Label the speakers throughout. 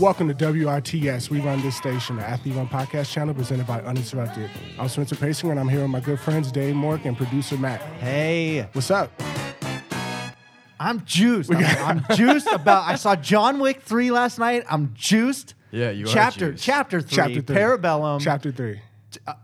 Speaker 1: Welcome to WRTS. We run this station, the Athlete Run Podcast channel presented by Uninterrupted. I'm Spencer Pacing, and I'm here with my good friends Dave Mork and producer Matt.
Speaker 2: Hey,
Speaker 1: What's up?
Speaker 2: I'm juiced. I'm, I'm juiced about. I saw John Wick three last night. I'm juiced.
Speaker 3: Yeah, you are
Speaker 2: chapter
Speaker 3: juiced.
Speaker 2: chapter three.
Speaker 1: Chapter three.
Speaker 2: Parabellum. Uh,
Speaker 1: Chapter three.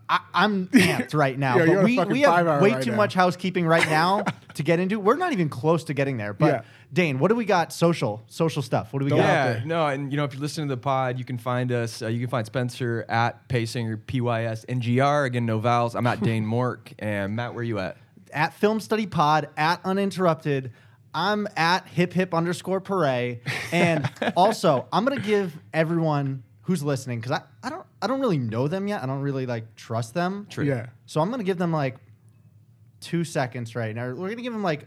Speaker 2: I, I'm amped right now.
Speaker 1: Yeah, you're
Speaker 2: but
Speaker 1: on a
Speaker 2: we,
Speaker 1: fucking
Speaker 2: we
Speaker 1: five hour
Speaker 2: have way
Speaker 1: right
Speaker 2: too
Speaker 1: now.
Speaker 2: much housekeeping right now to get into. We're not even close to getting there. But
Speaker 1: Yeah.
Speaker 2: Dane, what do we got? Social social stuff. What
Speaker 1: Oh,
Speaker 2: do we got?
Speaker 3: yeah, no, and you know, if you listen to the pod, you can find us. Uh, you can find Spencer at Paysinger P Y S N G R again, no vowels. I'm at Dane Mork, and Matt, where you at?
Speaker 2: At Film Study Pod at Uninterrupted. I'm at hip hip underscore paray. And also, I'm gonna give everyone who's listening because I, I don't I don't really know them yet. I don't really like trust them.
Speaker 3: True.
Speaker 1: Yeah.
Speaker 2: So I'm gonna give them like two seconds right now. We're gonna give them like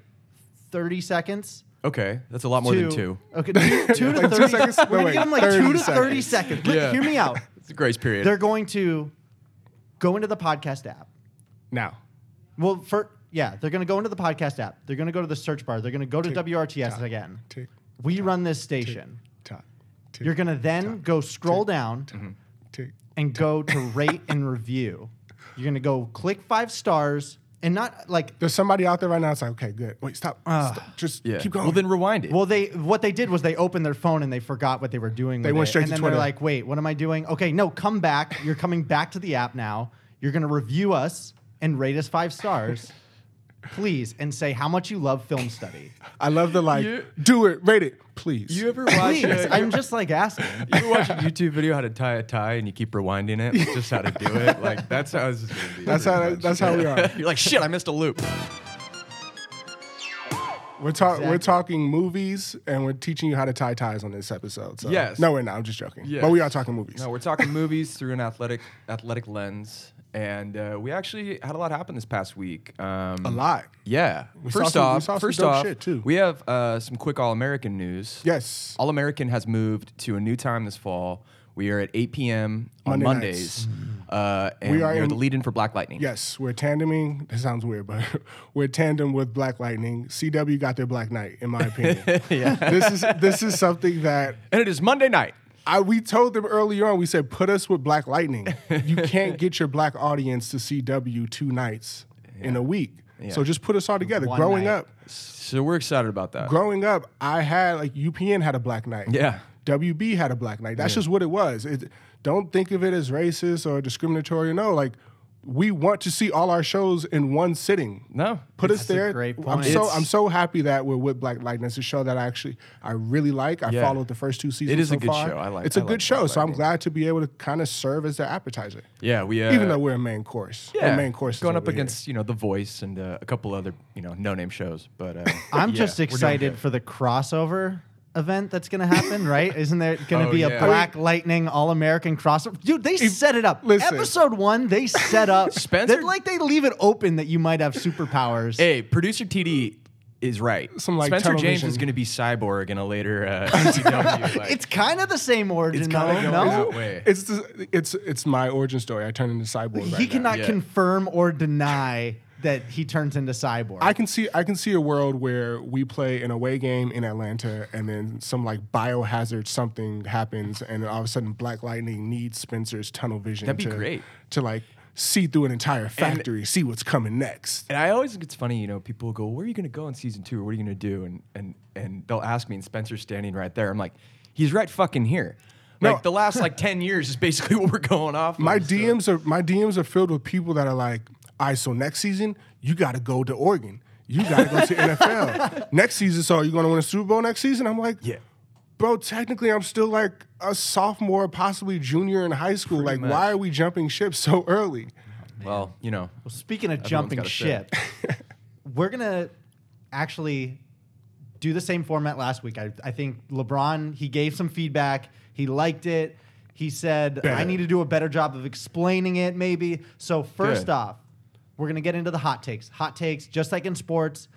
Speaker 2: thirty seconds.
Speaker 3: Okay, that's a lot more than
Speaker 2: to-
Speaker 3: two.
Speaker 2: Okay, two, two to thirty
Speaker 1: seconds-
Speaker 2: seconds.
Speaker 1: no, wait,
Speaker 2: We're gonna give them like
Speaker 1: 30
Speaker 2: two to thirty seconds. Li-
Speaker 3: Yeah.
Speaker 2: Hear me out.
Speaker 3: It's a grace period.
Speaker 2: They're going to go into the podcast app.
Speaker 1: Now.
Speaker 2: Well, for yeah, they're gonna go into the podcast app. They're gonna go to the search bar. They're gonna go to WRTS again.
Speaker 1: Tick,
Speaker 2: we run this station.
Speaker 1: tock, tick, mm-hmm.
Speaker 2: You're gonna then go scroll down
Speaker 1: tick.
Speaker 2: and go to rate and review. You're gonna go click five stars and not like
Speaker 1: There's somebody out there right now that's like, okay, good. Wait, stop. Stop. Just
Speaker 3: yeah.
Speaker 1: keep going.
Speaker 3: Well, then rewind it.
Speaker 2: Well, they what they did was they opened their phone and they forgot what they were doing.
Speaker 1: They
Speaker 2: with
Speaker 1: went
Speaker 2: it.
Speaker 1: straight
Speaker 2: and
Speaker 1: to
Speaker 2: then
Speaker 1: Twitter.
Speaker 2: They're like, wait, what am I doing? Okay, no, come back. You're coming back to the app now. You're gonna review us and rate us five stars, please, and say how much you love film study.
Speaker 1: I love the like,
Speaker 3: You-
Speaker 1: do it, rate it, please.
Speaker 3: you ever watch?
Speaker 2: Please,
Speaker 3: A,
Speaker 2: I'm just like asking.
Speaker 3: you ever watch a YouTube video how to tie a tie and you keep rewinding it? It's Just how to do it. Like that's how it's gonna be.
Speaker 1: that's how
Speaker 3: pretty
Speaker 1: that's how we are.
Speaker 3: much. You're like shit. I missed a loop.
Speaker 1: We're talking we're
Speaker 2: Exactly.
Speaker 1: talking movies and we're teaching you how to tie ties on this episode. So
Speaker 3: Yes.
Speaker 1: no, we're not. I'm just joking.
Speaker 3: Yes.
Speaker 1: But we are talking movies.
Speaker 3: No, we're talking movies through an athletic athletic lens, and uh, we actually had a lot happen this past week. Um,
Speaker 1: a lot.
Speaker 3: Yeah.
Speaker 1: saw
Speaker 3: first
Speaker 1: some- we
Speaker 3: off,
Speaker 1: saw some
Speaker 3: first
Speaker 1: dope
Speaker 3: off,
Speaker 1: shit, too.
Speaker 3: we have uh, some quick All American news.
Speaker 1: Yes.
Speaker 3: All American has moved to a new time this fall. We are at 8 p.m. on
Speaker 1: Monday
Speaker 3: Mondays, uh, and
Speaker 1: We
Speaker 3: we
Speaker 1: are
Speaker 3: are,
Speaker 1: in-
Speaker 3: the lead-in for Black Lightning.
Speaker 1: Yes, we're tandeming. That sounds weird, but we're tandem with Black Lightning. CW got their Black Knight, in my opinion. This is this is something that
Speaker 3: and it is Monday night.
Speaker 1: I we told them earlier on. We said put us with Black Lightning. You can't get your black audience to CW two nights in a week. So just put us all together.
Speaker 2: One
Speaker 1: growing
Speaker 2: night.
Speaker 1: up,
Speaker 3: So we're excited about that.
Speaker 1: growing up, I had like UPN had a black night.
Speaker 3: Yeah.
Speaker 1: WB had a black night. That's just what it was. It, don't think of it as racist or discriminatory. No, like we want to see all our shows in one sitting.
Speaker 3: No.
Speaker 1: Put us
Speaker 2: a
Speaker 1: there.
Speaker 2: great
Speaker 1: I'm
Speaker 2: point.
Speaker 1: so
Speaker 3: It's-
Speaker 1: I'm so happy that we're with Black Lightning. It's a show that I actually I really like. I
Speaker 3: Yeah.
Speaker 1: followed the first two seasons.
Speaker 3: is a
Speaker 1: so
Speaker 3: good
Speaker 1: far.
Speaker 3: show. I like-
Speaker 1: It's a
Speaker 3: I like
Speaker 1: good show.
Speaker 3: Black
Speaker 1: So I'm
Speaker 3: Lightning.
Speaker 1: glad to be able to kind of serve as their appetizer.
Speaker 3: Yeah, we uh,
Speaker 1: Even though we're a main course. Our
Speaker 3: yeah,
Speaker 1: main course is
Speaker 3: going up
Speaker 1: over here.
Speaker 3: against you know The Voice and uh, a couple other you know no-name shows, but uh,
Speaker 2: I'm
Speaker 3: yeah,
Speaker 2: just
Speaker 3: we're doing
Speaker 2: excited
Speaker 3: good.
Speaker 2: for the crossover event that's gonna happen, right? Isn't there gonna
Speaker 3: Oh,
Speaker 2: be
Speaker 3: yeah.
Speaker 2: a Black Lightning All American crossover? Dude, they set it up.
Speaker 1: listen.
Speaker 2: Episode one, they set up.
Speaker 3: Spencer-
Speaker 2: They're like they leave it open that you might have superpowers.
Speaker 3: Hey, producer TD is right.
Speaker 1: Some, like,
Speaker 3: Spencer James
Speaker 1: television-
Speaker 3: is going to be Cyborg in a later uh, CW. Like,
Speaker 2: it's kind of the same origin,
Speaker 3: it's
Speaker 2: though.
Speaker 3: kinda going
Speaker 2: no,
Speaker 3: that way.
Speaker 1: It's the, it's it's my origin story. I turned into cyborg.
Speaker 2: he
Speaker 1: right now.
Speaker 2: cannot
Speaker 3: Yeah.
Speaker 2: confirm or deny that he turns into cyborg.
Speaker 1: I can see I can see a world where we play an away game in Atlanta, and then some like biohazard something happens, and all of a sudden Black Lightning needs Spencer's tunnel vision.
Speaker 3: That'd be
Speaker 1: to,
Speaker 3: great.
Speaker 1: to like see through an entire factory, see what's coming next.
Speaker 3: And I always think it's funny, you know, people go, "Where are you going to go in season two? Or what are you going to do?" And and and they'll ask me, and Spencer's standing right there. I'm like, he's right fucking here. Like the last like ten years is basically what we're going off.
Speaker 1: My
Speaker 3: of, so-
Speaker 1: DMs are my DMs are filled with people that are like, all right, so next season you got to go to Oregon, you got to go to NFL next season. So you're gonna win a Super Bowl next season? I'm like,
Speaker 3: Yeah.
Speaker 1: Bro, technically, I'm still like a sophomore, possibly junior in high school. like, why are we jumping ship so early?
Speaker 3: Well, you know,
Speaker 2: Speaking of jumping
Speaker 3: gotta
Speaker 2: ship, we're gonna actually do the same format last week. I, I think LeBron he gave some feedback. He liked it. He said I
Speaker 1: Better.
Speaker 2: need to do a better job of explaining it, maybe. So first
Speaker 3: Good.
Speaker 2: off, we're gonna get into the hot takes. Hot takes, just like in sports,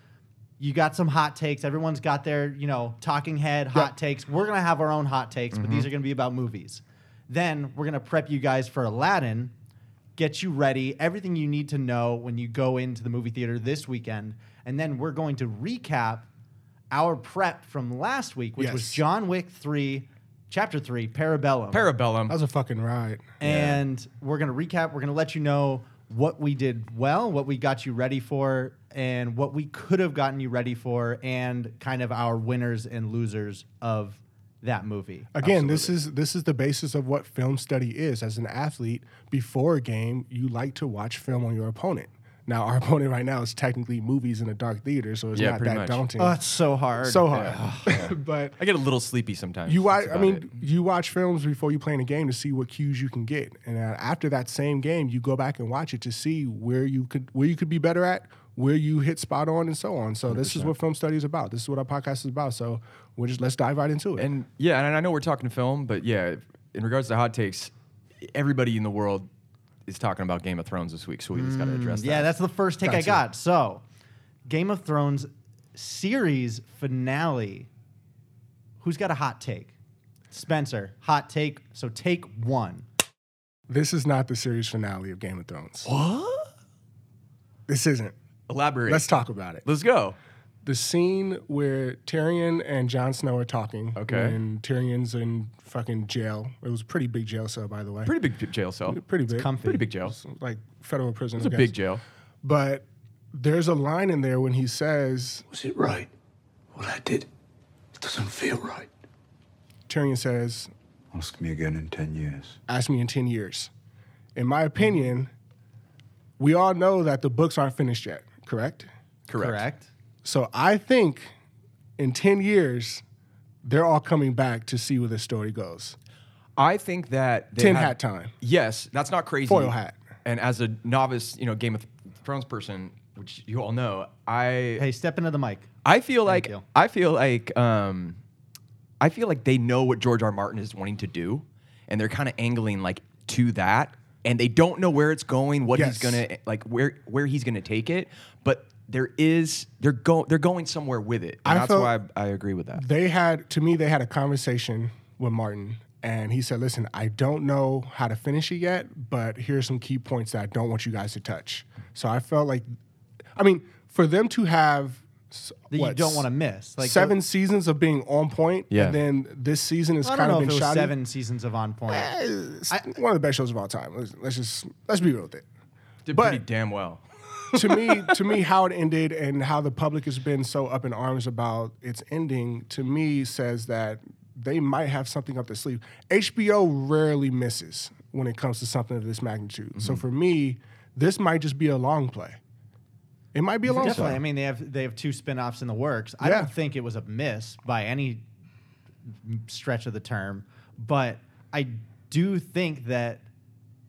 Speaker 2: You got some hot takes. Everyone's got their, you know, talking head hot takes. We're gonna have our own hot takes, but these are gonna be about movies. Then we're gonna prep you guys for Aladdin, get you ready, everything you need to know when you go into the movie theater this weekend, and then we're going to recap our prep from last week, which was
Speaker 1: Yes.
Speaker 2: John Wick three, chapter three, Parabellum.
Speaker 3: Parabellum.
Speaker 1: That was a fucking ride.
Speaker 2: And we're going to recap. We're going to let you know what we did well, what we got you ready for, and what we could have gotten you ready for, and kind of our winners and losers of that movie.
Speaker 1: Again, this is this is the basis of what film study is. As an athlete, before a game, you like to watch film on your opponent. Now, our opponent right now is technically movies in a dark theater, so it's
Speaker 3: Yeah,
Speaker 1: not
Speaker 3: pretty
Speaker 1: that
Speaker 3: much.
Speaker 1: daunting.
Speaker 2: Oh, it's so hard.
Speaker 1: so hard, but
Speaker 3: I get a little sleepy sometimes.
Speaker 1: you watch.
Speaker 3: That's
Speaker 1: I
Speaker 3: about
Speaker 1: mean,
Speaker 3: it.
Speaker 1: you watch films before you play in a game to see what cues you can get, and uh, after that same game, you go back and watch it to see where you could where you could be better at, where you hit spot on, and so on. So this is what film study is about. This is what our podcast is about. So we're just let's dive right into it.
Speaker 3: and yeah, and I know we're talking film, but yeah, in regards to hot takes, everybody in the world is talking about Game of Thrones this week, so we just got to address
Speaker 2: Yeah,
Speaker 3: that.
Speaker 2: that's the first take I
Speaker 1: Gotcha.
Speaker 2: got. So, Game of Thrones series finale. Who's got a hot take? Spencer, hot take. So, take one.
Speaker 1: this is not the series finale of Game of Thrones.
Speaker 3: What?
Speaker 1: This isn't.
Speaker 3: Elaborate.
Speaker 1: Let's
Speaker 3: Let's,
Speaker 1: talk about it.
Speaker 3: go.
Speaker 1: The scene where Tyrion and Jon Snow are talking.
Speaker 3: Okay.
Speaker 1: And Tyrion's in fucking jail. It was a pretty big jail cell, by the way.
Speaker 3: Pretty big j- jail cell.
Speaker 1: pretty big.
Speaker 2: comfy.
Speaker 3: Pretty big jail.
Speaker 1: It's Like federal prison.
Speaker 3: It's a big jail.
Speaker 1: But there's a line in there when he says,
Speaker 4: Was it right? What I did? It doesn't feel right.
Speaker 1: Tyrion says,
Speaker 4: Ask me again in 10 years.
Speaker 1: ask me in 10 years. In my opinion, we all know that the books aren't finished yet, correct?
Speaker 3: Correct.
Speaker 1: So I think in 10 years, they're all coming back to see where this story goes.
Speaker 3: I think that they
Speaker 1: Tin
Speaker 3: have-
Speaker 1: hat time.
Speaker 3: Yes, that's not crazy.
Speaker 1: Foil hat.
Speaker 3: And as a novice, you know, Game of Thrones person, which you all know, I
Speaker 2: Hey, step into the mic.
Speaker 3: I feel like
Speaker 2: you.
Speaker 3: I feel like um, I feel like they know what George R. Martin is wanting to do, and they're kind of angling like to that, and they don't know where it's going, what
Speaker 1: Yes.
Speaker 3: he's gonna like, where where he's gonna take it, but there is they're go they're going somewhere with it. And
Speaker 1: I
Speaker 3: that's
Speaker 1: felt-
Speaker 3: why I, I agree with that.
Speaker 1: They had, to me, they had a conversation with Martin, and he said, Listen, I don't know how to finish it yet, but here's some key points that I don't want you guys to touch. So I felt like, I mean, for them to have. s-
Speaker 2: That you
Speaker 1: what,
Speaker 2: don't want to miss. Like
Speaker 1: seven seasons of being on point,
Speaker 3: Yeah.
Speaker 1: and then this season has
Speaker 2: I
Speaker 1: kind
Speaker 2: don't know
Speaker 1: of
Speaker 2: if
Speaker 1: been
Speaker 2: it was
Speaker 1: shot.
Speaker 2: seven seasons of On Point.
Speaker 1: It's one of the best shows of all time. Let's, let's just let's be real with it.
Speaker 3: Did
Speaker 1: but-
Speaker 3: pretty damn well.
Speaker 1: to me, to me, how it ended and how the public has been so up in arms about its ending, to me, says that they might have something up their sleeve. HBO rarely misses when it comes to something of this magnitude. So
Speaker 3: Mm-hmm.
Speaker 1: for me, this might just be a long play. It might be a long
Speaker 2: Definitely. I
Speaker 1: play.
Speaker 2: mean, they have they have two spin-offs in the works. I
Speaker 1: Yeah.
Speaker 2: don't think it was a miss by any m- stretch of the term, but I do think that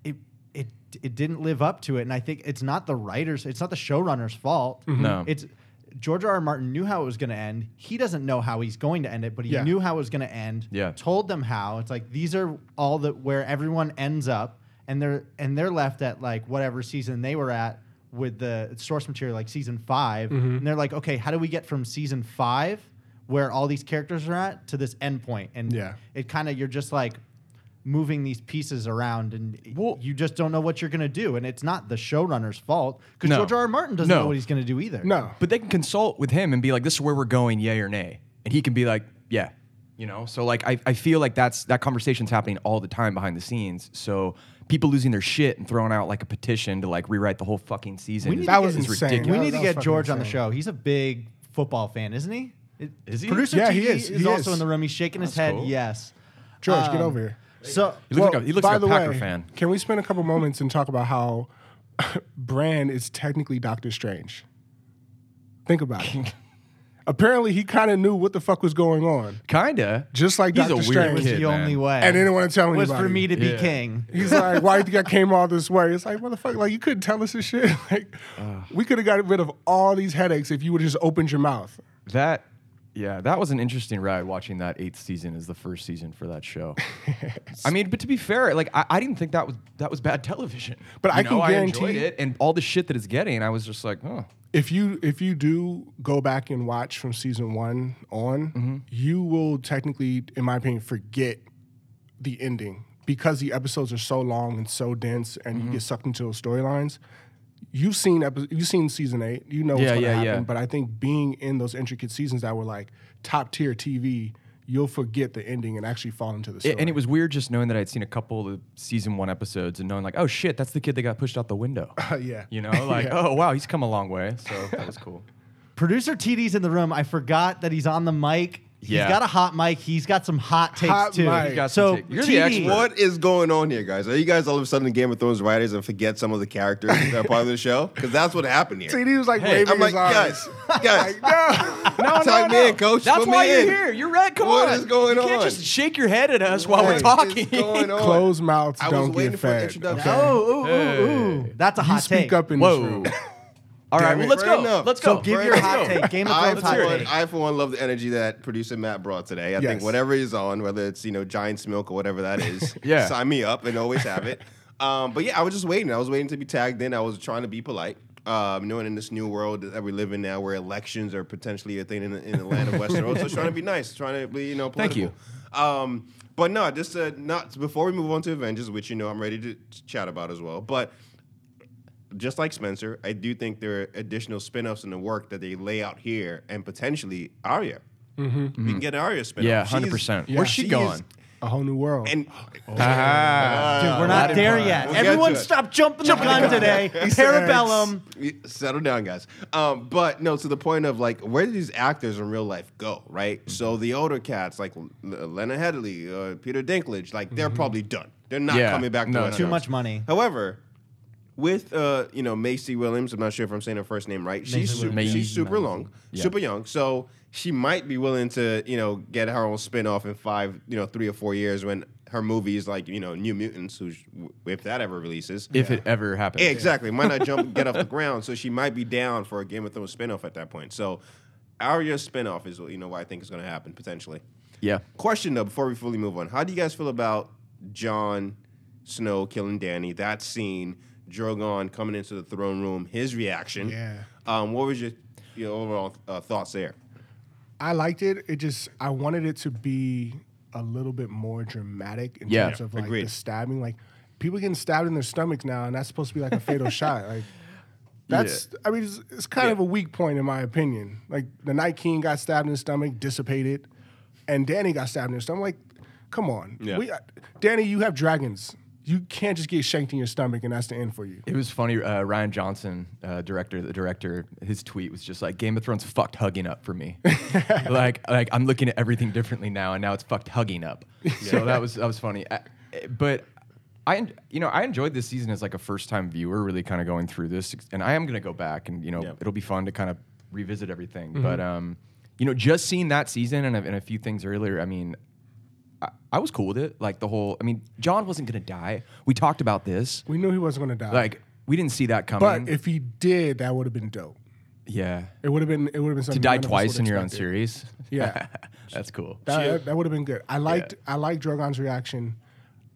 Speaker 2: it it it didn't live up to it, and I think it's not the writers, it's not the showrunner's fault.
Speaker 3: No.
Speaker 2: it's George R. R. Martin knew how it was going to end. He doesn't know how he's going to end it, but he
Speaker 1: Yeah.
Speaker 2: knew how it was going to end.
Speaker 3: Yeah.
Speaker 2: told them how. It's like these are all that where everyone ends up, and they're and they're left at like whatever season they were at with the source material, like season 5
Speaker 3: Mm-hmm.
Speaker 2: and they're like, okay, how do we get from season five, where all these characters are at, to this end point? And
Speaker 1: Yeah.
Speaker 2: it kind of you're just like moving these pieces around and
Speaker 3: Well-
Speaker 2: you just don't know what you're going to do and it's not the showrunner's fault because
Speaker 3: No.
Speaker 2: george r. r martin doesn't
Speaker 3: No.
Speaker 2: know what he's going to do either
Speaker 1: No,
Speaker 3: But they can consult with him and be like, this is where we're going, yay or nay. And he can be like, yeah. You know, so like I, I feel like that's that conversation's happening all the time behind the scenes. So people losing their shit and throwing out like a petition to like rewrite the whole fucking season.
Speaker 2: We need
Speaker 3: is-
Speaker 2: to
Speaker 1: that was
Speaker 3: is
Speaker 1: insane.
Speaker 3: ridiculous.
Speaker 2: we
Speaker 1: That-
Speaker 2: need
Speaker 1: that
Speaker 2: to
Speaker 1: was
Speaker 2: get
Speaker 1: fucking
Speaker 2: george on the
Speaker 1: insane.
Speaker 2: show he's a big football fan isn't he
Speaker 3: Is he?
Speaker 2: producer
Speaker 1: Yeah,
Speaker 2: TV
Speaker 1: he is.
Speaker 2: is
Speaker 1: He
Speaker 2: also
Speaker 1: is.
Speaker 2: in the room he's shaking his
Speaker 3: That's
Speaker 2: head
Speaker 3: cool.
Speaker 2: yes
Speaker 1: George, get
Speaker 2: Um,
Speaker 1: over here.
Speaker 2: so
Speaker 3: He looks like a, he looks
Speaker 1: by
Speaker 3: like a
Speaker 1: the
Speaker 3: Packer
Speaker 1: way,
Speaker 3: fan.
Speaker 1: Can we spend a couple moments and talk about how Bran is technically Doctor Strange? Think about it. Apparently, he kind of knew what the fuck was going on,
Speaker 3: Kinda.
Speaker 1: just like
Speaker 3: He's a
Speaker 1: Doctor
Speaker 3: weird
Speaker 1: Strange.
Speaker 2: was
Speaker 3: kid,
Speaker 2: the only
Speaker 3: man.
Speaker 2: way
Speaker 1: And they didn't want to tell
Speaker 2: was
Speaker 1: anybody.
Speaker 2: for me to be
Speaker 3: Yeah.
Speaker 2: king
Speaker 1: He's like, why do you think I came all this way? It's like, motherfucker, like you couldn't tell us this shit. Like, we could have got rid of all these headaches if you would have just opened your mouth.
Speaker 3: That yeah, that was an interesting ride watching that eighth season as the first season for that show. I mean, but to be fair, like I, I didn't think that was that was bad television.
Speaker 1: But I
Speaker 3: You know,
Speaker 1: can
Speaker 3: I enjoyed
Speaker 1: guarantee-
Speaker 3: it and all the shit that it's getting, I was just like, oh.
Speaker 1: if you if you do go back and watch from season one on,
Speaker 3: Mm-hmm.
Speaker 1: you will technically, in my opinion, forget the ending because the episodes are so long and so dense, and
Speaker 3: Mm-hmm.
Speaker 1: you get sucked into those storylines. You've seen epi- you've seen season eight, you know what's
Speaker 3: Yeah,
Speaker 1: going to
Speaker 3: yeah,
Speaker 1: happen.
Speaker 3: yeah.
Speaker 1: But I think being in those intricate seasons that were like top tier TV, you'll forget the ending and actually fall into the story.
Speaker 3: and it was weird just knowing that I'd seen a couple of season one episodes and knowing like, oh shit, that's the kid that got pushed out the window.
Speaker 1: yeah,
Speaker 3: You know, like, oh wow, he's come a long way. So that was cool.
Speaker 2: Producer TD's in the room. I forgot that he's on the mic.
Speaker 3: Yeah.
Speaker 2: He's got a hot mic. He's got some hot takes
Speaker 1: Hot
Speaker 2: too.
Speaker 1: mic. He's
Speaker 3: got some
Speaker 2: so
Speaker 3: take- you're the
Speaker 2: TD,
Speaker 3: expert.
Speaker 5: What is going on here, guys? Are you guys all of a sudden Game of Thrones writers and forget some of the characters that are part of the show? Because that's what happened here.
Speaker 1: CD was like
Speaker 3: Hey,
Speaker 1: waving
Speaker 5: I'm like,
Speaker 1: his arms.
Speaker 5: guys, guys,
Speaker 1: No.
Speaker 3: No,
Speaker 5: Type me in, coach.
Speaker 3: That's
Speaker 5: Put
Speaker 3: why
Speaker 5: me
Speaker 3: you're
Speaker 5: in.
Speaker 3: here. You're red. Come
Speaker 5: What
Speaker 3: on.
Speaker 5: is going
Speaker 3: You can't
Speaker 5: on?
Speaker 3: just shake your head at us while
Speaker 5: What
Speaker 3: we're
Speaker 5: is
Speaker 3: talking.
Speaker 5: going on?
Speaker 1: Closed mouths
Speaker 5: I was
Speaker 1: don't
Speaker 5: waiting
Speaker 1: get
Speaker 5: for an
Speaker 1: fed.
Speaker 5: introduction.
Speaker 2: Oh, ooh, ooh, ooh. That's a
Speaker 1: You
Speaker 2: hot
Speaker 1: speak
Speaker 2: take.
Speaker 1: up in this
Speaker 3: Whoa.
Speaker 1: room.
Speaker 3: All right,
Speaker 1: Damn
Speaker 3: well,
Speaker 1: it.
Speaker 3: let's
Speaker 5: Fair
Speaker 3: go.
Speaker 5: enough.
Speaker 3: Let's
Speaker 2: So
Speaker 3: go.
Speaker 2: give
Speaker 5: Fair
Speaker 2: your
Speaker 5: enough.
Speaker 2: hot take. Game
Speaker 5: I
Speaker 2: of
Speaker 5: for,
Speaker 2: Thrones hot
Speaker 5: one,
Speaker 2: take.
Speaker 5: I for one love the energy that producer Matt brought today. I
Speaker 1: Yes.
Speaker 5: think whatever he's on, whether it's you know Giants Milk or whatever that is,
Speaker 3: Yeah.
Speaker 5: sign me up and always have it. Um, but yeah, I was just waiting. I was waiting to be tagged in. I was trying to be polite, um, knowing in this new world that we live in now, where elections are potentially a thing in the, in the land of Westeros. so trying to be nice, trying to be you know
Speaker 3: Thank
Speaker 5: political.
Speaker 3: you.
Speaker 5: Um, but no, just uh, not before we move on to Avengers, which you know I'm ready to to chat about as well. But just like Spencer, I do think there are additional spin-offs in the work that they lay out here and potentially Arya. We can get an Arya spin-off.
Speaker 3: Mm-hmm. Yeah,
Speaker 5: She's-
Speaker 3: 100%. Where's she
Speaker 5: is-
Speaker 3: going?
Speaker 1: A whole new world.
Speaker 5: and
Speaker 2: Dude, we're not
Speaker 3: Aladdin
Speaker 2: there
Speaker 3: Pie.
Speaker 2: yet.
Speaker 5: We'll get
Speaker 2: Everyone,
Speaker 5: to it.
Speaker 2: stop jumping the gun today. Parabellum.
Speaker 3: Oh.
Speaker 5: settle down, guys. Um, but no, to the point of like, where do these actors in real life go? Right.
Speaker 3: Mm-hmm.
Speaker 5: So the older cats like L- Lena Headey, uh, Peter Dinklage, like
Speaker 3: Mm-hmm.
Speaker 5: they're probably done. They're not
Speaker 3: Yeah.
Speaker 5: coming back.
Speaker 3: No,
Speaker 5: to
Speaker 3: no,
Speaker 5: us.
Speaker 2: Too much money.
Speaker 5: However, with uh, you know Macy Williams, I'm not sure if I'm saying her first name right. She's
Speaker 2: Macy
Speaker 5: super,
Speaker 3: Williams.
Speaker 5: she's
Speaker 3: Macy
Speaker 5: super long, super young, so she might be willing to you know get her own spin off in five, you know, three or four years when her movies like you know New Mutants, who if that ever releases,
Speaker 3: If it ever happens.
Speaker 5: yeah, exactly. Might not jump get off the ground, so she might be down for a Game of Thrones spinoff at that point. So Arya spinoff is you know what I think is going to happen potentially.
Speaker 3: Yeah.
Speaker 5: Question though, before we fully move on, how do you guys feel about John Snow killing Danny? That scene, Drogon coming into the throne room, his reaction.
Speaker 1: Yeah.
Speaker 5: Um, what was your, your overall uh, thoughts there?
Speaker 1: I liked it. It just I wanted it to be a little bit more dramatic in
Speaker 3: Yeah,
Speaker 1: terms of like
Speaker 5: agreed.
Speaker 1: the stabbing. Like people getting stabbed in their stomachs now, and that's supposed to be like a fatal shot. Like that's I mean it's, it's kind of a weak point in my opinion. Like the Night King got stabbed in the stomach, dissipated, and Danny got stabbed in the stomach. Like, come on,
Speaker 5: Yeah.
Speaker 1: we, uh, Danny, you have dragons. You can't just get shanked in your stomach and that's the end for you.
Speaker 3: It was funny. Uh, Ryan Johnson, uh, director, the director, his tweet was just like, "Game of Thrones fucked hugging up for me." like, like I'm looking at everything differently now, and now it's fucked hugging up. So that was that was funny. I, but I, en- you know, I enjoyed this season as like a first time viewer, really kind of going through this, and I am gonna go back and you know
Speaker 5: Yeah.
Speaker 3: it'll be fun to kind of revisit everything. But um, you know, just seeing that season and a, and a few things earlier, I mean, I, I was cool with it. Like the whole, I mean, John wasn't gonna die. We talked about this.
Speaker 1: We knew he wasn't going to die.
Speaker 3: Like we didn't see that coming.
Speaker 1: but
Speaker 5: mm-hmm.
Speaker 1: if he did, that would have been dope.
Speaker 3: yeah,
Speaker 1: It would have been. It would have been something.
Speaker 3: you die
Speaker 1: none of us
Speaker 3: twice
Speaker 1: would've
Speaker 3: in your own
Speaker 1: expected.
Speaker 3: series.
Speaker 1: Yeah.
Speaker 3: that's cool.
Speaker 1: That, that, would have been good. I liked I liked Drogon's reaction.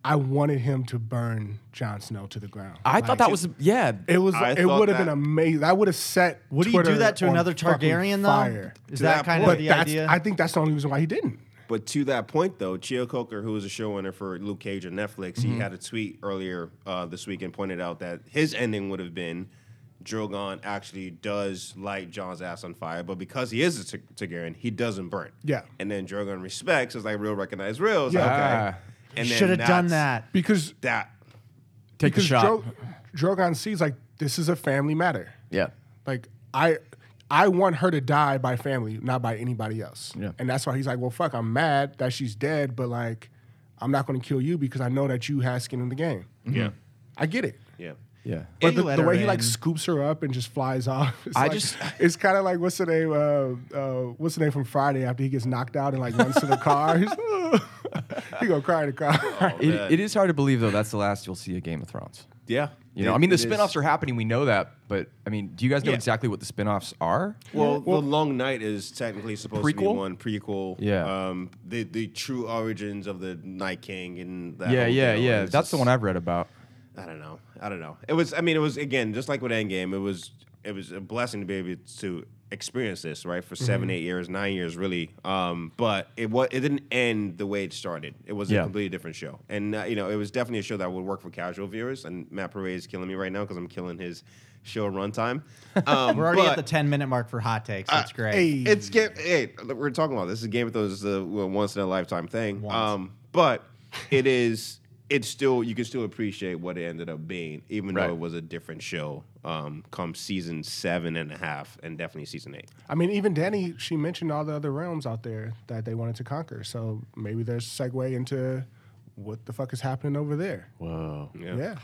Speaker 1: I wanted him to burn Jon Snow to the ground.
Speaker 3: I thought that was yeah.
Speaker 1: it was
Speaker 5: I
Speaker 1: it
Speaker 5: thought
Speaker 1: would have
Speaker 5: that-
Speaker 1: been amazing. That would have set.
Speaker 2: Would you do
Speaker 1: Twitter
Speaker 2: that to
Speaker 1: on
Speaker 2: another
Speaker 1: fucking
Speaker 2: Targaryen though?
Speaker 1: Fire.
Speaker 2: Is
Speaker 5: To
Speaker 2: that,
Speaker 5: that
Speaker 2: kind of
Speaker 5: point.
Speaker 2: the
Speaker 1: But that's,
Speaker 2: idea?
Speaker 1: I think that's the only reason why he didn't.
Speaker 5: But to that point, though, Chio Coker, who was a showrunner for Luke Cage on Netflix, he had a tweet earlier uh, this week and pointed out that his ending would have been Drogon actually does light John's ass on fire, but because he is a Tar- Targaryen, he doesn't burn.
Speaker 1: Yeah.
Speaker 5: And then Drogon respects, is like real recognize real. It's
Speaker 1: Yeah.
Speaker 5: like, okay. And then
Speaker 2: Should have done
Speaker 5: that's-
Speaker 2: that.
Speaker 1: Because
Speaker 5: That.
Speaker 3: Take the
Speaker 1: because
Speaker 3: shot.
Speaker 1: Dro- Drogon sees like this is a family matter.
Speaker 3: yeah,
Speaker 1: Like I I want her to die by family, not by anybody else.
Speaker 3: Yeah.
Speaker 1: And that's why he's like, well, fuck, I'm mad that she's dead, but like I'm not going to kill you because I know that you had skin in the game.
Speaker 5: Yeah.
Speaker 1: I get it.
Speaker 5: Yeah.
Speaker 3: yeah.
Speaker 1: But
Speaker 2: You
Speaker 1: the,
Speaker 2: let
Speaker 1: the
Speaker 2: her
Speaker 1: way he like
Speaker 2: in.
Speaker 1: scoops her up and just flies off. It's
Speaker 3: I
Speaker 1: like-
Speaker 3: just-
Speaker 1: it's kind of like what's the name? Uh, uh, what's the name from Friday after he gets knocked out and like runs to the car? He's, he gonna cry in the car.
Speaker 3: It, it is hard to believe though. That's the last you'll see of Game of Thrones.
Speaker 5: Yeah.
Speaker 3: You know, I mean, the spin-offs are happening. We know that, but I mean, do you guys know
Speaker 5: Yeah.
Speaker 3: exactly what the spin-offs are?
Speaker 5: Well, the Long Night is technically supposed to be
Speaker 3: Prequel?
Speaker 5: one prequel.
Speaker 3: Yeah.
Speaker 5: Um, the the true origins of the Night King and that
Speaker 3: yeah,
Speaker 5: whole
Speaker 3: yeah,
Speaker 5: deal, and
Speaker 3: yeah.
Speaker 5: it's
Speaker 3: That's the
Speaker 5: just-
Speaker 3: one I've read about.
Speaker 5: I don't know. I don't know. It was. I mean, it was again just like with Endgame. It was it was a blessing to be able to experience this right for
Speaker 3: Mm-hmm.
Speaker 5: seven, eight years, nine years, really. Um, but it was it didn't end the way it started. It was
Speaker 3: Yeah.
Speaker 5: a completely different show, and uh, you know it was definitely a show that would work for casual viewers. And Matt Paré is killing me right now because I'm killing his show runtime. Um,
Speaker 2: We're already at
Speaker 5: but-
Speaker 2: the 10 minute mark for hot takes. That's great.
Speaker 1: hey.
Speaker 5: it's game. Hey, look, we're talking about this. Is Game of Thrones is a once in a lifetime thing.
Speaker 2: Once.
Speaker 5: Um, but it is. It's still you can still appreciate what it ended up being, even
Speaker 3: Right.
Speaker 5: though it was a different show. Um, come season seven and a half, and definitely season eight.
Speaker 1: I mean, even Danny, she mentioned all the other realms out there that they wanted to conquer. So maybe there's a segue into what the fuck is happening over there.
Speaker 2: Oh.
Speaker 3: Whoa.
Speaker 5: Yeah.
Speaker 1: Yeah.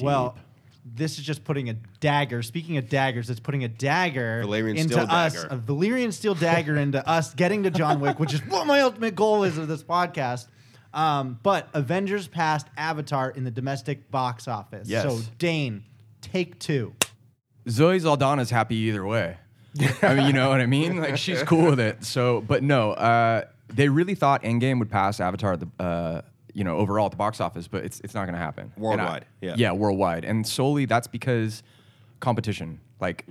Speaker 2: Well, this is just putting a dagger. Speaking of daggers, it's putting a dagger
Speaker 5: Valyrian
Speaker 2: into
Speaker 5: steel
Speaker 2: us,
Speaker 5: dagger.
Speaker 2: a Valyrian steel dagger into us getting to John Wick, which is what my ultimate goal is of this podcast. Um, but Avengers passed Avatar in the domestic box office.
Speaker 3: Yes.
Speaker 2: So Dane, take two.
Speaker 3: Zoe Zaldana's happy either way. I mean, you know what I mean? Like she's cool with it. So, but no, uh, they really thought Endgame would pass Avatar at the uh, you know overall at the box office, but it's it's not going to happen And I-
Speaker 5: Worldwide, yeah.
Speaker 3: yeah, worldwide, and solely that's because competition. Like,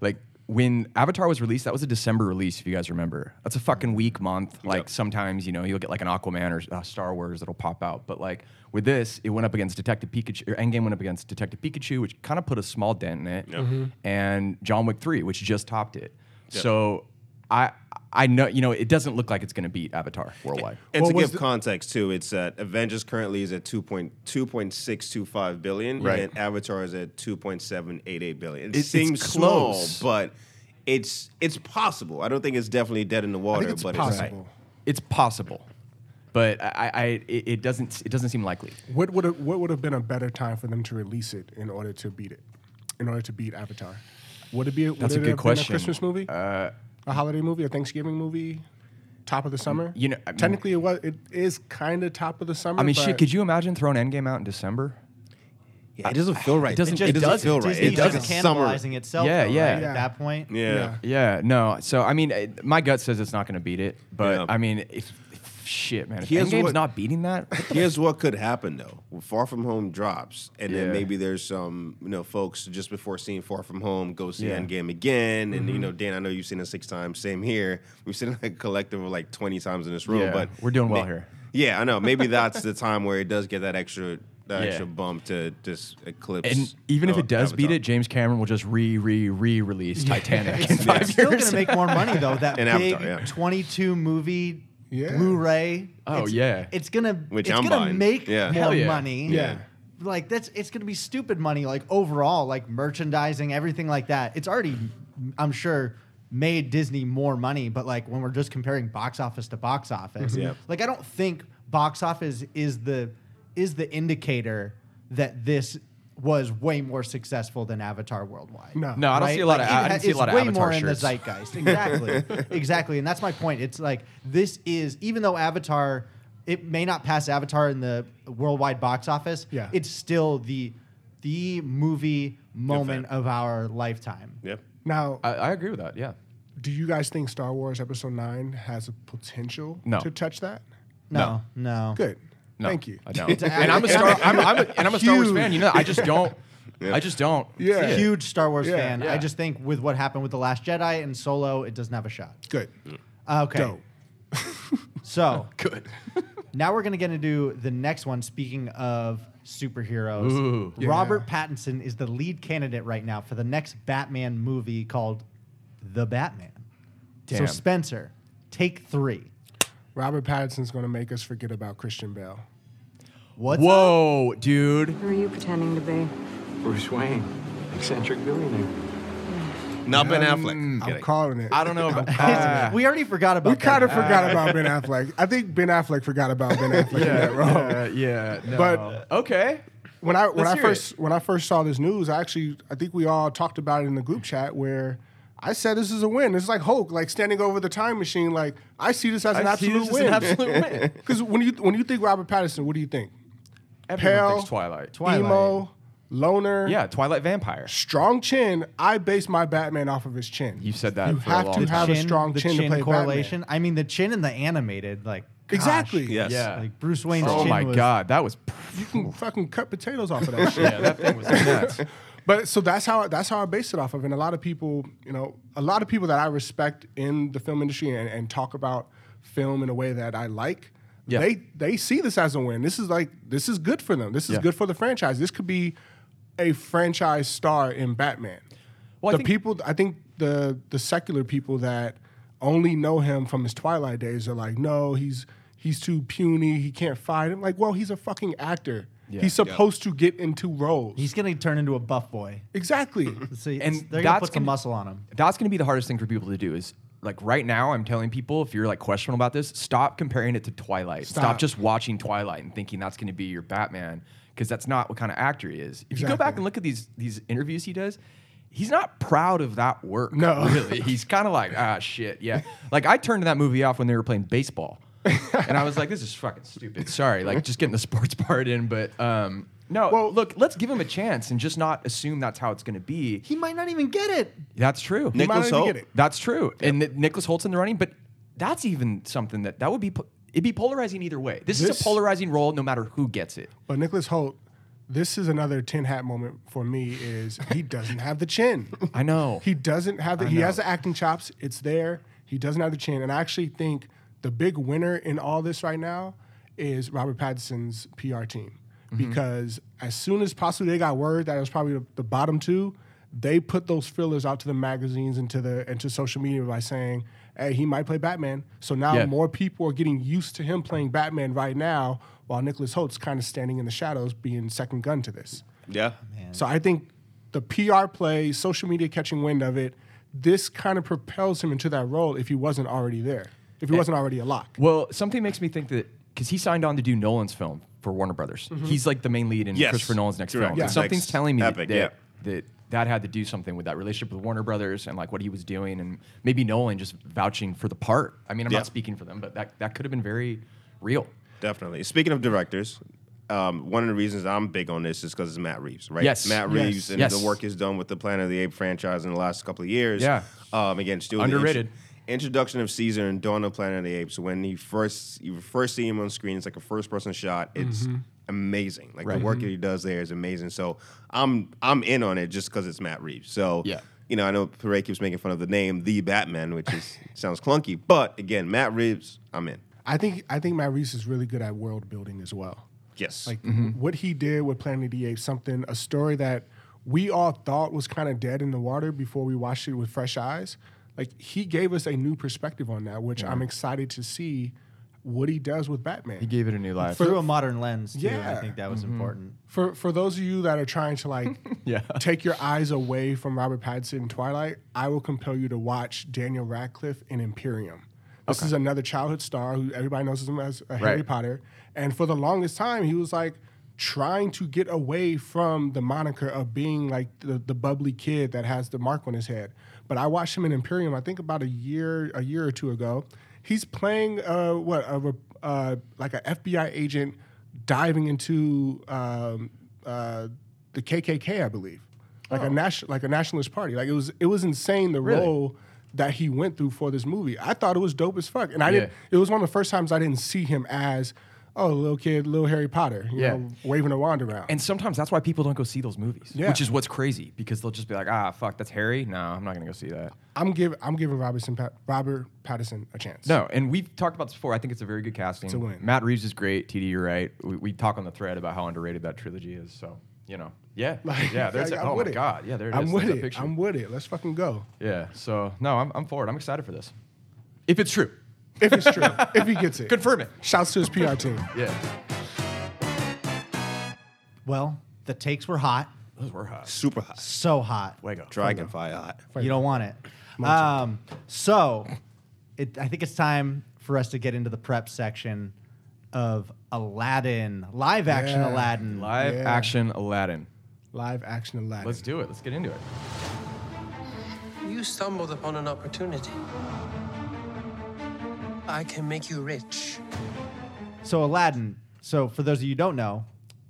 Speaker 3: like when Avatar was released, that was a December release. If you guys remember, that's a fucking week month. Like sometimes you know you'll get like an Aquaman or uh, Star Wars that'll pop out, but like with this, it went up against Detective Pikachu. Or Endgame went up against Detective Pikachu, which kind of put a small dent in it, and John Wick Three, which just topped it. So I. I know, you know, it doesn't look like it's going to beat Avatar worldwide.
Speaker 5: And
Speaker 1: What
Speaker 5: to
Speaker 1: was
Speaker 5: give
Speaker 1: the-
Speaker 5: context too, it's at Avengers currently is at 2.625 billion,
Speaker 3: Right.
Speaker 5: and Avatar is at 2.788 billion. It
Speaker 3: it's
Speaker 5: seems
Speaker 3: close.
Speaker 5: small, but it's it's possible. I don't think it's definitely dead in the water,
Speaker 1: I think it's
Speaker 5: but it's
Speaker 1: possible.
Speaker 3: It's possible, but I, I it, it doesn't, it doesn't seem likely.
Speaker 1: What would have, what would have been a better time for them to release it in order to beat it, in order to beat Avatar? Would it be? Would
Speaker 3: That's a
Speaker 1: it
Speaker 3: good
Speaker 1: have
Speaker 3: question. Uh,
Speaker 1: Been a Christmas movie, a holiday movie, a Thanksgiving movie, top of the summer.
Speaker 3: you know, I mean-
Speaker 1: technically, it was. It is kind of top of the summer.
Speaker 3: I mean, shit,
Speaker 1: but-
Speaker 3: could you imagine throwing Endgame out in December?
Speaker 5: Yeah, it doesn't feel right.
Speaker 3: doesn't-
Speaker 5: it,
Speaker 3: it
Speaker 5: doesn't
Speaker 3: doesn't.
Speaker 5: feel right.
Speaker 2: Disney
Speaker 5: It
Speaker 2: is
Speaker 5: doesn't
Speaker 2: cannibalizing
Speaker 5: summarize.
Speaker 2: itself.
Speaker 3: Yeah,
Speaker 2: though,
Speaker 3: yeah.
Speaker 2: right, At
Speaker 1: Yeah.
Speaker 2: that point,
Speaker 5: Yeah.
Speaker 3: Yeah, no. So I mean, eh, my gut says it's not going to beat it, but
Speaker 5: Yeah.
Speaker 3: I mean, if, if shit, man, if
Speaker 5: Here's
Speaker 3: Endgame's
Speaker 5: what-
Speaker 3: not beating that, what the-
Speaker 5: Here's what could happen though. Far From Home drops, and
Speaker 3: Yeah.
Speaker 5: then maybe there's some you know folks just before seeing Far From Home go see
Speaker 3: Yeah. Mm-hmm.
Speaker 5: Endgame again, and you know Dan, I know you've seen it six times. Same here. We've seen it like a collective of like twenty times in this room,
Speaker 3: Yeah,
Speaker 5: but
Speaker 3: we're doing well
Speaker 5: ma-
Speaker 3: here.
Speaker 5: Yeah, I know. Maybe that's the time where it does get that extra that
Speaker 3: Yeah.
Speaker 5: extra bump to just eclipse.
Speaker 3: and even if
Speaker 5: uh,
Speaker 3: it does beat
Speaker 5: Avatar.
Speaker 3: it, James Cameron will just re re re release Titanic in five
Speaker 2: It's still going
Speaker 3: years.
Speaker 2: to make more money though. That
Speaker 5: In
Speaker 2: big
Speaker 5: Avatar, yeah.
Speaker 2: 22 movie
Speaker 1: Yeah.
Speaker 2: Blu-ray.
Speaker 3: Oh,
Speaker 2: It's-
Speaker 3: yeah.
Speaker 2: it's gonna
Speaker 5: Which
Speaker 2: it's
Speaker 5: I'm
Speaker 2: gonna
Speaker 5: buying.
Speaker 2: make
Speaker 5: Yeah.
Speaker 2: more
Speaker 3: Hell yeah.
Speaker 2: money.
Speaker 1: Yeah.
Speaker 2: like that's it's gonna be stupid money. Like overall, like merchandising, everything like that. It's already, I'm sure. Made Disney more money, but like when we're just comparing box office to box office,
Speaker 5: Yeah.
Speaker 2: like I don't think box office is the is the indicator that this was way more successful than Avatar worldwide
Speaker 1: No.
Speaker 3: no, I don't see a lot
Speaker 2: right?
Speaker 3: of.
Speaker 2: Like,
Speaker 3: I I
Speaker 2: it
Speaker 3: don't see a
Speaker 2: has-
Speaker 3: lot of
Speaker 2: way
Speaker 3: Avatar
Speaker 2: more in the
Speaker 3: shirts.
Speaker 2: zeitgeist. Exactly, exactly, and that's my point. It's like this is even though Avatar, it may not pass Avatar in the worldwide box office.
Speaker 1: Yeah.
Speaker 2: it's still the the movie moment of our lifetime.
Speaker 5: Yep.
Speaker 1: Now,
Speaker 3: I, I agree with that. Yeah.
Speaker 1: do you guys think Star Wars Episode Nine has a potential
Speaker 3: No.
Speaker 1: to touch that?
Speaker 2: No, no.
Speaker 1: Good.
Speaker 3: No,
Speaker 1: Thank you.
Speaker 3: I don't. and I'm a star. I'm, I'm a, and I'm a Star Wars fan. You know, I just don't. I just don't.
Speaker 1: Yeah.
Speaker 3: see it.
Speaker 2: Huge Star Wars
Speaker 1: Yeah.
Speaker 2: fan.
Speaker 3: Yeah.
Speaker 2: I just think with what happened with the Last Jedi and Solo, it doesn't have a shot.
Speaker 1: Good.
Speaker 2: Okay,
Speaker 1: Dope.
Speaker 2: so
Speaker 3: Good.
Speaker 2: Now we're gonna get into the next one. Speaking of superheroes,
Speaker 3: Ooh.
Speaker 2: Robert Pattinson is the lead candidate right now for the next Batman movie called The Batman. So
Speaker 3: Damn.
Speaker 2: Spencer, take three.
Speaker 1: Robert Pattinson's going to make us forget about Christian Bale.
Speaker 2: What's up?
Speaker 3: Whoa, dude.
Speaker 6: Who are you pretending to be?
Speaker 4: Bruce Wayne, eccentric billionaire.
Speaker 5: Not Ben
Speaker 3: Mm.
Speaker 5: Affleck.
Speaker 1: I'm calling it.
Speaker 3: I don't know. About,
Speaker 2: we already forgot about.
Speaker 1: we kind of
Speaker 2: Batman.
Speaker 1: forgot about Ben Affleck. I think Ben Affleck forgot about Ben Affleck in that role.
Speaker 3: yeah, yeah, no.
Speaker 1: But-
Speaker 3: okay.
Speaker 1: When I when
Speaker 3: Let's
Speaker 1: I
Speaker 3: hear
Speaker 1: first when I first saw this news, I actually I think we all talked about it in the group chat where I said this is a win. It's like Hulk, like standing over the time machine. Like I see this as an
Speaker 3: I see
Speaker 1: absolute
Speaker 3: this as
Speaker 1: win.
Speaker 3: an absolute win.
Speaker 1: Because when you when you think Robert Pattinson, what do you think?
Speaker 3: Everyone
Speaker 1: Pale,
Speaker 3: thinks Twilight.
Speaker 2: Twilight.
Speaker 1: Emo, loner,
Speaker 3: Yeah, Twilight Vampire.
Speaker 1: strong chin. I base my Batman off of his chin.
Speaker 3: You've said that
Speaker 1: You
Speaker 3: for a
Speaker 1: have
Speaker 3: long
Speaker 1: to
Speaker 3: time.
Speaker 1: have a strong
Speaker 2: the
Speaker 1: chin, to play correlation.
Speaker 2: correlation. I mean, the chin and the animated, like gosh.
Speaker 1: Exactly.
Speaker 5: Yes.
Speaker 3: Yeah.
Speaker 2: Like Bruce Wayne's
Speaker 3: oh
Speaker 2: chin
Speaker 3: my
Speaker 2: was-
Speaker 3: God, that was.
Speaker 1: You can fucking cut potatoes off of that shit.
Speaker 3: Yeah, that thing was nuts.
Speaker 1: But so that's how that's how I based it off of, and a lot of people, you know, a lot of people that I respect in the film industry and, and talk about film in a way that I like,
Speaker 3: Yeah.
Speaker 1: they they see this as a win. This is like this is good for them. This is
Speaker 3: Yeah.
Speaker 1: good for the franchise. This could be a franchise star in Batman.
Speaker 3: Well, I
Speaker 1: the
Speaker 3: think-
Speaker 1: people, I think the the secular people that only know him from his Twilight days are like, no, he's he's too puny. He can't fight. I'm like, well, he's a fucking actor. He's supposed to get into roles.
Speaker 2: He's gonna turn into a buff boy.
Speaker 1: Exactly.
Speaker 2: See, and
Speaker 3: And
Speaker 2: they're gonna
Speaker 3: that's
Speaker 2: put some
Speaker 3: gonna-
Speaker 2: muscle on him.
Speaker 3: That's going to be the hardest thing for people to do is like right now I'm telling people if you're like questionable about this, stop comparing it to Twilight. Stop,
Speaker 1: Stop.
Speaker 3: just watching Twilight and thinking that's going to be your Batman because that's not what kind of actor he is. If you go back
Speaker 1: Exactly.
Speaker 3: and look at these these interviews he does, he's not proud of that work.
Speaker 1: No.
Speaker 3: really. He's kind of like, ah, shit, yeah. Like I turned that movie off when they were playing baseball, and I was like, this is fucking stupid. Sorry, like just getting the sports part in, but um, no. Well,
Speaker 1: Well-
Speaker 3: look, let's give him a chance and just not assume that's how it's going to be.
Speaker 2: He might not even get it.
Speaker 3: That's true.
Speaker 1: You might
Speaker 5: Nicholas
Speaker 1: not even
Speaker 5: Hoult.
Speaker 1: get it.
Speaker 3: That's true. And that Nicholas Holt's in the running, but that's even something that that would be po- it'd be polarizing either way. This, is
Speaker 1: This-
Speaker 3: a polarizing role, no matter who gets it.
Speaker 1: But Nicholas Holt, this is another tin hat moment for me. Is he doesn't have the chin?
Speaker 3: I know.
Speaker 1: He doesn't have the. He has the acting chops. It's there. He doesn't have the chin. And I actually think the big winner in all this right now is Robert Pattinson's PR team because as soon as possible they got word that it was probably the, the bottom two. They put those fillers out to the magazines and to the and to social media by saying, "Hey, he might play Batman." So now
Speaker 3: Yeah.
Speaker 1: more more people are getting used to him playing Batman right now, while Nicholas Holt's kind of standing in the shadows, being second gun to this.
Speaker 5: Yeah.
Speaker 1: So I think the PR play, social media catching wind of it, this kind of propels him into that role if he wasn't already there, if he wasn't already a lock.
Speaker 3: Well, something makes me think that because he signed on to do Nolan's film for Warner Brothers, he's like the main lead in
Speaker 5: Yes.
Speaker 3: Christopher Nolan's next
Speaker 5: Correct.
Speaker 3: film.
Speaker 5: Yeah.
Speaker 3: And Something's
Speaker 5: Next
Speaker 3: telling me
Speaker 5: epic,
Speaker 3: that,
Speaker 5: yeah.
Speaker 3: that that had to do something with that relationship with Warner Brothers and like what he was doing, and maybe Nolan just vouching for the part. I mean, I'm
Speaker 5: Yeah.
Speaker 3: not speaking for them, but that that could have been very real.
Speaker 5: Definitely. Speaking of directors, um, one of the reasons I'm big on this is because it's Matt Reeves, right?
Speaker 3: Yes.
Speaker 5: Matt
Speaker 1: Yes.
Speaker 5: Reeves and
Speaker 3: Yes.
Speaker 5: the work he's done with the Planet of the Apes franchise in the last couple of years.
Speaker 3: Yeah.
Speaker 5: Um, again, still the
Speaker 3: Underrated.
Speaker 5: intro- introduction of Caesar and Dawn of Planet of the Apes. When he first you first see him on screen, it's like a first person shot. It's amazing. Like
Speaker 3: Mm-hmm. Right. Mm-hmm.
Speaker 5: the work that he does there is amazing. So I'm I'm in on it just because it's Matt Reeves. So
Speaker 3: Yeah.
Speaker 5: you know, I know Perret keeps making fun of the name, the Batman, which is sounds clunky, but again, Matt Reeves, I'm in.
Speaker 1: I think I think Matt Reeves is really good at world building as well.
Speaker 5: Yes.
Speaker 1: Like what he did with Planet of the Apes, something a story that we all thought was kind of dead in the water before we watched it with fresh eyes. Like he gave us a new perspective on that, which I'm excited to see what he does with Batman.
Speaker 3: He gave it a new life.
Speaker 2: Uh, Through a modern lens, too, I
Speaker 1: Yeah.
Speaker 2: think that was important.
Speaker 1: for for those of you that are trying to like take your eyes away from Robert Pattinson in Twilight, I will compel you to watch Daniel Radcliffe in Imperium. This is another childhood star who everybody knows him as uh, Harry
Speaker 3: Right.
Speaker 1: Potter, and for the longest time he was like trying to get away from the moniker of being like the, the bubbly kid that has the mark on his head. But I watched him in Imperium, I think about a year a year or two ago. He's playing uh, what a re- uh, like an FBI agent diving into um, uh, the KKK, I believe, like a national like a nationalist party. Like it was it was insane the
Speaker 3: Oh. Really?
Speaker 1: role that he went through for this movie. I thought it was dope as fuck, and I didn't.
Speaker 3: Yeah.
Speaker 1: It was one of the first times I didn't see him as oh little kid, little Harry Potter, you
Speaker 3: Yeah.
Speaker 1: know, waving a wand around.
Speaker 3: And sometimes that's why people don't go see those movies,
Speaker 1: Yeah.
Speaker 3: which is what's crazy because they'll just be like, ah, fuck, that's Harry. No, I'm not gonna go see that.
Speaker 1: I'm giving I'm giving Robertson Pat, Robert Pattinson a chance.
Speaker 3: No, and we've talked about this before. I think it's a very good casting.
Speaker 1: a win.
Speaker 3: Matt Reeves is great. TD, you're right. We, we talk on the thread about how underrated that trilogy is. So you know, yeah, yeah. There's
Speaker 1: Like,
Speaker 3: a,
Speaker 1: I'm
Speaker 3: oh my
Speaker 1: with it.
Speaker 3: god, yeah, there it is.
Speaker 1: I'm with
Speaker 3: There's that
Speaker 1: it.
Speaker 3: picture.
Speaker 1: I'm with it. Let's fucking go.
Speaker 3: yeah. So no, I'm, I'm forward. I'm excited for this. If it's true,
Speaker 1: If it's true, if he gets it,
Speaker 3: confirm it.
Speaker 1: Shouts to his PR team.
Speaker 3: Yeah,
Speaker 2: Well, the takes were hot,
Speaker 3: those were hot.
Speaker 5: Super hot.
Speaker 2: so hot.
Speaker 3: Fuego.
Speaker 5: Dragon fire hot.
Speaker 2: You don't want it. Um, so, it, I think it's time for us to get into the prep section of Aladdin, live action
Speaker 1: Yeah.
Speaker 2: Aladdin.
Speaker 3: Live
Speaker 1: Yeah.
Speaker 3: action Aladdin.
Speaker 1: Live action Aladdin.
Speaker 3: Let's do it. Let's get into it.
Speaker 6: You stumbled upon an opportunity. I can make you rich.
Speaker 2: So Aladdin. So for those of you who don't know,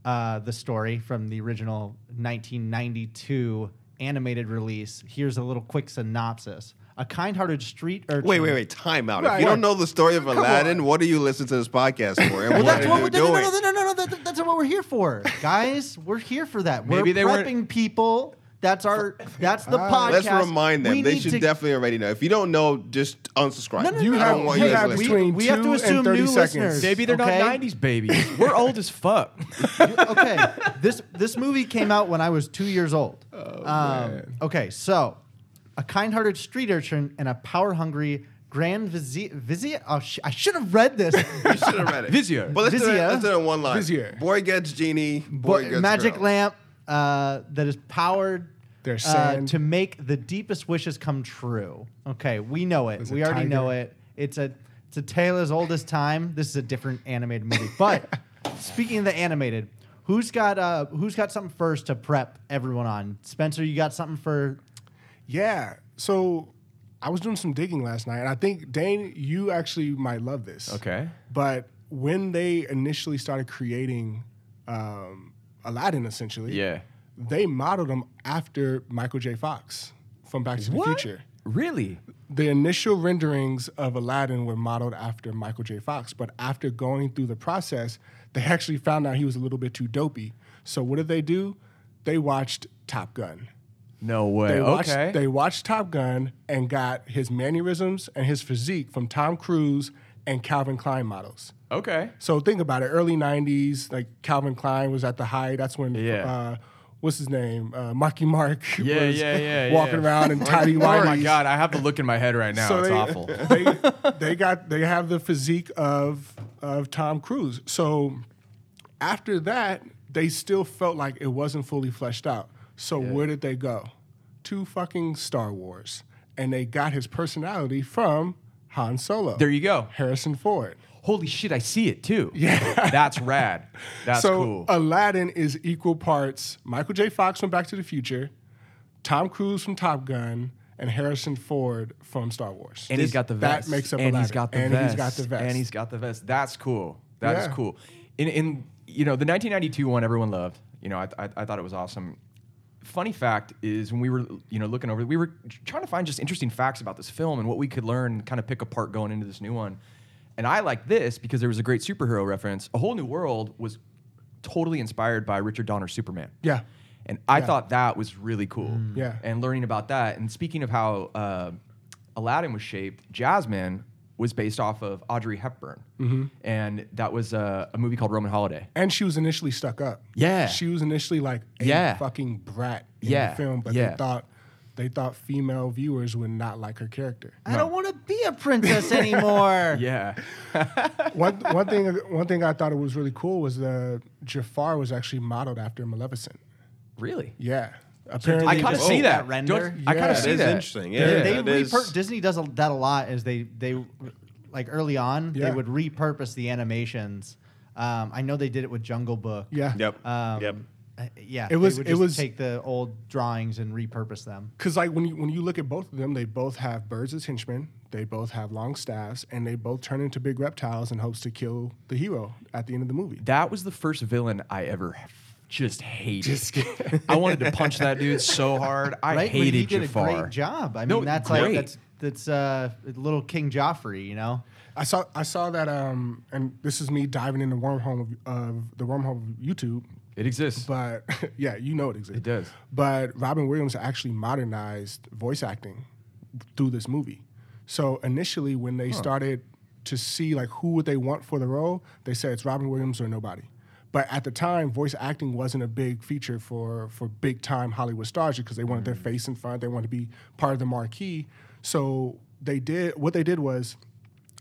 Speaker 2: uh, the story from the original 1992 animated release. Here's a little quick synopsis. A kind-hearted street urchin.
Speaker 5: Wait, wait, wait. Time out. If
Speaker 1: Right.
Speaker 5: you don't know the story of Aladdin, what do you listen to this podcast for? And
Speaker 2: Well,
Speaker 5: what
Speaker 2: that's
Speaker 5: are
Speaker 2: what
Speaker 5: you
Speaker 2: we're no, no,
Speaker 5: doing?
Speaker 2: no, no, no, no, that- that's not what we're here for, guys. We're here for that. We're
Speaker 3: Maybe they
Speaker 2: prepping
Speaker 3: weren't-
Speaker 2: people That's our. That's the podcast.
Speaker 5: Ah. Let's remind them.
Speaker 2: We
Speaker 5: they
Speaker 2: need
Speaker 5: should
Speaker 2: to-
Speaker 5: definitely already know. If you don't know, just unsubscribe.
Speaker 2: No, no,
Speaker 1: You
Speaker 2: no,
Speaker 5: I
Speaker 1: have-
Speaker 5: don't want
Speaker 1: you
Speaker 5: you guys
Speaker 1: have
Speaker 5: listening.
Speaker 1: between
Speaker 2: we have
Speaker 1: two
Speaker 2: to
Speaker 1: and
Speaker 2: assume
Speaker 1: 30
Speaker 2: new
Speaker 1: seconds.
Speaker 2: listeners.
Speaker 3: Maybe they're
Speaker 2: okay?
Speaker 3: not 90s babies. We're old as fuck.
Speaker 2: okay, this this movie came out when I was two years old.
Speaker 5: Oh,
Speaker 2: um, okay, so a kind-hearted street urchin and a power-hungry grand vizier. vizier? Oh, sh- I should have read this.
Speaker 5: You should have read it.
Speaker 3: Vizier.
Speaker 5: But let's, Do,
Speaker 2: Vizier.
Speaker 5: it, let's do it in one line.
Speaker 1: Vizier.
Speaker 5: Boy gets genie. Boy
Speaker 2: Bo-
Speaker 5: gets
Speaker 2: magic
Speaker 5: girl.
Speaker 2: lamp uh, that is powered
Speaker 1: There's
Speaker 2: uh,
Speaker 1: sand.
Speaker 2: to make the deepest wishes come true. Okay, we know it.
Speaker 1: There's a
Speaker 2: we already know
Speaker 1: tiger.
Speaker 2: it. It's a it's a tale as old as time. This is a different animated movie. But speaking of the animated, who's got uh who's got something first to prep everyone on? Spencer, you got something for
Speaker 1: Yeah. So I was doing some digging last night, and I think Dane, you actually might love this.
Speaker 3: Okay.
Speaker 1: But when they initially started creating um, Aladdin, essentially,
Speaker 3: Yeah.
Speaker 1: they modeled him after Michael J. Fox from Back to the Future.
Speaker 3: Really?
Speaker 1: The initial renderings of Aladdin were modeled after Michael J. Fox, but after going through the process, they actually found out he was a little bit too dopey. So what did they do? They watched Top Gun.
Speaker 3: No way.
Speaker 1: They watched,
Speaker 3: okay.
Speaker 1: they watched Top Gun and got his mannerisms and his physique from Tom Cruise and Calvin Klein models.
Speaker 3: okay.
Speaker 1: So think about it. Early '90s, like Calvin Klein was at the height. That's when,
Speaker 3: Yeah.
Speaker 1: uh, what's his name, uh, Marky Mark
Speaker 3: Yeah,
Speaker 1: was
Speaker 3: yeah, yeah,
Speaker 1: walking
Speaker 3: yeah.
Speaker 1: around and tidy whities.
Speaker 3: Oh my god, I have to look in my head right now. it's awful.
Speaker 1: they, they got they have the physique of of Tom Cruise. So after that, they still felt like it wasn't fully fleshed out. So where did they go? To fucking Star Wars, and they got his personality from Han Solo.
Speaker 3: There you go.
Speaker 1: Harrison Ford.
Speaker 3: Holy shit, I see it too. Yeah. That's rad. That's
Speaker 1: so uh,
Speaker 3: cool.
Speaker 1: Aladdin is equal parts Michael J. Fox from Back to the Future, Tom Cruise from Top Gun, and Harrison Ford from Star Wars.
Speaker 3: and he's got the vest.
Speaker 1: That makes up
Speaker 3: and
Speaker 1: Aladdin.
Speaker 3: he's got the
Speaker 1: and
Speaker 3: vest.
Speaker 1: he's got the vest.
Speaker 3: And he's got the vest. That's cool. That is
Speaker 1: Yeah.
Speaker 3: cool. In in you know the 1992 one, everyone loved. You know, I, I I thought it was awesome. Funny fact is when we were you know looking over, we were trying to find just interesting facts about this film and what we could learn, kind of pick apart going into this new one. And I like this because there was a great superhero reference. A Whole New World was totally inspired by Richard Donner's Superman.
Speaker 1: Yeah.
Speaker 3: And I thought that was really cool.
Speaker 1: Yeah.
Speaker 3: And learning about that. And speaking of how uh, Aladdin was shaped, Jasmine was based off of Audrey Hepburn. And that was uh, a movie called Roman Holiday.
Speaker 1: And she was initially stuck up.
Speaker 3: Yeah.
Speaker 1: She was initially like a
Speaker 3: Yeah.
Speaker 1: fucking brat in
Speaker 3: Yeah,
Speaker 1: the film, but
Speaker 3: yeah.
Speaker 1: they thought they thought female viewers would not like her character.
Speaker 2: I don't want to be a princess anymore.
Speaker 3: Yeah.
Speaker 1: one one thing one thing I thought it was really cool was the Jafar was actually modeled after Maleficent.
Speaker 3: Really?
Speaker 1: Yeah. Apparently
Speaker 3: I kind of
Speaker 2: just
Speaker 3: see
Speaker 2: do
Speaker 3: that.
Speaker 2: that render?
Speaker 3: Don't- I kind
Speaker 1: Yeah,
Speaker 3: of
Speaker 5: That
Speaker 3: see
Speaker 5: is
Speaker 3: that.
Speaker 5: interesting. Yeah,
Speaker 2: They-
Speaker 5: yeah,
Speaker 2: they
Speaker 5: that is-
Speaker 2: repur- Disney does a- that a lot. Is they they like early on
Speaker 1: Yeah.
Speaker 2: they would repurpose the animations. Um, I know they did it with Jungle Book.
Speaker 1: Yeah.
Speaker 5: Yep.
Speaker 2: Um,
Speaker 5: yep.
Speaker 2: uh, Yeah.
Speaker 1: It was-
Speaker 2: They would
Speaker 1: it
Speaker 2: just
Speaker 1: was-
Speaker 2: take the old drawings and repurpose them.
Speaker 1: Because like when you when you look at both of them, they both have birds as henchmen. They both have long staffs, and they both turn into big reptiles in hopes to kill the hero at the end of the movie.
Speaker 3: That was the first villain I ever just hated. I wanted to punch that dude so hard. I
Speaker 2: Right. but he
Speaker 3: hated
Speaker 2: did
Speaker 3: Jafar.
Speaker 2: a great job. I mean,
Speaker 3: No,
Speaker 2: that's like
Speaker 3: great.
Speaker 2: that's that's uh, little King Joffrey. You know.
Speaker 1: I saw I saw that, um, and this is me diving in the wormhole of, of the wormhole of YouTube.
Speaker 3: It exists.
Speaker 1: But yeah, you know it exists.
Speaker 3: It does.
Speaker 1: But Robin Williams actually modernized voice acting through this movie. So initially, when they started to see like who would they want for the role, they said it's Robin Williams or nobody. But at the time, voice acting wasn't a big feature for for big time Hollywood stars because they wanted their
Speaker 3: Mm.
Speaker 1: face in front, they wanted to be part of the marquee. So they did what they did was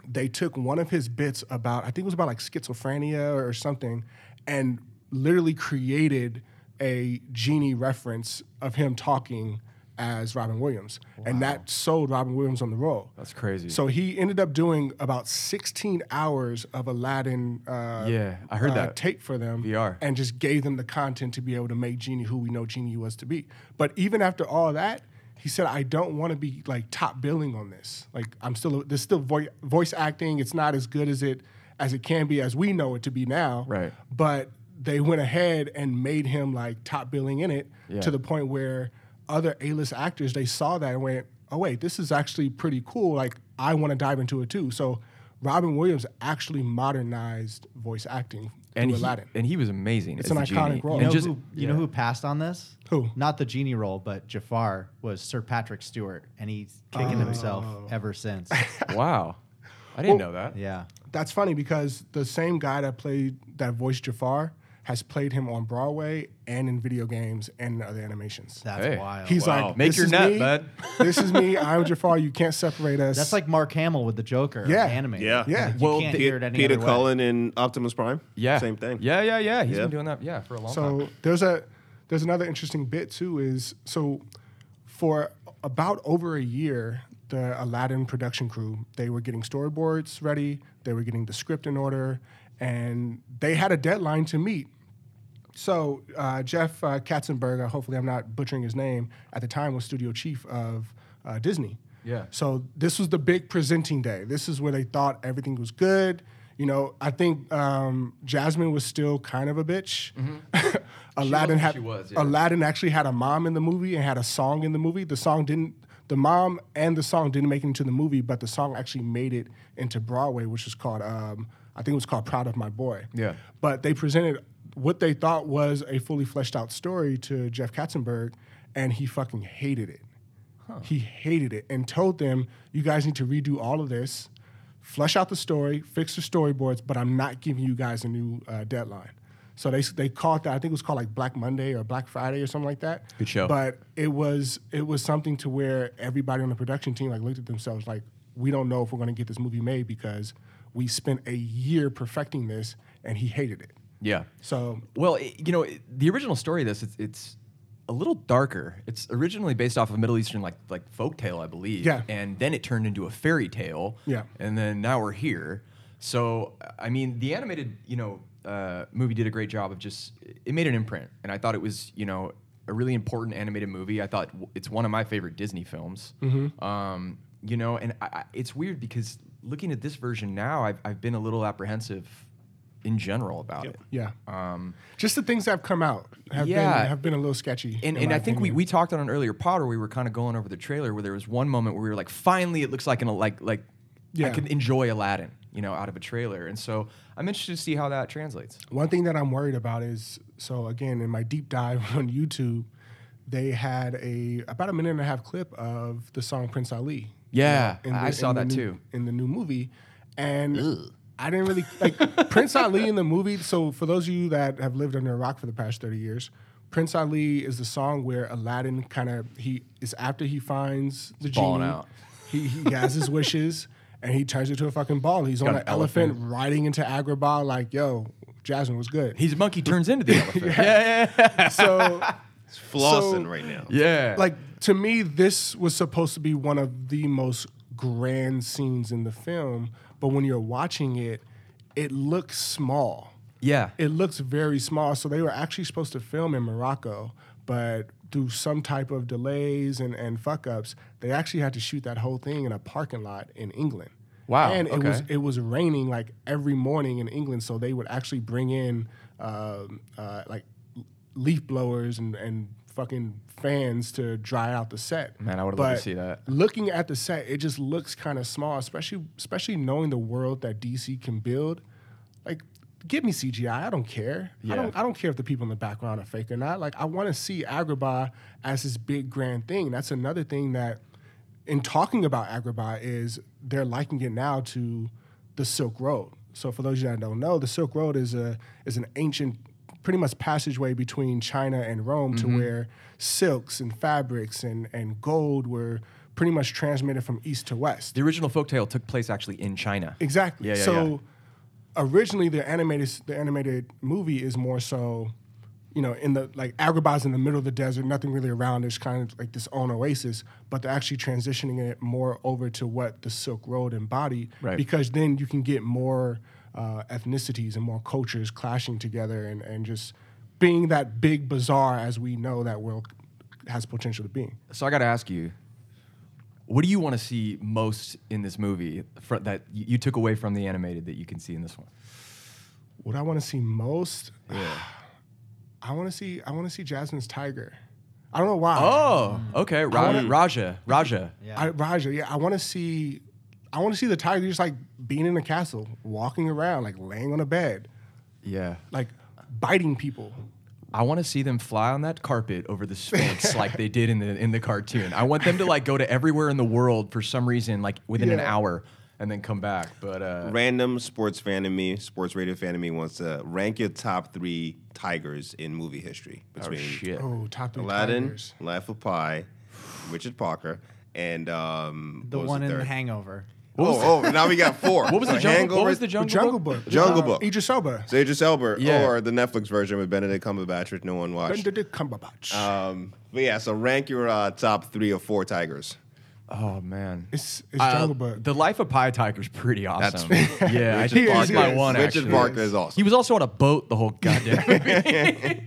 Speaker 1: they took one of his bits about I think it was about like schizophrenia or something, and literally created a genie reference of him talking as Robin Williams, and that sold Robin Williams on the role.
Speaker 3: That's crazy.
Speaker 1: So he ended up doing about 16 hours of Aladdin. Uh,
Speaker 3: Yeah, I heard
Speaker 1: uh,
Speaker 3: that.
Speaker 1: tape for them.
Speaker 3: VR.
Speaker 1: and just gave them the content to be able to make Genie who we know Genie was to be. But even after all that, he said, "I don't want to be like top billing on this. Like I'm still there's still voi- voice acting. It's not as good as it as it can be as we know it to be now.
Speaker 3: Right.
Speaker 1: But they went ahead and made him like top billing in it
Speaker 3: Yeah.
Speaker 1: to the point where other A-list actors they saw that and went, "Oh wait, this is actually pretty cool. Like I want to dive into it too." So Robin Williams actually modernized voice acting
Speaker 3: and
Speaker 1: through
Speaker 3: he,
Speaker 1: Aladdin.
Speaker 3: and he was amazing. It's
Speaker 1: an iconic role.
Speaker 2: You
Speaker 3: And
Speaker 2: know,
Speaker 3: just
Speaker 2: who, you know who passed on this?
Speaker 1: Who?
Speaker 2: Not the genie role, but Jafar was Sir Patrick Stewart, and he's kicking
Speaker 1: Oh.
Speaker 2: himself ever since.
Speaker 3: wow, I didn't know that.
Speaker 2: yeah.
Speaker 1: That's funny because the same guy that played that voiced Jafar has played him on Broadway and in video games and other animations.
Speaker 2: That's
Speaker 3: Hey.
Speaker 2: wild.
Speaker 1: He's
Speaker 3: Wow.
Speaker 1: like,
Speaker 3: Make
Speaker 1: this
Speaker 3: your
Speaker 1: is
Speaker 3: net,
Speaker 1: me.
Speaker 3: bud."
Speaker 1: This is me. I'm Jafar. You can't separate us.
Speaker 2: That's like Mark Hamill with the Joker.
Speaker 1: Yeah.
Speaker 2: Anime.
Speaker 5: Yeah.
Speaker 1: Yeah.
Speaker 2: You
Speaker 3: Well,
Speaker 2: can't
Speaker 3: Pe-
Speaker 2: hear it any
Speaker 5: Peter
Speaker 2: other way.
Speaker 5: Cullen in Optimus Prime.
Speaker 3: Yeah,
Speaker 5: same thing.
Speaker 3: Yeah, yeah, yeah. He's
Speaker 5: Yeah.
Speaker 3: been doing that. Yeah, for a long time.
Speaker 1: So there's a there's another interesting bit too is so for about over a year the Aladdin production crew they were getting storyboards ready, they were getting the script in order, and they had a deadline to meet. So uh, Jeff uh, Katzenberg, uh, hopefully I'm not butchering his name, at the time was studio chief of uh, Disney.
Speaker 3: Yeah.
Speaker 1: So this was the big presenting day. This is where they thought everything was good. You know, I think um, Jasmine was still kind of a bitch. Aladdin
Speaker 3: Mm-hmm. was-
Speaker 1: had
Speaker 3: she was, yeah.
Speaker 1: Aladdin actually had a mom in the movie and had a song in the movie. The song didn't. The mom and the song didn't make it into the movie, but the song actually made it into Broadway, which was called um, I think it was called "Proud of My Boy."
Speaker 3: Yeah.
Speaker 1: But they presented what they thought was a fully fleshed out story to Jeff Katzenberg, and he fucking hated it. He hated it and told them, "You guys need to redo all of this, flesh out the story, fix the storyboards, but I'm not giving you guys a new uh, deadline." So they they called that I think it was called like Black Monday or Black Friday or something like that.
Speaker 3: Good show.
Speaker 1: But it was it was something to where everybody on the production team like looked at themselves like we don't know if we're going to get this movie made because we spent a year perfecting this and he hated it.
Speaker 3: yeah.
Speaker 1: So
Speaker 3: Well, it, you know, it, the original story of this it's, it's a little darker. It's originally based off of Middle Eastern like like folk tale, I believe.
Speaker 1: Yeah.
Speaker 3: And then it turned into a fairy tale.
Speaker 1: Yeah.
Speaker 3: And then now we're here. So I mean, the animated you know uh, movie did a great job of just it made an imprint, and I thought it was you know a really important animated movie. I thought w- it's one of my favorite Disney films.
Speaker 1: Mm-hmm.
Speaker 3: Um, you know, and I, I, it's weird because looking at this version now, I've, I've been a little apprehensive in general about it.
Speaker 1: yeah, um, just the things that have come out have
Speaker 3: Yeah.
Speaker 1: been have been a little sketchy.
Speaker 3: And,
Speaker 1: in
Speaker 3: and
Speaker 1: my
Speaker 3: I think we,
Speaker 1: opinion.
Speaker 3: we talked on an earlier pod where we were kind of going over the trailer where there was one moment where we were like, finally, it looks like an like like I
Speaker 1: Yeah.
Speaker 3: can enjoy Aladdin, you know, out of a trailer. And so I'm interested to see how that translates.
Speaker 1: One thing that I'm worried about is so again in my deep dive on YouTube, they had a about a minute and a half clip of the song Prince Ali.
Speaker 3: Yeah,
Speaker 1: in the-
Speaker 3: I
Speaker 1: in
Speaker 3: saw
Speaker 1: the
Speaker 3: that
Speaker 1: new-
Speaker 3: too.
Speaker 1: in the new movie, and I didn't really like Prince Ali in the movie. So for those of you that have lived under a rock for the past thirty years, Prince Ali is the song where Aladdin kind of he is after he finds the
Speaker 3: balling
Speaker 1: genie,
Speaker 3: out.
Speaker 1: he he has his wishes. And he turns into a fucking ball. He's on
Speaker 3: an
Speaker 1: an elephant, riding into Agrabah, like, yo, Jasmine was good.
Speaker 3: He's a monkey turns into the elephant. yeah, yeah, yeah.
Speaker 1: So, So-
Speaker 5: Flossing right now.
Speaker 3: yeah.
Speaker 1: like to me, this was supposed to be one of the most grand scenes in the film. But when you're watching it, it looks small.
Speaker 3: yeah.
Speaker 1: It looks very small. So they were actually supposed to film in Morocco, but through some type of delays and, and fuck ups, they actually had to shoot that whole thing in a parking lot in England.
Speaker 3: Wow,
Speaker 1: And it was
Speaker 3: okay.
Speaker 1: it was raining like every morning in England, so they would actually bring in um, uh, like leaf blowers and, and fucking fans to dry out the set.
Speaker 3: Man, I would've loved to
Speaker 1: But
Speaker 3: see that.
Speaker 1: Looking at the set, it just looks kind of small, especially especially knowing the world that DC can build. Like, give me CGI. I don't care. I don't I don't care if the people in the background are fake or not. Like, I want to see Agrabah as this big grand thing. That's another thing that in talking about Agrabah is they're liking it now to the Silk Road. So for those of you that don't know, the Silk Road is a is an ancient pretty much passageway between China and Rome to where silks and fabrics and, and gold were pretty much transmitted from east to west.
Speaker 3: the original folktale took place actually in China.
Speaker 1: Exactly.
Speaker 3: Yeah, yeah,
Speaker 1: so
Speaker 3: yeah.
Speaker 1: originally the animated the animated movie is more so, you know, in the like Agrabah's in the middle of the desert, nothing really around. It's kind of like this own oasis, but they're actually transitioning it more over to what the Silk Road embodied,
Speaker 3: Right.
Speaker 1: because then you can get more uh, ethnicities and more cultures clashing together and, and just being that big bazaar as we know that world has potential to be.
Speaker 3: So I got to ask you, what do you want to see most in this movie fr- that y- you took away from the animated that you can see in this one?
Speaker 1: What I want to see most, I want to see I want to see Jasmine's tiger. I don't know why.
Speaker 3: Oh, okay. Ra- Raja. Raja.
Speaker 1: I, Raja, yeah, I want to see. I want to see the tiger just like being in a castle, walking around, like laying on a bed,
Speaker 3: Yeah.
Speaker 1: like biting people.
Speaker 3: I want to see them fly on that carpet over the Sphinx like they did in the in the cartoon. I want them to like go to everywhere in the world for some reason, like within an
Speaker 1: Yeah.
Speaker 3: hour, and then come back. But uh,
Speaker 5: Random sports fan in me, sports radio fan in me wants to rank your top three tigers in movie history
Speaker 3: oh
Speaker 5: between
Speaker 3: shit,
Speaker 1: Oh, top three
Speaker 5: Aladdin,
Speaker 1: tigers.
Speaker 5: Life of Pi, Richard Parker, and um,
Speaker 2: The
Speaker 5: what was
Speaker 2: one in
Speaker 5: third?
Speaker 2: Hangover.
Speaker 5: Oh, oh, now we got four.
Speaker 3: what was the jungle? What was the
Speaker 1: The
Speaker 3: jungle?
Speaker 1: Jungle
Speaker 3: Book?
Speaker 1: Book.
Speaker 5: Jungle
Speaker 1: Uh,
Speaker 5: Book.
Speaker 1: Idris Elba.
Speaker 5: So Idris Elba,
Speaker 3: Yeah.
Speaker 5: or the Netflix version with Benedict Cumberbatch, which no one watched.
Speaker 1: Benedict Cumberbatch.
Speaker 5: Um, but yeah, so rank your uh, top three or four tigers.
Speaker 3: Oh man,
Speaker 1: it's it's
Speaker 3: Uh,
Speaker 1: Jungle Book.
Speaker 3: the life of Pi Tiger's pretty awesome. yeah, I
Speaker 5: Richard
Speaker 3: think that's
Speaker 5: Parker.
Speaker 3: my one.
Speaker 5: Richard
Speaker 3: actually.
Speaker 5: Parker is awesome.
Speaker 3: He was also on a boat the whole goddamn movie.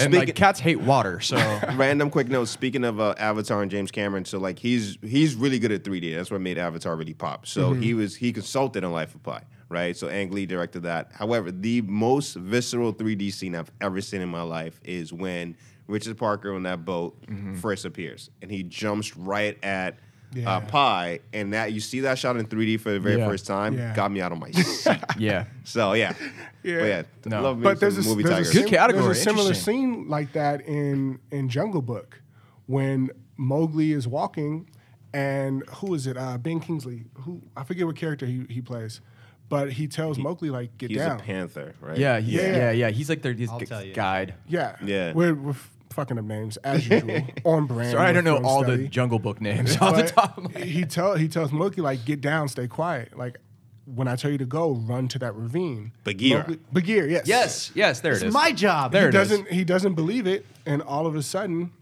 Speaker 3: and like cats hate water, so
Speaker 5: Random quick note. Speaking of uh, Avatar and James Cameron, so like he's he's really good at 3D. That's what made Avatar really pop. So
Speaker 1: Mm-hmm.
Speaker 5: he was he consulted on Life of Pi, right? So Ang Lee directed that. However, the most visceral 3D scene I've ever seen in my life is when Richard Parker on that boat
Speaker 1: Mm-hmm.
Speaker 5: first appears, and he jumps right at. Uh,
Speaker 1: Yeah.
Speaker 5: Pi and that you see that shot in 3D for the very
Speaker 3: Yeah.
Speaker 5: first time
Speaker 1: Yeah.
Speaker 5: got me out of my seat.
Speaker 3: yeah.
Speaker 5: so yeah,
Speaker 1: Yeah.
Speaker 5: But, yeah
Speaker 3: No.
Speaker 5: love me
Speaker 1: but
Speaker 5: some
Speaker 1: there's a,
Speaker 5: movie
Speaker 1: there's,
Speaker 5: tigers.
Speaker 1: a
Speaker 3: Good
Speaker 1: sim-
Speaker 3: category,
Speaker 1: there's a similar
Speaker 3: interesting.
Speaker 1: scene like that in in Jungle Book when Mowgli is walking and who is it? Uh, ben Kingsley. Who I forget what character he, he plays, but he tells Mowgli like get
Speaker 5: He's
Speaker 1: down.
Speaker 5: a panther, right?
Speaker 3: Yeah, he's,
Speaker 1: Yeah.
Speaker 3: yeah, yeah, He's like their he's
Speaker 2: I'll tell you.
Speaker 3: guide.
Speaker 1: yeah,
Speaker 5: Yeah.
Speaker 1: We're, we're f- fucking up names as usual on brand.
Speaker 3: Sorry, I don't know
Speaker 1: with
Speaker 3: all
Speaker 1: film
Speaker 3: the
Speaker 1: study.
Speaker 3: Jungle Book names off the
Speaker 1: But
Speaker 3: top. Of my
Speaker 1: he tell he tells Mowgli like get down, stay quiet. Like when I tell you to go, run to that ravine.
Speaker 5: Bagheera.
Speaker 1: Mowgli- Bagheera, yes.
Speaker 3: Yes, yes, there it is.
Speaker 2: It's my job.
Speaker 3: There
Speaker 1: he
Speaker 3: it is.
Speaker 1: doesn't he doesn't believe it, and all of a sudden,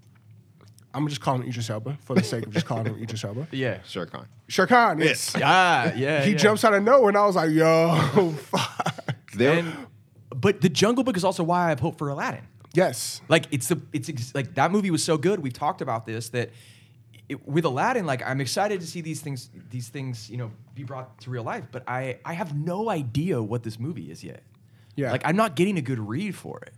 Speaker 1: I'm gonna just calling him Idris Elba for the sake of just calling him Idris Elba.
Speaker 3: Yeah.
Speaker 5: Sure, Khan.
Speaker 1: Sure, Khan, yes.
Speaker 3: Ah, yeah.
Speaker 1: He
Speaker 3: yeah.
Speaker 1: jumps out of nowhere, and I was like, yo, fuck.
Speaker 5: There,
Speaker 3: And, but the Jungle Book is also why I have hope for Aladdin.
Speaker 1: Yes.
Speaker 3: Like it's the it's ex- like that movie was so good. We've talked about this that it, with Aladdin, like I'm excited to see these things these things you know be brought to real life. But I I have no idea what this movie is yet.
Speaker 1: Yeah.
Speaker 3: Like I'm not getting a good read for it.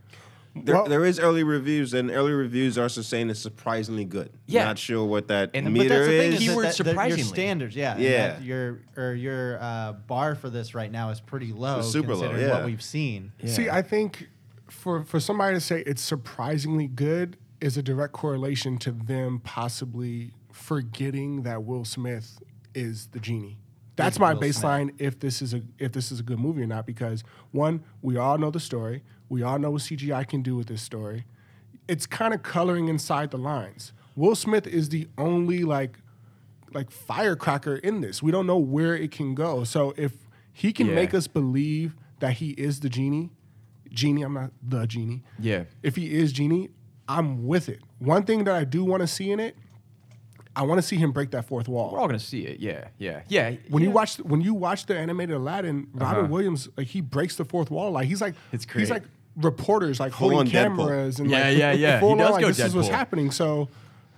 Speaker 5: there,
Speaker 1: Well-
Speaker 5: there is early reviews, and early reviews are also saying it's surprisingly good.
Speaker 3: Yeah.
Speaker 5: Not sure what that
Speaker 3: And- but
Speaker 5: meter
Speaker 3: that's the thing
Speaker 5: is.
Speaker 3: is Keyword
Speaker 2: that- that
Speaker 3: surprisingly.
Speaker 2: Your standards, yeah. and
Speaker 5: Yeah.
Speaker 2: that Your or your uh, bar for this right now is pretty low.
Speaker 5: It's super low,
Speaker 2: considering
Speaker 5: yeah.
Speaker 2: What we've seen.
Speaker 1: See, I think for for somebody to say it's surprisingly good is a direct correlation to them possibly forgetting that Will Smith is the genie. That's my
Speaker 2: Will Smith.
Speaker 1: baseline if this is a if this is a good movie or not because one, we all know the story. We all know what CGI can do with this story. It's kind of coloring inside the lines. Will Smith is the only like like firecracker in this. We don't know where it can go. So if he can
Speaker 3: Yeah.
Speaker 1: make us believe that he is the genie, genie, I'm not the genie.
Speaker 3: Yeah.
Speaker 1: If he is genie, I'm with it. One thing that I do want to see in it, I want to see him break that fourth wall.
Speaker 3: We're all gonna see it. Yeah, yeah, yeah.
Speaker 1: when you
Speaker 3: yeah. Uh-huh.
Speaker 1: watch when you watch the animated Aladdin, Robert Williams like he breaks the fourth wall. Like he's like
Speaker 3: It's
Speaker 1: he's
Speaker 3: great.
Speaker 1: like reporters like
Speaker 5: Full
Speaker 1: holding
Speaker 5: on Deadpool.
Speaker 1: cameras and
Speaker 3: Yeah,
Speaker 1: like,
Speaker 3: yeah, yeah.
Speaker 1: full
Speaker 3: He
Speaker 1: on,
Speaker 3: does
Speaker 1: like,
Speaker 3: go
Speaker 1: this is what's
Speaker 3: Deadpool.
Speaker 1: happening. So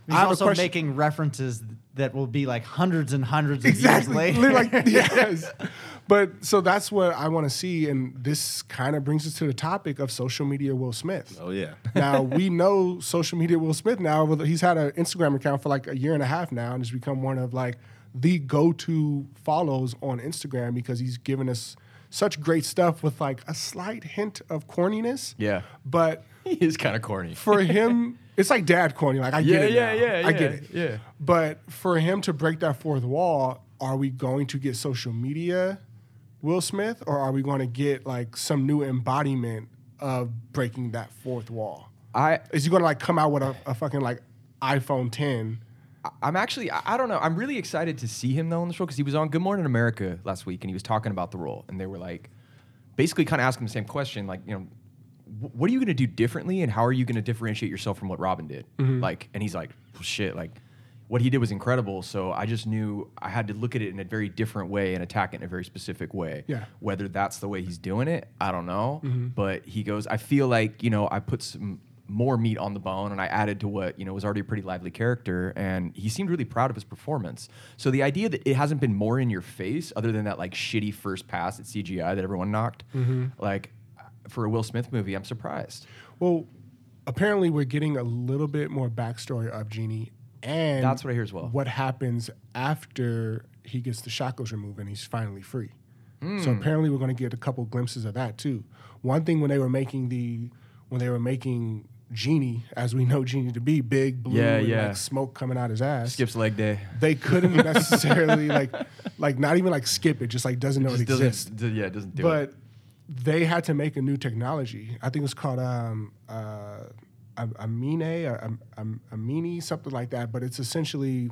Speaker 2: He's
Speaker 1: I have a
Speaker 2: also
Speaker 1: question.
Speaker 2: making references that will be like hundreds and hundreds of
Speaker 1: exactly.
Speaker 2: years later.
Speaker 1: Literally, like, yes. But so that's what I want to see, and this kind of brings us to the topic of social media Will Smith.
Speaker 5: oh, yeah.
Speaker 1: now we know social media Will Smith now. with- He's had an Instagram account for like a year and a half now, and has become one of like the go-to follows on Instagram because he's given us such great stuff with like a slight hint of corniness.
Speaker 3: Yeah.
Speaker 1: but
Speaker 3: he is kind of corny.
Speaker 1: for him, it's like dad corny. Like I
Speaker 3: Yeah,
Speaker 1: get it.
Speaker 3: yeah,
Speaker 1: now.
Speaker 3: yeah,
Speaker 1: I
Speaker 3: yeah,
Speaker 1: get it.
Speaker 3: yeah.
Speaker 1: But for him to break that fourth wall, are we going to get social media Will Smith or are we going to get like some new embodiment of breaking that fourth wall?
Speaker 3: I
Speaker 1: Is he going to like come out with a, a fucking like iPhone 10?
Speaker 3: I'm actually, I I don't know. I'm really excited to see him though in this role because he was on Good Morning America last week and he was talking about the role. And they were like, basically kind of asking the same question like, you know, "Wh- what are you going to do differently and how are you going to differentiate yourself from what Robin did? Like, and he's like, "Well, shit, like what he did was incredible. So I just knew I had to look at it in a very different way and attack it in a very specific way.
Speaker 1: Yeah.
Speaker 3: Whether that's the way he's doing it, I don't know. But he goes, I feel like, you know, I put some more meat on the bone and I added to what, you know, was already a pretty lively character. And he seemed really proud of his performance. So the idea that it hasn't been more in your face other than that like shitty first pass at CGI that everyone knocked,
Speaker 1: Mm-hmm.
Speaker 3: like for a Will Smith movie, I'm surprised.
Speaker 1: Well, apparently we're getting a little bit more backstory of Genie and
Speaker 3: That's what I hear as well.
Speaker 1: What happens after he gets the shackles removed and he's finally free. So
Speaker 3: Hmm.
Speaker 1: apparently we're going to get a couple glimpses of that too. One thing when they were making the when they were making Genie, as we know Genie to be, big blue,
Speaker 3: Yeah,
Speaker 1: and
Speaker 3: yeah.
Speaker 1: Like smoke coming out his ass.
Speaker 3: Skips leg day.
Speaker 1: They couldn't necessarily like like not even like skip it. Just like doesn't know it,
Speaker 3: Just doesn't-
Speaker 1: exists
Speaker 3: d- yeah, it doesn't do it.
Speaker 1: but they had to make a new technology. I think it's called um, uh, Am- Amine or Am- Am- Amini, something like that. But it's essentially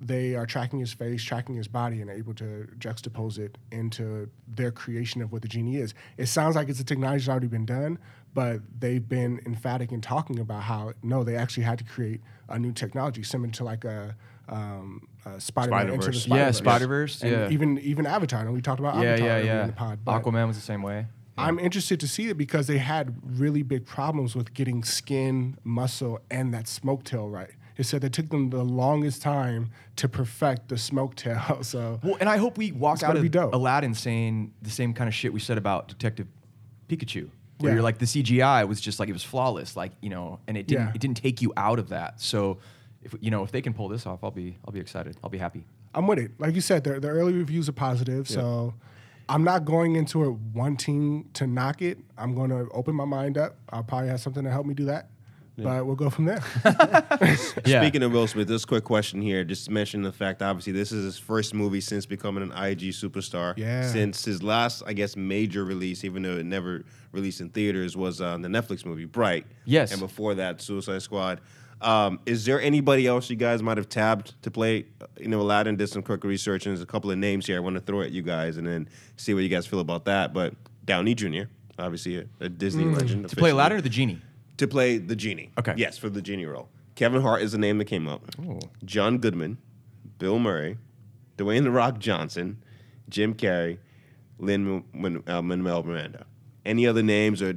Speaker 1: they are tracking his face, tracking his body, and able to juxtapose it into their creation of what the genie is. It sounds like it's a technology that's already been done, but they've been emphatic in talking about how no, they actually had to create a new technology similar to like a. Um, uh, Spider-Man into the
Speaker 5: Spider-Verse.
Speaker 1: Spider-Verse.
Speaker 3: Yeah, Spider-Verse,
Speaker 1: And
Speaker 3: yeah.
Speaker 1: Even even Avatar. And we talked about
Speaker 3: yeah,
Speaker 1: Avatar
Speaker 3: yeah,
Speaker 1: earlier
Speaker 3: yeah.
Speaker 1: in the pod. but-
Speaker 3: Aquaman was the same way.
Speaker 1: I'm interested to see it because they had really big problems with getting skin, muscle, and that smoke tail right. It said it took them the longest time to perfect the smoke tail. So
Speaker 3: Well, and I hope we walk
Speaker 1: It's
Speaker 3: out
Speaker 1: gotta
Speaker 3: of
Speaker 1: be dope.
Speaker 3: Aladdin saying the same kind of shit we said about Detective Pikachu. Where
Speaker 1: Yeah.
Speaker 3: you're like the CGI was just like it was flawless, like you know, and it didn't
Speaker 1: Yeah.
Speaker 3: it didn't take you out of that. So, if you know if they can pull this off, I'll be I'll be excited. I'll be happy.
Speaker 1: I'm with it. Like you said, the, the early reviews are positive. So I'm not going into it wanting to knock it. I'm going to open my mind up. I'll probably have something to help me do that. But we'll go from there.
Speaker 3: Yeah.
Speaker 5: Speaking of Will Smith, this quick question here, just to mention the fact, obviously, this is his first movie since becoming an IG superstar.
Speaker 1: Yeah.
Speaker 5: Since his last, I guess, major release, even though it never released in theaters, was uh, the Netflix movie Bright.
Speaker 3: Yes.
Speaker 5: And before that, Suicide Squad. Um, is there anybody else you guys might have tabbed to play? You know, Aladdin did some quick research, and there's a couple of names here I want to throw at you guys, and then see what you guys feel about that. But Downey Jr., obviously a, a Disney legend,
Speaker 3: Hmm. to play
Speaker 5: officially
Speaker 3: Aladdin or the genie.
Speaker 5: to play the genie.
Speaker 3: Okay.
Speaker 5: Yes, for the genie role. Kevin Hart is the name that came up. John Goodman, Bill Murray, Dwayne the Rock Johnson, Jim Carrey, Lin uh, Manuel Miranda. Any other names, or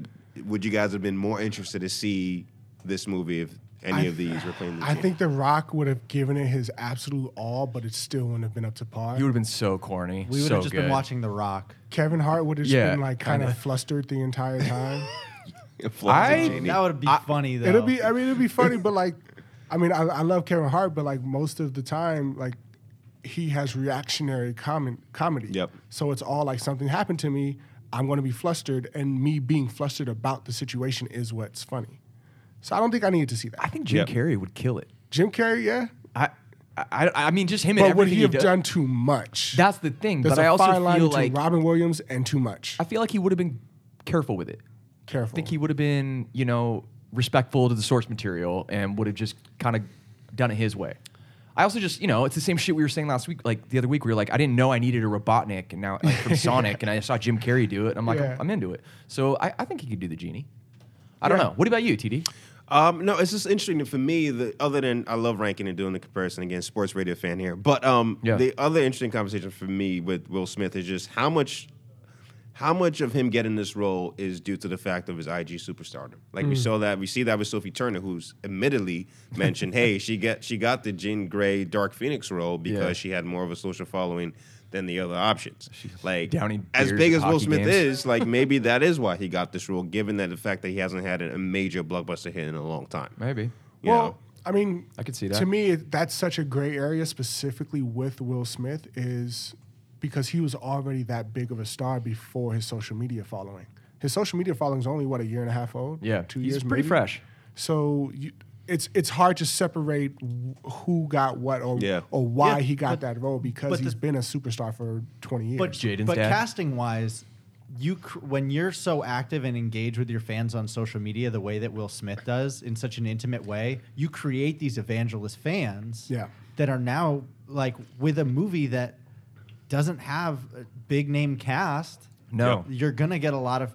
Speaker 5: would you guys have been more interested to see this movie if any
Speaker 1: I-
Speaker 5: of these were playing the
Speaker 1: I
Speaker 5: genie?
Speaker 1: think The Rock would have given it his absolute all, but it still wouldn't have been up to par.
Speaker 3: You would have been so corny.
Speaker 2: We would
Speaker 3: so
Speaker 2: have just been
Speaker 3: good.
Speaker 2: watching The Rock.
Speaker 1: Kevin Hart would have just
Speaker 3: Yeah,
Speaker 1: been like kind
Speaker 3: kinda.
Speaker 1: of flustered the entire time.
Speaker 5: Flawless
Speaker 3: I-
Speaker 5: Genie.
Speaker 2: That would be funny though.
Speaker 1: It'll be. I mean, it'll be funny, but like, I mean, I, I love Kevin Hart, but like most of the time, like he has reactionary comment comedy.
Speaker 5: Yep.
Speaker 1: So it's all like something happened to me. I'm going to be flustered, and me being flustered about the situation is what's funny. So I don't think I needed to see
Speaker 3: I
Speaker 1: that.
Speaker 3: think Jim
Speaker 5: Yep.
Speaker 3: Carrey would kill it.
Speaker 1: Jim Carrey, yeah,
Speaker 3: I I, I mean just him and
Speaker 1: but would
Speaker 3: everything
Speaker 1: he have
Speaker 3: does-
Speaker 1: done too much?
Speaker 3: That's the thing.
Speaker 1: There's
Speaker 3: but
Speaker 1: a
Speaker 3: I also
Speaker 1: fine line
Speaker 3: feel
Speaker 1: between
Speaker 3: like
Speaker 1: Robin Williams and too much.
Speaker 3: I feel like he would have been careful with it. I
Speaker 1: Careful.
Speaker 3: think he would have been, you know, respectful to the source material and would have just kind of done it his way. I also just, you know, it's the same shit we were saying last week, like the other week. We were like, I didn't know I needed a Robotnik, and now like, from Sonic, and I saw Jim Carrey do it, and I'm like,
Speaker 1: Yeah.
Speaker 3: I'm, I'm into it. So I, I think he could do the genie. I don't know. What about you, TD?
Speaker 5: Um, no, it's just interesting for me. The other than I love ranking and doing the comparison again, sports radio fan here. But um,
Speaker 3: Yeah.
Speaker 5: the other interesting conversation for me with Will Smith is just how much, how much of him getting this role is due to the fact of his IG superstardom. Like
Speaker 3: Mm.
Speaker 5: we saw that, we see that with Sophie Turner, who's admittedly mentioned, hey, she got she got the Jean Grey Dark Phoenix role because
Speaker 3: Yeah.
Speaker 5: she had more of a social following than the other options. like
Speaker 3: downing
Speaker 5: as
Speaker 3: beers
Speaker 5: big
Speaker 3: at
Speaker 5: as Will
Speaker 3: hockey
Speaker 5: Smith
Speaker 3: games.
Speaker 5: is is like maybe that is why he got this role, given that the fact that he hasn't had a major blockbuster hit in a long time.
Speaker 3: Maybe.
Speaker 5: You know?
Speaker 1: Well, I mean,
Speaker 3: I could see that.
Speaker 1: To me, it- that's such a gray area, specifically with Will Smith, is because he was already that big of a star before his social media following. His social media following is only what a year and a half old.
Speaker 3: Yeah,
Speaker 1: two
Speaker 3: he's
Speaker 1: years.
Speaker 3: pretty
Speaker 1: maybe?
Speaker 3: fresh.
Speaker 1: So you, it's it's hard to separate wh- who got what or
Speaker 5: Yeah.
Speaker 1: or why
Speaker 2: Yeah,
Speaker 1: he got
Speaker 2: but-
Speaker 1: that role because
Speaker 2: but
Speaker 1: he's
Speaker 2: the-
Speaker 1: been a superstar for twenty years.
Speaker 2: But
Speaker 3: Jaden's
Speaker 2: but
Speaker 3: dad.
Speaker 2: casting wise, you cr- when you're so active and engaged with your fans on social media the way that Will Smith does in such an intimate way, you create these evangelist fans
Speaker 1: Yeah.
Speaker 2: that are now like with a movie that doesn't have a big name cast.
Speaker 3: No.
Speaker 2: you're gonna get a lot of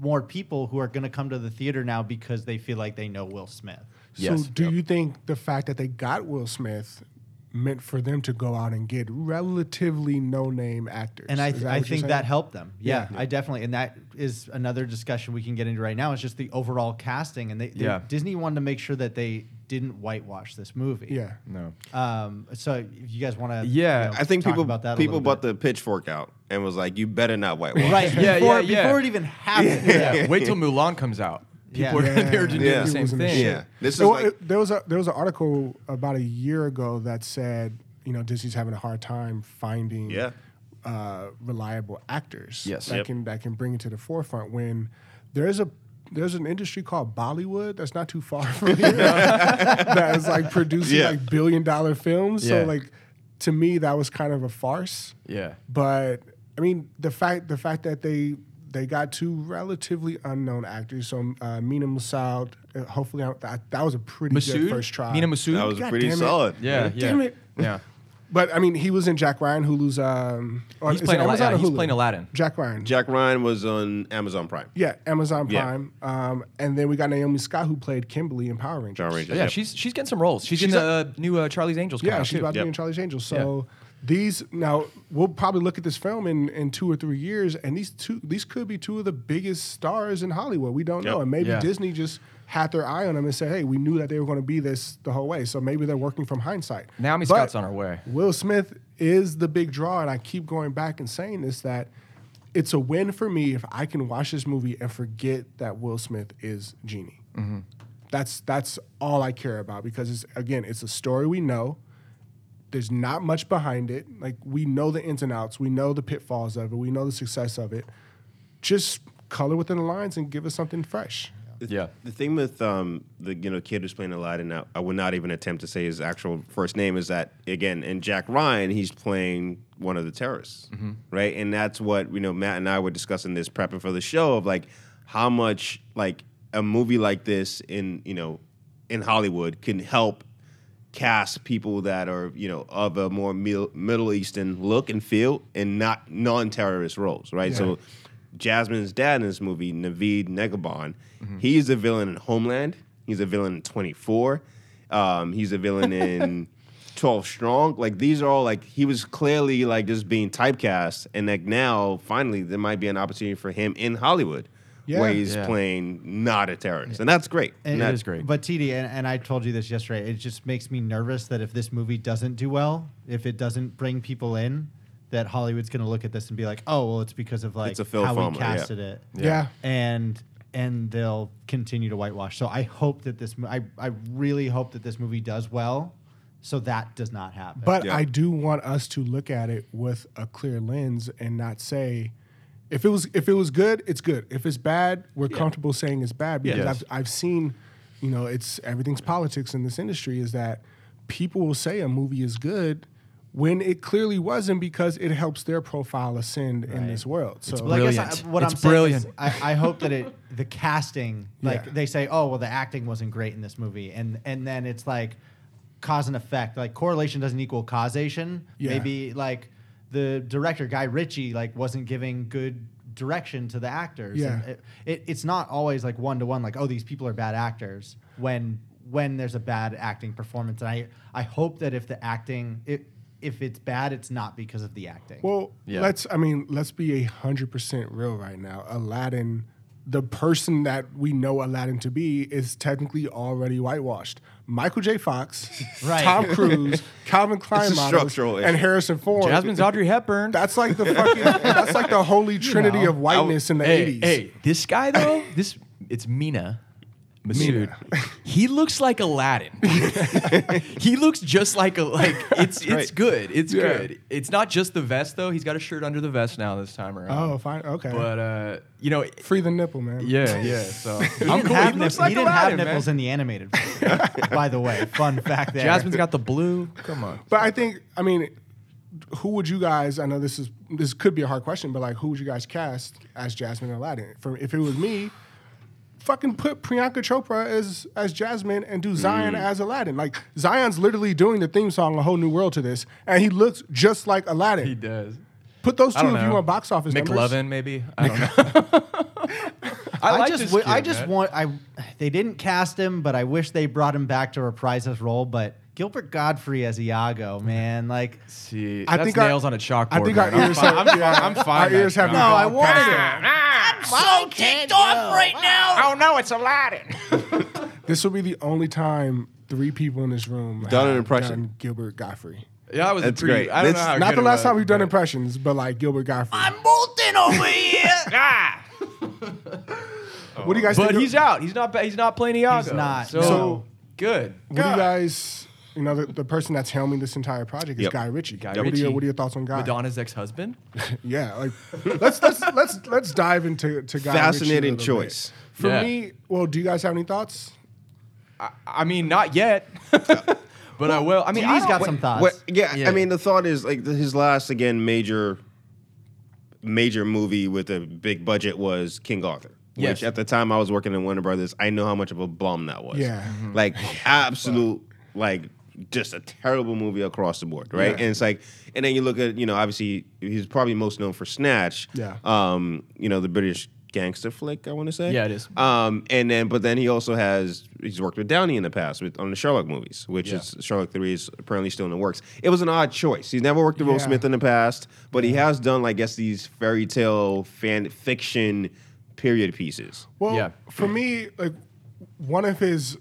Speaker 2: more people who are gonna come to the theater now because they feel like they know Will Smith.
Speaker 3: Yes.
Speaker 1: So, do you think the fact that they got Will Smith meant for them to go out and get relatively no-name actors?
Speaker 2: And I,
Speaker 1: Is
Speaker 2: th-
Speaker 1: that
Speaker 2: I
Speaker 1: what you're
Speaker 2: think
Speaker 1: saying?
Speaker 2: that helped them. Yeah,
Speaker 1: Yeah.
Speaker 2: I definitely. And that is another discussion we can get into right now. It's just the overall casting. And they, they-
Speaker 3: Yeah.
Speaker 2: Disney wanted to make sure that they didn't whitewash this movie.
Speaker 1: Yeah.
Speaker 3: No.
Speaker 2: Um, so if you guys want to.
Speaker 3: Yeah,
Speaker 5: I think people
Speaker 2: about that. a
Speaker 5: people
Speaker 2: little
Speaker 5: bought
Speaker 2: bit.
Speaker 5: the pitchfork out and was like, "You better not whitewash."
Speaker 2: Right.
Speaker 3: Yeah,
Speaker 2: before,
Speaker 3: yeah, yeah.
Speaker 2: Before it even happened.
Speaker 3: Yeah. Wait till Mulan comes out.
Speaker 2: Yeah.
Speaker 3: People are
Speaker 1: Yeah.
Speaker 3: there to do
Speaker 5: Yeah.
Speaker 3: the same
Speaker 1: Everyone's in the
Speaker 3: thing.
Speaker 1: shit.
Speaker 5: Yeah. This is
Speaker 1: Well,
Speaker 5: like
Speaker 1: it- there was a there was an article about a year ago that said, you you know Disney's having a hard time finding
Speaker 5: Yeah.
Speaker 1: uh, reliable actors
Speaker 3: Yes.
Speaker 1: that
Speaker 3: Yep.
Speaker 1: can that can bring it to the forefront when there's a there's an industry called Bollywood that's not too far from here that is like producing
Speaker 5: Yeah.
Speaker 1: like billion dollar films.
Speaker 3: Yeah.
Speaker 1: So like to me that was kind of a farce.
Speaker 3: Yeah.
Speaker 1: But I mean, the fact the fact that they they got two relatively unknown actors. So uh, Mina Masood, uh, hopefully I, that, that was a pretty good first try.
Speaker 3: Mina Masood.
Speaker 5: That was
Speaker 1: God
Speaker 5: pretty
Speaker 1: damn it.
Speaker 5: solid.
Speaker 3: yeah, yeah.
Speaker 1: Damn it.
Speaker 3: Yeah.
Speaker 1: But I mean, he was in Jack Ryan, Hulu's. Um, or
Speaker 3: He's
Speaker 1: is it
Speaker 3: playing Ala-
Speaker 1: Amazon
Speaker 3: yeah,
Speaker 1: or
Speaker 3: he's
Speaker 1: Hulu?
Speaker 3: playing Aladdin.
Speaker 1: Jack Ryan.
Speaker 5: Jack Ryan was on Amazon Prime.
Speaker 1: yeah, Amazon
Speaker 5: Yeah.
Speaker 1: Prime. Um, and then we got Naomi Scott, who played Kimberly in Power Rangers.
Speaker 5: Power
Speaker 3: Oh,
Speaker 5: Rangers.
Speaker 3: Yeah,
Speaker 5: yep.
Speaker 3: she's she's getting some roles. She's,
Speaker 1: She's
Speaker 3: in the uh, new uh, Charlie's Angels. coming
Speaker 1: Yeah,
Speaker 3: out,
Speaker 1: she's
Speaker 3: too.
Speaker 1: about to
Speaker 5: Yep.
Speaker 1: be in Charlie's Angels. So these now we'll probably look at this film in, in two or three years, and these two these could be two of the biggest stars in Hollywood. We don't know,
Speaker 5: Yep.
Speaker 1: and maybe
Speaker 3: Yeah.
Speaker 1: Disney just had their eye on them and said, "Hey, we knew that they were going to be this the whole way." So maybe they're working from hindsight.
Speaker 3: Naomi
Speaker 1: But
Speaker 3: Scott's on her way.
Speaker 1: Will Smith is the big draw, and I keep going back and saying this that. It's a win for me if I can watch this movie and forget that Will Smith is Genie.
Speaker 3: Mm-hmm.
Speaker 1: That's that's all I care about because it's again, it's a story we know. There's not much behind it. Like we know the ins and outs, we know the pitfalls of it, we know the success of it. Just color within the lines and give us something fresh.
Speaker 3: Yeah.
Speaker 5: The thing with um, the you know kid who's playing Aladdin, now I would not even attempt to say his actual first name. Is that again in Jack Ryan, he's playing one of the terrorists, right? And that's what you know. Matt and I were discussing this prepping for the show of like how much like a movie like this in you know in Hollywood can help cast people that are you know of a more mil- Middle Eastern look and feel, and not non-terrorist roles, right? So Jasmine's dad in this movie, Naveed Negabon, he's a villain in Homeland. He's a villain in 24. Um, he's a villain in 12 Strong. Like these are all like he was clearly like just being typecast, and like now finally there might be an opportunity for him in Hollywood.
Speaker 1: Yeah.
Speaker 5: Where he's
Speaker 3: Yeah.
Speaker 5: playing not a terrorist, and that's great. And
Speaker 3: It
Speaker 5: that-
Speaker 3: is great.
Speaker 2: But TD, and, and I told you this yesterday, it just makes me nervous that if this movie doesn't do well, if it doesn't bring people in, that Hollywood's going to look at this and be like, oh, well, it's because of like
Speaker 5: It's a Phil
Speaker 2: how
Speaker 5: Fulmer,
Speaker 2: we
Speaker 5: yeah.
Speaker 2: casted it.
Speaker 1: Yeah.
Speaker 2: And and they'll continue to whitewash. So I hope that this, mo- I, I really hope that this movie does well. So that does not happen.
Speaker 1: But
Speaker 5: Yeah.
Speaker 1: I do want us to look at it with a clear lens and not say if it was if it was good, it's good. If it's bad, we're comfortable saying it's bad because
Speaker 3: Yes.
Speaker 1: I've I've seen, you know, it's everything's politics in this industry is that people will say a movie is good when it clearly wasn't because it helps their profile ascend in this world. So
Speaker 2: Well, I guess I-
Speaker 3: Brilliant.
Speaker 2: what
Speaker 3: It's
Speaker 2: I'm saying
Speaker 3: brilliant.
Speaker 2: is I, I hope that it the casting, like
Speaker 1: Yeah.
Speaker 2: they say, oh well, the acting wasn't great in this movie, and and then it's like cause and effect, like correlation doesn't equal causation.
Speaker 1: Yeah.
Speaker 2: Maybe like the director Guy Ritchie like wasn't giving good direction to the actors.
Speaker 1: Yeah.
Speaker 2: And it, it, it's not always like one to one, like oh these people are bad actors when when there's a bad acting performance, and I I hope that if the acting it. If it's bad, it's not because of the acting.
Speaker 1: Well,
Speaker 3: Yeah.
Speaker 1: let's. I mean, let's be a hundred percent real right now. Aladdin, the person that we know Aladdin to be, is technically already whitewashed. Michael J. Fox,
Speaker 2: Right.
Speaker 1: Tom Cruise, Calvin Klein
Speaker 5: a
Speaker 1: models,
Speaker 5: structural issue.
Speaker 1: and Harrison Ford.
Speaker 3: Jasmine's Audrey Hepburn.
Speaker 1: Oh, That's like the fucking. that's like the holy trinity of whiteness in the
Speaker 3: hey,
Speaker 1: eighties.
Speaker 3: hey, this guy though, this it's Mina. Masood. he looks like Aladdin. he looks just like a like it's it's
Speaker 5: right.
Speaker 3: good. It's
Speaker 1: Yeah.
Speaker 3: good. It's not just the vest though. He's got a shirt under the vest now this time around.
Speaker 1: Oh, fine. Okay.
Speaker 3: But uh, you know, it-
Speaker 1: Free the nipple, man.
Speaker 3: yeah, yeah. So
Speaker 2: He
Speaker 3: I'm
Speaker 2: didn't
Speaker 3: cool.
Speaker 2: have
Speaker 3: He
Speaker 2: nipples,
Speaker 3: looks like
Speaker 2: he didn't have
Speaker 3: Aladdin, man.
Speaker 2: nipples in the animated. version, by the way, fun fact there.
Speaker 3: Jasmine's got the blue. Come on.
Speaker 1: But I think. I mean, who would you guys? I know this is this could be a hard question, but like, who would you guys cast as Jasmine and Aladdin? For if it was me, fucking put Priyanka Chopra as as Jasmine and do Zion
Speaker 3: Mm.
Speaker 1: as Aladdin. Like Zion's literally doing the theme song "A Whole New World" to this, and he looks just like Aladdin.
Speaker 3: He does.
Speaker 1: Put those
Speaker 3: I
Speaker 1: two
Speaker 3: don't
Speaker 1: of you
Speaker 3: know.
Speaker 1: on box office numbers.
Speaker 3: McLovin, maybe. I don't know. I,
Speaker 2: I,
Speaker 3: like
Speaker 2: just,
Speaker 3: this
Speaker 2: w-
Speaker 3: kid,
Speaker 2: I just
Speaker 3: man.
Speaker 2: want. I they didn't cast him, but I wish they brought him back to reprise his role. But Gilbert Godfrey as Iago, man, like
Speaker 3: See,
Speaker 1: I
Speaker 3: that's
Speaker 1: think our-
Speaker 3: nails on a chalkboard.
Speaker 1: I think
Speaker 3: man.
Speaker 1: our ears have,
Speaker 3: I'm fine.
Speaker 1: yeah,
Speaker 3: I'm fine.
Speaker 1: Our ears have
Speaker 3: No,
Speaker 1: evolved
Speaker 2: I wanted
Speaker 1: past
Speaker 2: it.
Speaker 1: that.
Speaker 3: Oh no, it's Aladdin.
Speaker 1: This will be the only time three people in this room
Speaker 5: Done an
Speaker 1: have
Speaker 5: impression.
Speaker 1: done Gilbert Godfrey.
Speaker 3: Yeah, that was
Speaker 5: That's
Speaker 3: a pretty,
Speaker 5: great.
Speaker 3: I don't
Speaker 5: That's
Speaker 3: know how
Speaker 1: Not
Speaker 3: good
Speaker 1: the
Speaker 3: it
Speaker 1: last
Speaker 3: was,
Speaker 1: time we've done
Speaker 3: but-
Speaker 1: impressions, but like Gilbert Godfrey.
Speaker 7: bolting over here.
Speaker 1: what do you guys
Speaker 3: But
Speaker 1: think?
Speaker 3: he's out. He's not. ba- He's not playing Iago.
Speaker 2: He's not,
Speaker 3: So
Speaker 2: no.
Speaker 3: good.
Speaker 1: What do you guys You know, the, the person that's helming this entire project is
Speaker 5: Yep.
Speaker 1: Guy Ritchie.
Speaker 3: Guy
Speaker 1: what, Are your,
Speaker 3: Ritchie.
Speaker 1: what are your thoughts on Guy?
Speaker 3: Madonna's ex-husband.
Speaker 1: Yeah, like let's let's let's let's dive into to Guy Ritchie a
Speaker 5: Fascinating
Speaker 1: little bit.
Speaker 5: choice.
Speaker 1: For
Speaker 3: Yeah.
Speaker 1: me, well, do you guys have any thoughts?
Speaker 3: I mean, not yet, but I will. I mean,
Speaker 2: TD's
Speaker 3: I don't-
Speaker 2: got
Speaker 3: wait-
Speaker 2: some thoughts.
Speaker 5: What, yeah,
Speaker 3: Yeah.
Speaker 5: I mean, the thought is like th- his last again major, major movie with a big budget was King Arthur.
Speaker 3: Yes.
Speaker 5: Which at the time I was working in Warner Brothers, I know how much of a bum that was.
Speaker 1: Yeah. Mhm.
Speaker 5: like absolute, like just a terrible movie across the board, right? And it's like, and then you look at you know obviously he's probably most known for Snatch.
Speaker 1: Yeah.
Speaker 5: Um, you know the British gangster flick, I want to say.
Speaker 3: Yeah, it is.
Speaker 5: Um, and then, but then he also has he's worked with Downey in the past with on the Sherlock movies, which
Speaker 3: Yeah.
Speaker 5: is Sherlock Three is apparently still in the works. It was an odd choice. He's never worked with Will
Speaker 1: Yeah.
Speaker 5: Smith in the past, but he has done, I guess, these fairy tale fan fiction period pieces.
Speaker 1: Well,
Speaker 3: Yeah.
Speaker 1: for me, like one of his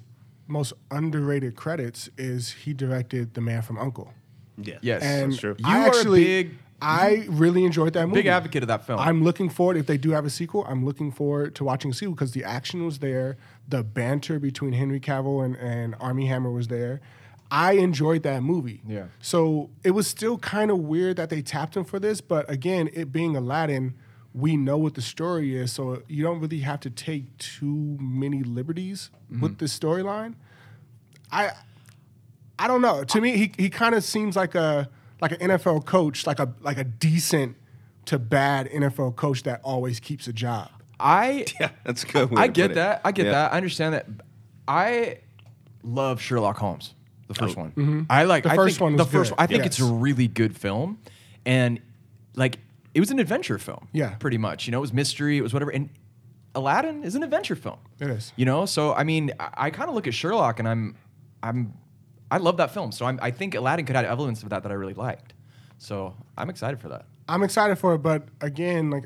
Speaker 1: most underrated credits is he directed The Man from Uncle.
Speaker 5: Yeah,
Speaker 3: Yes.
Speaker 1: And
Speaker 5: true.
Speaker 1: I
Speaker 3: You are a
Speaker 1: actually,
Speaker 3: big-
Speaker 1: I really enjoyed that movie.
Speaker 3: Big advocate of that film.
Speaker 1: I'm looking forward if they do have a sequel. I'm looking forward to watching a sequel because the action was there, the banter between Henry Cavill and, and Army Hammer was there. I enjoyed that movie.
Speaker 3: Yeah.
Speaker 1: So it was still kind of weird that they tapped him for this, but again, it being Aladdin, we know what the story is, so you don't really have to take too many liberties
Speaker 3: Mm-hmm.
Speaker 1: with the storyline. I I don't know. To me, he, he kind of seems like a like an NFL coach, like a like a decent to bad NFL coach that always keeps a job.
Speaker 3: I
Speaker 5: that's a good. way
Speaker 3: I
Speaker 5: to put
Speaker 3: get
Speaker 5: it.
Speaker 3: that. I get
Speaker 5: Yeah.
Speaker 3: that. I understand that. I love Sherlock Holmes, the first
Speaker 5: Oh.
Speaker 3: one. I like
Speaker 1: Mm-hmm. The
Speaker 3: I
Speaker 1: first
Speaker 3: think,
Speaker 1: one
Speaker 3: The
Speaker 1: was
Speaker 3: first
Speaker 1: good,
Speaker 3: one. I think it's a
Speaker 1: yes.
Speaker 3: really good film, and like it was an adventure film.
Speaker 1: Yeah.
Speaker 3: pretty much. You know, it was mystery. It was whatever. And Aladdin is an adventure film.
Speaker 1: It is.
Speaker 3: You know, so I mean, I, I kind of look at Sherlock, and I'm, I'm, I love that film. So I'm, I think Aladdin could add elements of that that I really liked. So I'm excited for that.
Speaker 1: I'm excited for it, but again, like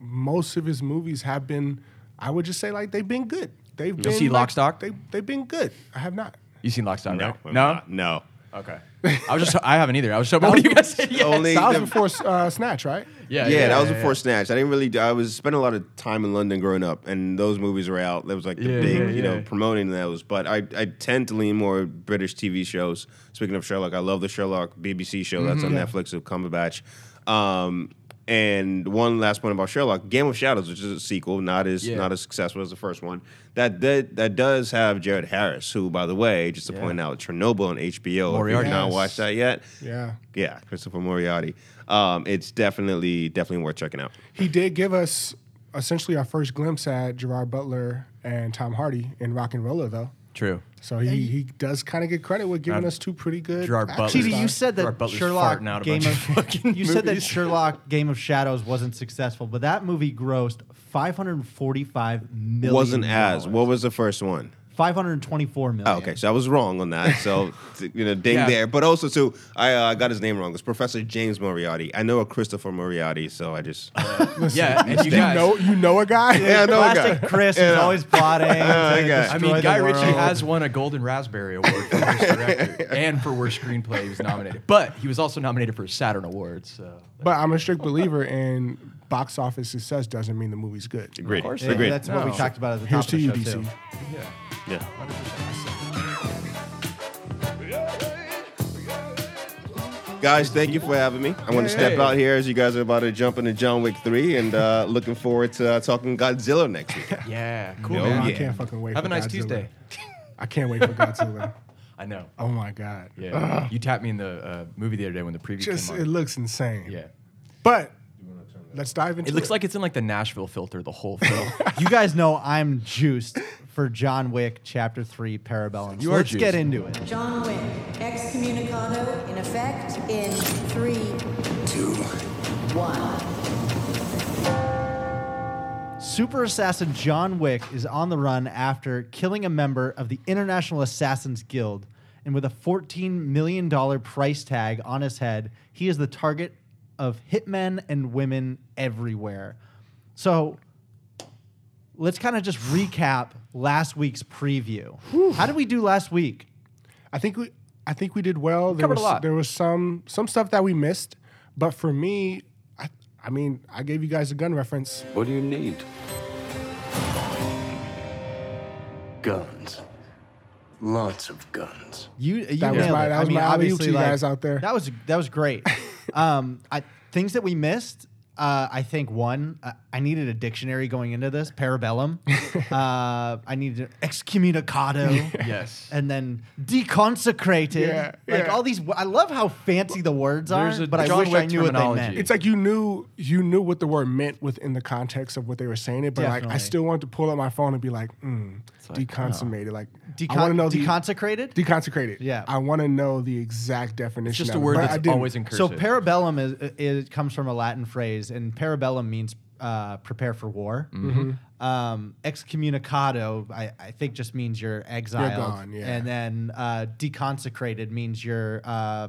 Speaker 1: most of his movies have been, I would just say like they've been good. They've been
Speaker 3: see
Speaker 1: like,
Speaker 3: Lock, Stock?
Speaker 1: They they've been good. I have not.
Speaker 3: You seen Lock, Stock,
Speaker 5: No,
Speaker 3: right?
Speaker 5: I'm
Speaker 3: no,
Speaker 5: not. no.
Speaker 3: Okay. I was just I haven't either. I was just what do you guys say? Yes.
Speaker 5: Only
Speaker 1: That was
Speaker 5: the-
Speaker 1: before uh, Snatch, right?
Speaker 5: Yeah, that was before Snatch. I didn't really. I was spending a lot of time in London growing up, and those movies were out. That was like the
Speaker 3: Yeah,
Speaker 5: big,
Speaker 3: yeah,
Speaker 5: you know,
Speaker 3: yeah.
Speaker 5: promoting those. But I, I tend to lean more British TV shows. Speaking of Sherlock, I love the Sherlock BBC show that's on Netflix with Cumberbatch. Um, and one last point about Sherlock: Game of Shadows, which is a sequel, not as
Speaker 3: Yeah.
Speaker 5: not as successful as the first one. That that, that does have Jared Harris, who, by the way, just to point out, Chernobyl on HBO. If
Speaker 3: Moriarty.
Speaker 5: you've not
Speaker 1: Yes.
Speaker 5: watched that yet,
Speaker 1: Yeah.
Speaker 5: yeah, Christopher Moriarty. Um, it's definitely definitely worth checking out.
Speaker 1: He did give us essentially our first glimpse at Gerard Butler and Tom Hardy in Rock and Roller, though.
Speaker 3: True.
Speaker 1: So he, he does kind of get credit with giving
Speaker 3: Uh,
Speaker 1: us two pretty good.
Speaker 3: Gerard
Speaker 1: action
Speaker 3: Butler.
Speaker 2: TD, you
Speaker 1: stars.
Speaker 2: said
Speaker 3: Gerard
Speaker 2: that
Speaker 3: Butler's
Speaker 2: Sherlock
Speaker 3: farting out a
Speaker 2: Game
Speaker 3: bunch of
Speaker 2: of,
Speaker 3: fucking
Speaker 2: You said that
Speaker 3: movies.
Speaker 2: Sherlock Game of Shadows wasn't successful, but that movie grossed 545 million.
Speaker 5: Wasn't as what was the first one?
Speaker 2: 524 million.
Speaker 5: Oh, okay, so I was wrong on that. So t- you know, ding
Speaker 3: Yeah.
Speaker 5: there. But also too, I uh, got his name wrong. It's Professor James Moriarty. I know a Christopher Moriarty, so I just
Speaker 3: Yeah, and you guys,
Speaker 1: know you know a guy.
Speaker 5: yeah, I know a guy.
Speaker 2: Classic Chris is always plotting.
Speaker 5: I
Speaker 2: to
Speaker 5: got it.
Speaker 2: destroy
Speaker 3: I mean, Guy
Speaker 2: the world.
Speaker 3: Ritchie has won a Golden Raspberry Award for worst director and for worst screenplay. He was nominated, but he was also nominated for a Saturn Award. So
Speaker 1: But I'm a strict believer in box office success doesn't mean the movie's good.
Speaker 5: Agreed.
Speaker 3: course.
Speaker 2: Yeah,
Speaker 5: Agreed.
Speaker 2: that's what we
Speaker 3: No.
Speaker 2: talked about at the
Speaker 1: Here's
Speaker 2: top
Speaker 1: to
Speaker 2: of the
Speaker 1: you,
Speaker 2: show,
Speaker 1: DC.
Speaker 2: too.
Speaker 3: yeah.
Speaker 5: Yeah. Guys, thank you for having me. I'm going to step out here as you guys are about to jump into John Wick 3 and uh, looking forward to uh, talking Godzilla next week.
Speaker 3: Yeah. Cool.
Speaker 5: No,
Speaker 1: Man, I
Speaker 5: yeah.
Speaker 1: can't fucking wait.
Speaker 3: Have
Speaker 1: for
Speaker 3: a nice
Speaker 1: Godzilla.
Speaker 3: Tuesday.
Speaker 1: I can't wait for Godzilla.
Speaker 3: I know.
Speaker 1: Oh my god.
Speaker 3: Yeah. You tapped me in the uh, movie the other day when the preview
Speaker 1: Just
Speaker 3: came
Speaker 1: it
Speaker 3: on.
Speaker 1: looks insane.
Speaker 3: yeah.
Speaker 1: But let's dive into.
Speaker 3: It looks like it's in like the Nashville filter the whole film.
Speaker 2: You guys know I'm juiced for John Wick Chapter 3 Parabellum.
Speaker 3: You
Speaker 2: So
Speaker 3: are
Speaker 2: let's get
Speaker 3: juiced.
Speaker 2: into it.
Speaker 8: John Wick, excommunicado in effect in three, two, one.
Speaker 2: Super assassin John Wick is on the run after killing a member of the International Assassins Guild. And with a $14 million price tag on his head, he is the target of hitmen and women everywhere. So let's kind of just recap last week's preview. How did we do last week?
Speaker 1: I think we I think we did well. There
Speaker 3: Covered
Speaker 1: was
Speaker 3: a lot.
Speaker 1: there was some some stuff that we missed, but for me, I I mean I gave you guys a gun reference.
Speaker 4: What do you need? Guns. Lots of guns.
Speaker 2: You, you
Speaker 1: That was
Speaker 2: nailed
Speaker 1: my-
Speaker 2: it.
Speaker 1: that
Speaker 2: I
Speaker 1: was
Speaker 2: mean,
Speaker 1: my alley-oop to
Speaker 2: obviously,
Speaker 1: you
Speaker 2: like,
Speaker 1: guys out there.
Speaker 2: That was that was great. um, I, things that we missed. Uh, I think one, uh, I needed a dictionary going into this. Parabellum. uh, I needed excommunicado.
Speaker 3: Yes.
Speaker 2: And then deconsecrated.
Speaker 1: Yeah,
Speaker 2: like
Speaker 1: yeah.
Speaker 2: all these. I love how fancy the words are,
Speaker 3: There's a
Speaker 2: but I
Speaker 3: John
Speaker 2: wish I
Speaker 3: Wick
Speaker 2: knew what they meant.
Speaker 3: terminology.
Speaker 1: It's like you knew you knew what the word meant within the context of what they were saying it, but like I
Speaker 2: Definitely.
Speaker 1: still wanted to pull up my phone and be like, mm, deconsummated. Like I
Speaker 2: Decon-
Speaker 1: want to know the
Speaker 2: deconsecrated.
Speaker 1: deconsecrated.
Speaker 2: Yeah.
Speaker 1: I want to know the exact definition.
Speaker 3: It's just
Speaker 1: of
Speaker 3: a
Speaker 1: it,
Speaker 3: word
Speaker 1: but I
Speaker 3: that's
Speaker 1: didn't.
Speaker 3: always in cursive.
Speaker 2: So parabellum is, is comes from a Latin phrase, and parabellum means uh, prepare for war.
Speaker 1: Mm-hmm.
Speaker 2: Um, excommunicado, I, I think, just means you're exiled,
Speaker 1: gone, yeah.
Speaker 2: and then uh, deconsecrated means you're uh,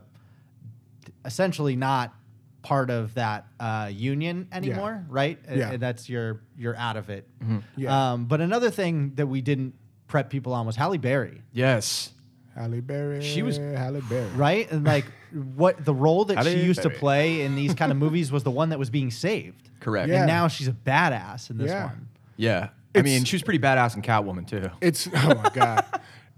Speaker 2: essentially not part of that uh, union anymore, right? And-
Speaker 1: Yeah. Mm-hmm.
Speaker 2: and that's your you're out of it.
Speaker 1: Yeah.
Speaker 2: Um, but another thing that we didn't prep people on was Halle Berry
Speaker 3: yes.
Speaker 1: Halle Berry.
Speaker 3: She was-
Speaker 1: Halle Berry.
Speaker 2: right? And like what the role that she
Speaker 3: Halle
Speaker 2: used to
Speaker 3: Berry.
Speaker 2: play in these kind of movies was the one that was being saved.
Speaker 3: Correct.
Speaker 1: Yeah.
Speaker 2: And now she's a badass in this
Speaker 1: Yeah.
Speaker 2: one.
Speaker 3: Yeah. I mean, she was pretty badass in Catwoman too.
Speaker 1: It's oh my god.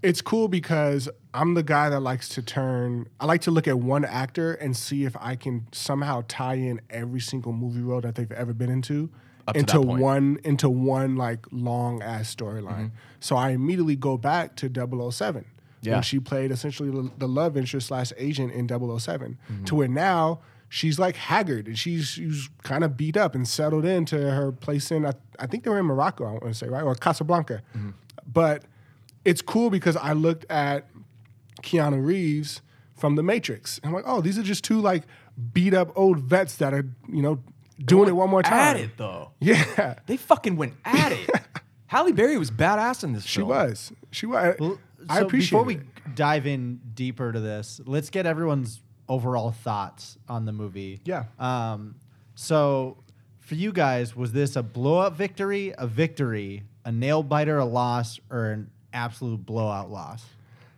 Speaker 1: It's cool because I'm the guy that likes to turn. I like to look at one actor and see if I can somehow tie in every single movie role that they've ever been into
Speaker 3: Up to
Speaker 1: into
Speaker 3: that point.
Speaker 1: one into one like long ass storyline. So I immediately go back to 007
Speaker 3: Mm-hmm. Yeah.
Speaker 1: when she played essentially the- the love interest slash agent in 7
Speaker 3: Mm-hmm.
Speaker 1: to where now she's like haggard and she's she's kind of beat up and settled into her place in I, I think they were in Morocco I want to say right or Casablanca,
Speaker 3: Mm-hmm.
Speaker 1: but it's cool because I looked at Keanu Reeves from The Matrix. I'm like, oh, these are just two like beat up old vets that are you know doing it one more time.
Speaker 3: At it though.
Speaker 1: Yeah,
Speaker 3: They fucking went at it. Halle Berry was badass in this
Speaker 1: she
Speaker 3: film.
Speaker 1: was. She was. I
Speaker 2: So
Speaker 1: appreciate.
Speaker 2: Before we
Speaker 1: it.
Speaker 2: dive in deeper to this, let's get everyone's overall thoughts on the movie.
Speaker 1: Yeah.
Speaker 2: Um, so for you guys, was this a blowout victory, a victory, a nail biter, a loss, or an absolute blowout loss?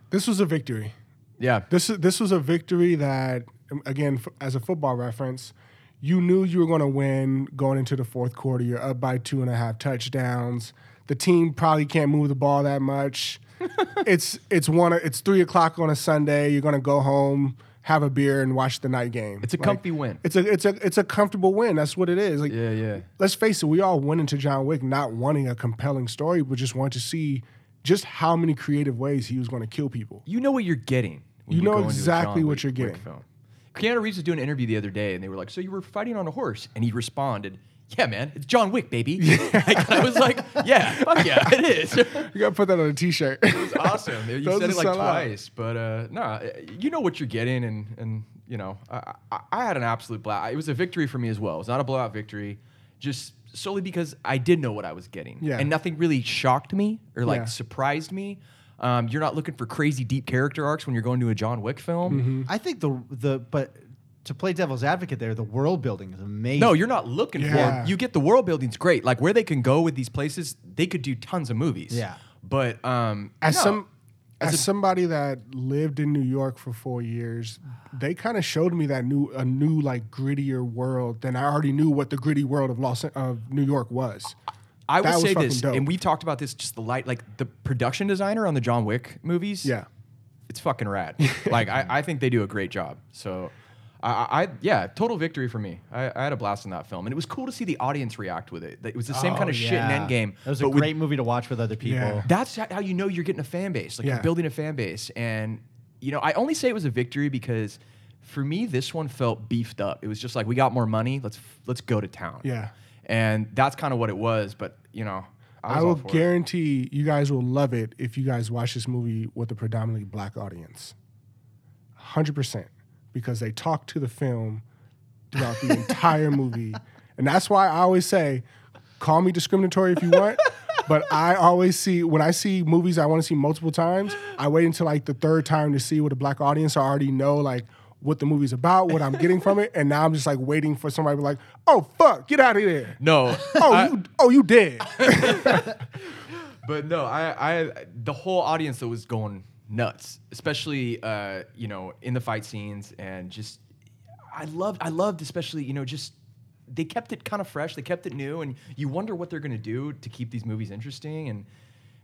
Speaker 1: This was a victory.
Speaker 3: Yeah.
Speaker 1: This is this was a victory that, um, again, f- as a football reference, you knew you were going to win going into the fourth quarter. You're up by two and a half touchdowns. The team probably can't move the ball that much. it's it's one. o- It's three o'clock on a Sunday. You're going to go home, have a beer, and watch the night game.
Speaker 3: It's a comfy win.
Speaker 1: It's a it's a it's a comfortable win. That's what it is. Like,
Speaker 3: Yeah, yeah.
Speaker 1: Let's face it. We all went into John Wick not wanting a compelling story, but just wanted to see just how many creative ways he was going to kill people.
Speaker 3: you know what you're getting. when
Speaker 1: You know
Speaker 3: go into a
Speaker 1: exactly
Speaker 3: John
Speaker 1: what
Speaker 3: Wick-
Speaker 1: you're
Speaker 3: Wick
Speaker 1: getting.
Speaker 3: Film. Keanu Reeves was doing an interview the other day, and they were like, "So you were fighting on a horse?" And he responded, "Yeah, man, it's John Wick, baby." Like, I was like, "Yeah, fuck yeah, it is." it
Speaker 1: You got to put that on a T-shirt.
Speaker 3: was awesome. You
Speaker 1: Those
Speaker 3: said
Speaker 1: are
Speaker 3: it like
Speaker 1: sell out.
Speaker 3: twice, but uh, nah, you know what you're getting, and and you know, I, I, I had an absolute blast. It was a victory for me as well. It was not a blowout victory, just solely because I did know what I was getting,
Speaker 1: Yeah.
Speaker 3: and nothing really shocked me or like
Speaker 1: Yeah.
Speaker 3: surprised me. Um, you're not looking for crazy deep character arcs when you're going to a John Wick film.
Speaker 1: Mm-hmm. Mm.
Speaker 2: I think the the but to play devil's advocate there, the world building is amazing.
Speaker 3: No, you're not looking
Speaker 1: Yeah.
Speaker 3: for. You get the world building's great. Like where they can go with these places, they could do tons of movies.
Speaker 2: Yeah.
Speaker 3: But um,
Speaker 1: as
Speaker 3: no.
Speaker 1: some as, somebody that lived in New York for four years, they kind of showed me that new a new like grittier world than I already knew what the gritty world of Los of New York was.
Speaker 3: I would
Speaker 1: that was
Speaker 3: say
Speaker 1: fucking
Speaker 3: this,
Speaker 1: dope.
Speaker 3: and we talked about this. Just the light, like the production designer on the John Wick movies.
Speaker 1: Yeah,
Speaker 3: it's fucking rad. like I, I think they do a great job. So. I, I- I yeah, total victory for me. I, I had a blast in that film, and it was cool to see the audience react with it. It was the
Speaker 1: Oh,
Speaker 3: same kind of shit in Endgame.
Speaker 2: Oh, That was a
Speaker 3: but with
Speaker 2: great movie to watch with other people.
Speaker 1: Yeah.
Speaker 3: that's ho- how you know you're getting a fan base. Like
Speaker 1: Yeah.
Speaker 3: you're building a fan base. And, you know, I only say it was a victory because for me, this one felt beefed up. It was just like, we got more money. Let's f- let's go to town.
Speaker 1: Yeah.
Speaker 3: And that's kind of what it was. But, you know, I,
Speaker 1: I
Speaker 3: was all
Speaker 1: will
Speaker 3: for it.
Speaker 1: guarantee you guys will love it if you guys watch this movie with a predominantly black audience. Hundred percent, because they talk to the film throughout the entire movie, and that's why I always say, call me discriminatory if you want. But I always see when I see movies I want to see multiple times. I wait until like the third time to see with a black audience. So I already know like what the movie's about, what I'm getting from it, and now I'm just like waiting for somebody to be like, "Oh fuck, get out of there!"
Speaker 3: No.
Speaker 1: Oh, you, oh, you dead.
Speaker 3: but no, I, I, the whole audience that was going nuts, especially, uh, you know, in the fight scenes and just, I loved, I loved, especially, you know, just they kept it kind of fresh, they kept it new, and you wonder what they're gonna do to keep these movies interesting, and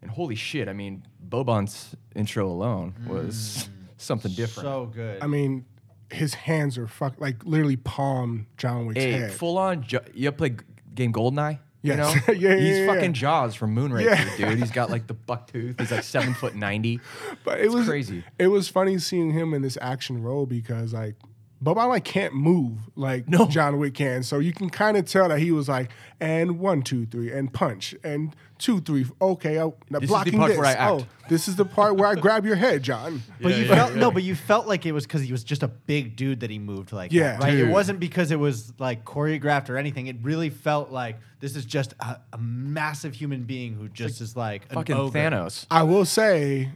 Speaker 3: And holy shit, I mean, Boban's intro alone was
Speaker 1: Mm.
Speaker 3: something different.
Speaker 2: So good.
Speaker 1: I mean, his hands are fuck like literally palm John Wick's
Speaker 3: hey,
Speaker 1: head.
Speaker 3: full on. Jo- you ever play g- game Goldeneye? You know,
Speaker 1: Yes. Yeah, yeah,
Speaker 3: he's
Speaker 1: yeah,
Speaker 3: fucking
Speaker 1: yeah.
Speaker 3: Jaws from Moonraker,
Speaker 1: Yeah.
Speaker 3: dude. He's got like the buck tooth. He's like seven foot ninety.
Speaker 1: but it
Speaker 3: it's
Speaker 1: was
Speaker 3: crazy.
Speaker 1: It was funny seeing him in this action role because like Boban like can't move like
Speaker 3: No.
Speaker 1: John Wick can, so you can kind of tell that he was like and one two three and punch and two three okay oh now
Speaker 3: This is the
Speaker 1: blocking
Speaker 3: part
Speaker 1: this
Speaker 3: where I act.
Speaker 1: oh this is the part where I grab your head John
Speaker 2: But you
Speaker 3: yeah,
Speaker 2: felt no, but you felt like it was because he was just a big dude that he moved like
Speaker 1: Yeah.
Speaker 2: that, right.
Speaker 3: Dude.
Speaker 2: It wasn't because it was like choreographed or anything. It really felt like this is just a, a massive human being who just is like an
Speaker 3: Fucking
Speaker 2: ogre.
Speaker 3: Thanos.
Speaker 1: I will say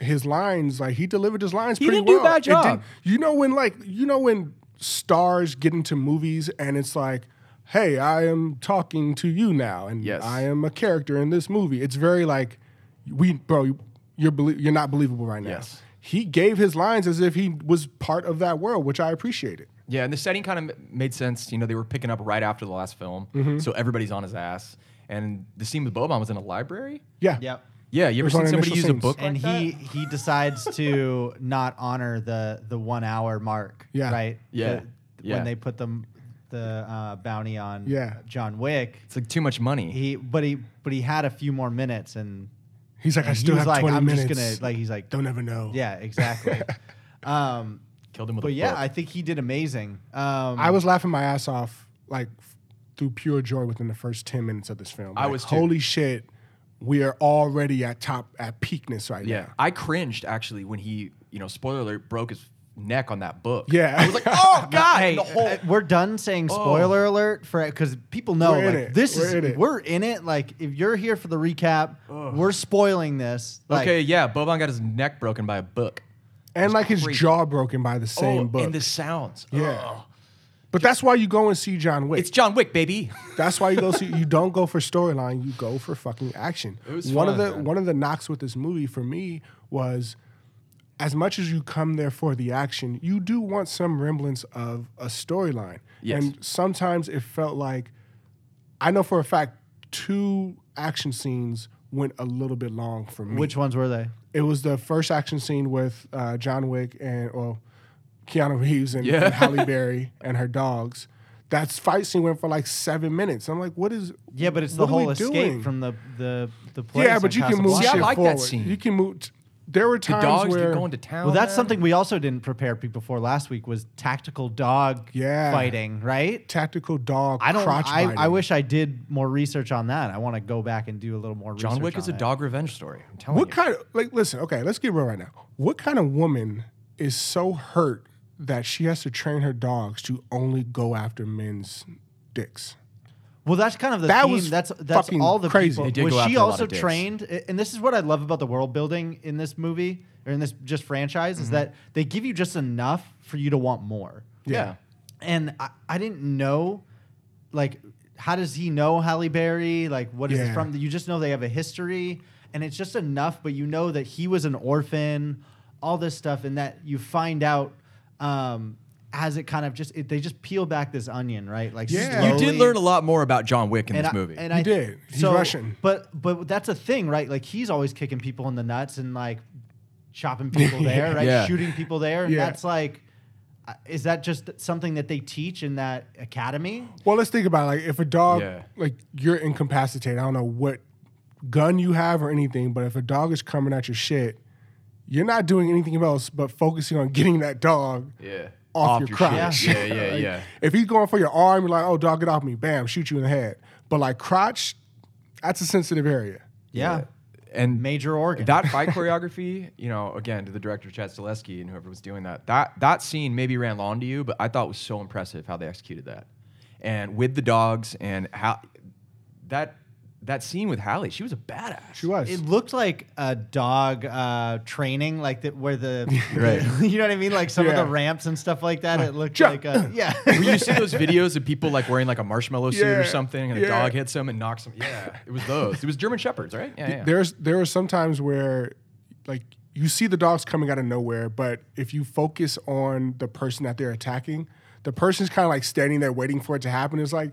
Speaker 1: his lines, like he delivered his lines
Speaker 3: He
Speaker 1: pretty
Speaker 3: didn't do a
Speaker 1: well.
Speaker 3: bad
Speaker 1: It didn't-
Speaker 3: job.
Speaker 1: you know when like you know when stars get into movies and it's like, hey, I am talking to you now, and
Speaker 3: Yes.
Speaker 1: I am a character in this movie. It's very like, we bro, you're belie- you're not believable right now.
Speaker 3: Yes.
Speaker 1: He gave his lines as if he was part of that world, which I appreciated.
Speaker 3: Yeah, and the setting kind of made sense. You know, they were picking up right after the last film, so everybody's on his ass. And the scene with Boban was in a library.
Speaker 1: Yeah.
Speaker 2: Yep.
Speaker 3: Yeah, you
Speaker 1: It
Speaker 3: ever
Speaker 1: was one
Speaker 3: seen
Speaker 1: of the
Speaker 3: somebody
Speaker 1: initial
Speaker 3: use a
Speaker 1: scenes.
Speaker 3: book?
Speaker 2: and
Speaker 3: like that?
Speaker 2: he he decides to not honor the the one hour mark.
Speaker 1: Yeah.
Speaker 2: Right.
Speaker 3: Yeah.
Speaker 2: The-
Speaker 3: Yeah.
Speaker 2: When they put the the uh, bounty on
Speaker 1: Yeah.
Speaker 2: John Wick,
Speaker 3: it's like too much money.
Speaker 2: he but he but he had a few more minutes and
Speaker 1: He's like, I
Speaker 2: and he
Speaker 1: still
Speaker 2: was
Speaker 1: have
Speaker 2: like,
Speaker 1: twenty
Speaker 2: I'm
Speaker 1: minutes.
Speaker 2: just gonna like he's like
Speaker 1: Don't ever know.
Speaker 2: yeah exactly. um,
Speaker 3: Killed him with
Speaker 2: but
Speaker 3: a
Speaker 2: yeah,
Speaker 3: book.
Speaker 2: I think he did amazing. Um,
Speaker 1: I was laughing my ass off, like f- through pure joy within the first ten minutes of this film.
Speaker 3: I
Speaker 1: Like,
Speaker 3: was too.
Speaker 1: holy shit. We are already at top at peakness right
Speaker 3: yeah,
Speaker 1: now.
Speaker 3: I cringed actually when he, you know, spoiler alert, broke his neck on that book.
Speaker 1: Yeah.
Speaker 3: I was like, oh god,
Speaker 2: Hey,
Speaker 3: the whole
Speaker 2: uh, we're done saying spoiler alert for because people know
Speaker 1: Oh. We're in
Speaker 2: like
Speaker 1: it.
Speaker 2: this
Speaker 1: We're
Speaker 2: is
Speaker 1: in it.
Speaker 2: we're in it. Like if you're here for the recap, we're spoiling this. Like,
Speaker 3: okay, yeah, Boban got his neck broken by a book.
Speaker 1: and like his
Speaker 3: crazy.
Speaker 1: jaw broken by the same
Speaker 3: oh,
Speaker 1: book.
Speaker 3: and the Oh. sounds.
Speaker 1: Yeah.
Speaker 3: Ugh.
Speaker 1: but that's why you go and see John Wick.
Speaker 3: it's John Wick, baby.
Speaker 1: That's why you go see. You don't go for storyline. You go for fucking action.
Speaker 3: was
Speaker 1: one of
Speaker 3: fun,
Speaker 1: the
Speaker 3: man.
Speaker 1: one of the knocks with this movie for me was, as much as you come there for the action, you do want some remnants of a storyline.
Speaker 3: Yes.
Speaker 1: And sometimes it felt like, I know for a fact, two action scenes went a little bit long for me.
Speaker 2: which ones were they?
Speaker 1: It was the first action scene with uh, John Wick and well, Keanu Reeves and,
Speaker 3: Yeah.
Speaker 1: and Halle Berry and her dogs. That fight scene went for like seven minutes. I'm like, what is?
Speaker 2: Yeah, but it's
Speaker 1: what
Speaker 2: the
Speaker 1: are we
Speaker 2: whole escape
Speaker 1: doing?
Speaker 2: from the the the place.
Speaker 1: Yeah, but
Speaker 2: in
Speaker 1: you can move
Speaker 2: Casablanca.
Speaker 3: See, I
Speaker 1: shit
Speaker 3: like that
Speaker 1: forward.
Speaker 3: scene.
Speaker 1: You can move. t- there were
Speaker 3: The
Speaker 1: times
Speaker 3: dogs
Speaker 1: where
Speaker 3: they're going to town.
Speaker 2: Well, that's
Speaker 3: man.
Speaker 2: something we also didn't prepare people for last week was tactical dog
Speaker 1: Yeah.
Speaker 2: fighting, right?
Speaker 1: tactical dog.
Speaker 2: I don't.
Speaker 1: Crotch
Speaker 2: I,
Speaker 1: biting.
Speaker 2: I wish I did more research on that. I want to go back and do a little more.
Speaker 3: John
Speaker 2: research
Speaker 3: Wick is
Speaker 2: on
Speaker 3: a
Speaker 2: it.
Speaker 3: dog revenge story. I'm telling
Speaker 1: What
Speaker 3: you.
Speaker 1: kind of like? Listen, okay, let's get real right now. What kind of woman is so hurt that she has to train her dogs to only go after men's dicks?
Speaker 2: Well, that's kind of the
Speaker 1: That
Speaker 2: theme.
Speaker 1: was
Speaker 2: that's that's
Speaker 1: fucking
Speaker 2: all the
Speaker 1: crazy.
Speaker 2: people.
Speaker 1: They
Speaker 3: did
Speaker 2: was
Speaker 3: go
Speaker 2: she
Speaker 3: after a lot
Speaker 2: also
Speaker 3: of dicks.
Speaker 2: trained? A- And this is what I love about the world building in this movie or in this just franchise
Speaker 3: Mm-hmm.
Speaker 2: is that they give you just enough for you to want more.
Speaker 3: Yeah.
Speaker 2: And I, I didn't know, like, how does he know Halle Berry? Like, what is
Speaker 1: Yeah.
Speaker 2: it from? You just know they have a history, and it's just enough. But you know that he was an orphan, all this stuff, and that you find out. Um, as it kind of just it, they just peel back this onion, right? Like
Speaker 1: Yeah.
Speaker 3: You did
Speaker 2: slowly.
Speaker 3: learn a lot more about John Wick in
Speaker 2: And
Speaker 3: this
Speaker 2: I-
Speaker 3: movie.
Speaker 2: And
Speaker 1: He
Speaker 2: I
Speaker 1: did. He's Russian.
Speaker 2: But but that's a thing, right? Like he's always kicking people in the nuts and like chopping people there, right?
Speaker 3: Yeah.
Speaker 2: Shooting people there, and
Speaker 1: Yeah.
Speaker 2: that's like, uh, is that just something that they teach in that academy?
Speaker 1: Well, let's think about it. like if a dog
Speaker 3: Yeah.
Speaker 1: like you're incapacitated. I don't know what gun you have or anything, but if a dog is coming at your shit, you're not doing anything else but focusing on getting that dog
Speaker 3: yeah.
Speaker 1: off, your, crotch.
Speaker 3: shit. Yeah, yeah, yeah.
Speaker 1: Like, If he's going for your arm, you're like, oh dog, get off me, bam, shoot you in the head. But like crotch, that's a sensitive area.
Speaker 2: Yeah,
Speaker 3: And
Speaker 2: major organ.
Speaker 3: that fight choreography, you know, again to the director Chad Stileski and whoever was doing that, that that scene maybe ran long to you, but I thought was so impressive how they executed that, and with the dogs and how that that scene with Hallie, she was a badass.
Speaker 1: She was.
Speaker 2: it looked like a dog uh, training, like that where the
Speaker 3: Right.
Speaker 2: you know what I mean, like some of
Speaker 1: Yeah.
Speaker 2: the ramps and stuff like that. It looked
Speaker 1: Jump.
Speaker 2: like a, yeah,
Speaker 3: Were you see those videos of people like wearing like a marshmallow suit
Speaker 1: Yeah,
Speaker 3: or something, and a
Speaker 1: yeah.
Speaker 3: dog hits them and knocks them? Yeah, it was those. It was German shepherds, right? Yeah, yeah.
Speaker 1: There's there are some times where like you see the dogs coming out of nowhere, but if you focus on the person that they're attacking, the person's kind of like standing there waiting for it to happen. It's like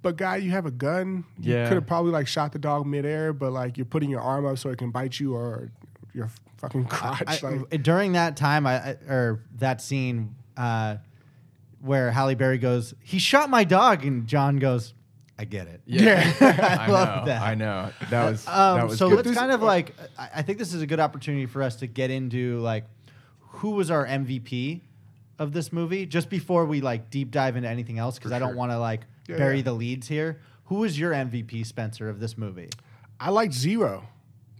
Speaker 1: but guy, you have a gun. You
Speaker 3: Yeah.
Speaker 1: could have probably like shot the dog midair, but like you're putting your arm up so it can bite you or your fucking crotch.
Speaker 2: I,
Speaker 1: like,
Speaker 2: during that time, I, I or that scene uh, where Halle Berry goes, "He shot my dog," and John goes, "I get it."
Speaker 3: Yeah, I,
Speaker 2: love
Speaker 3: know,
Speaker 2: that.
Speaker 3: I know. That was that
Speaker 2: Um,
Speaker 3: was
Speaker 2: so
Speaker 3: good.
Speaker 2: let's kind of like, I, I think this is a good opportunity for us to get into like, who was our MVP of this movie? Just before we like deep dive into anything else, because I don't want to like
Speaker 1: Yeah,
Speaker 2: bury
Speaker 1: yeah.
Speaker 2: the leads here. Who was your MVP, Spencer, of this movie?
Speaker 1: I like Zero.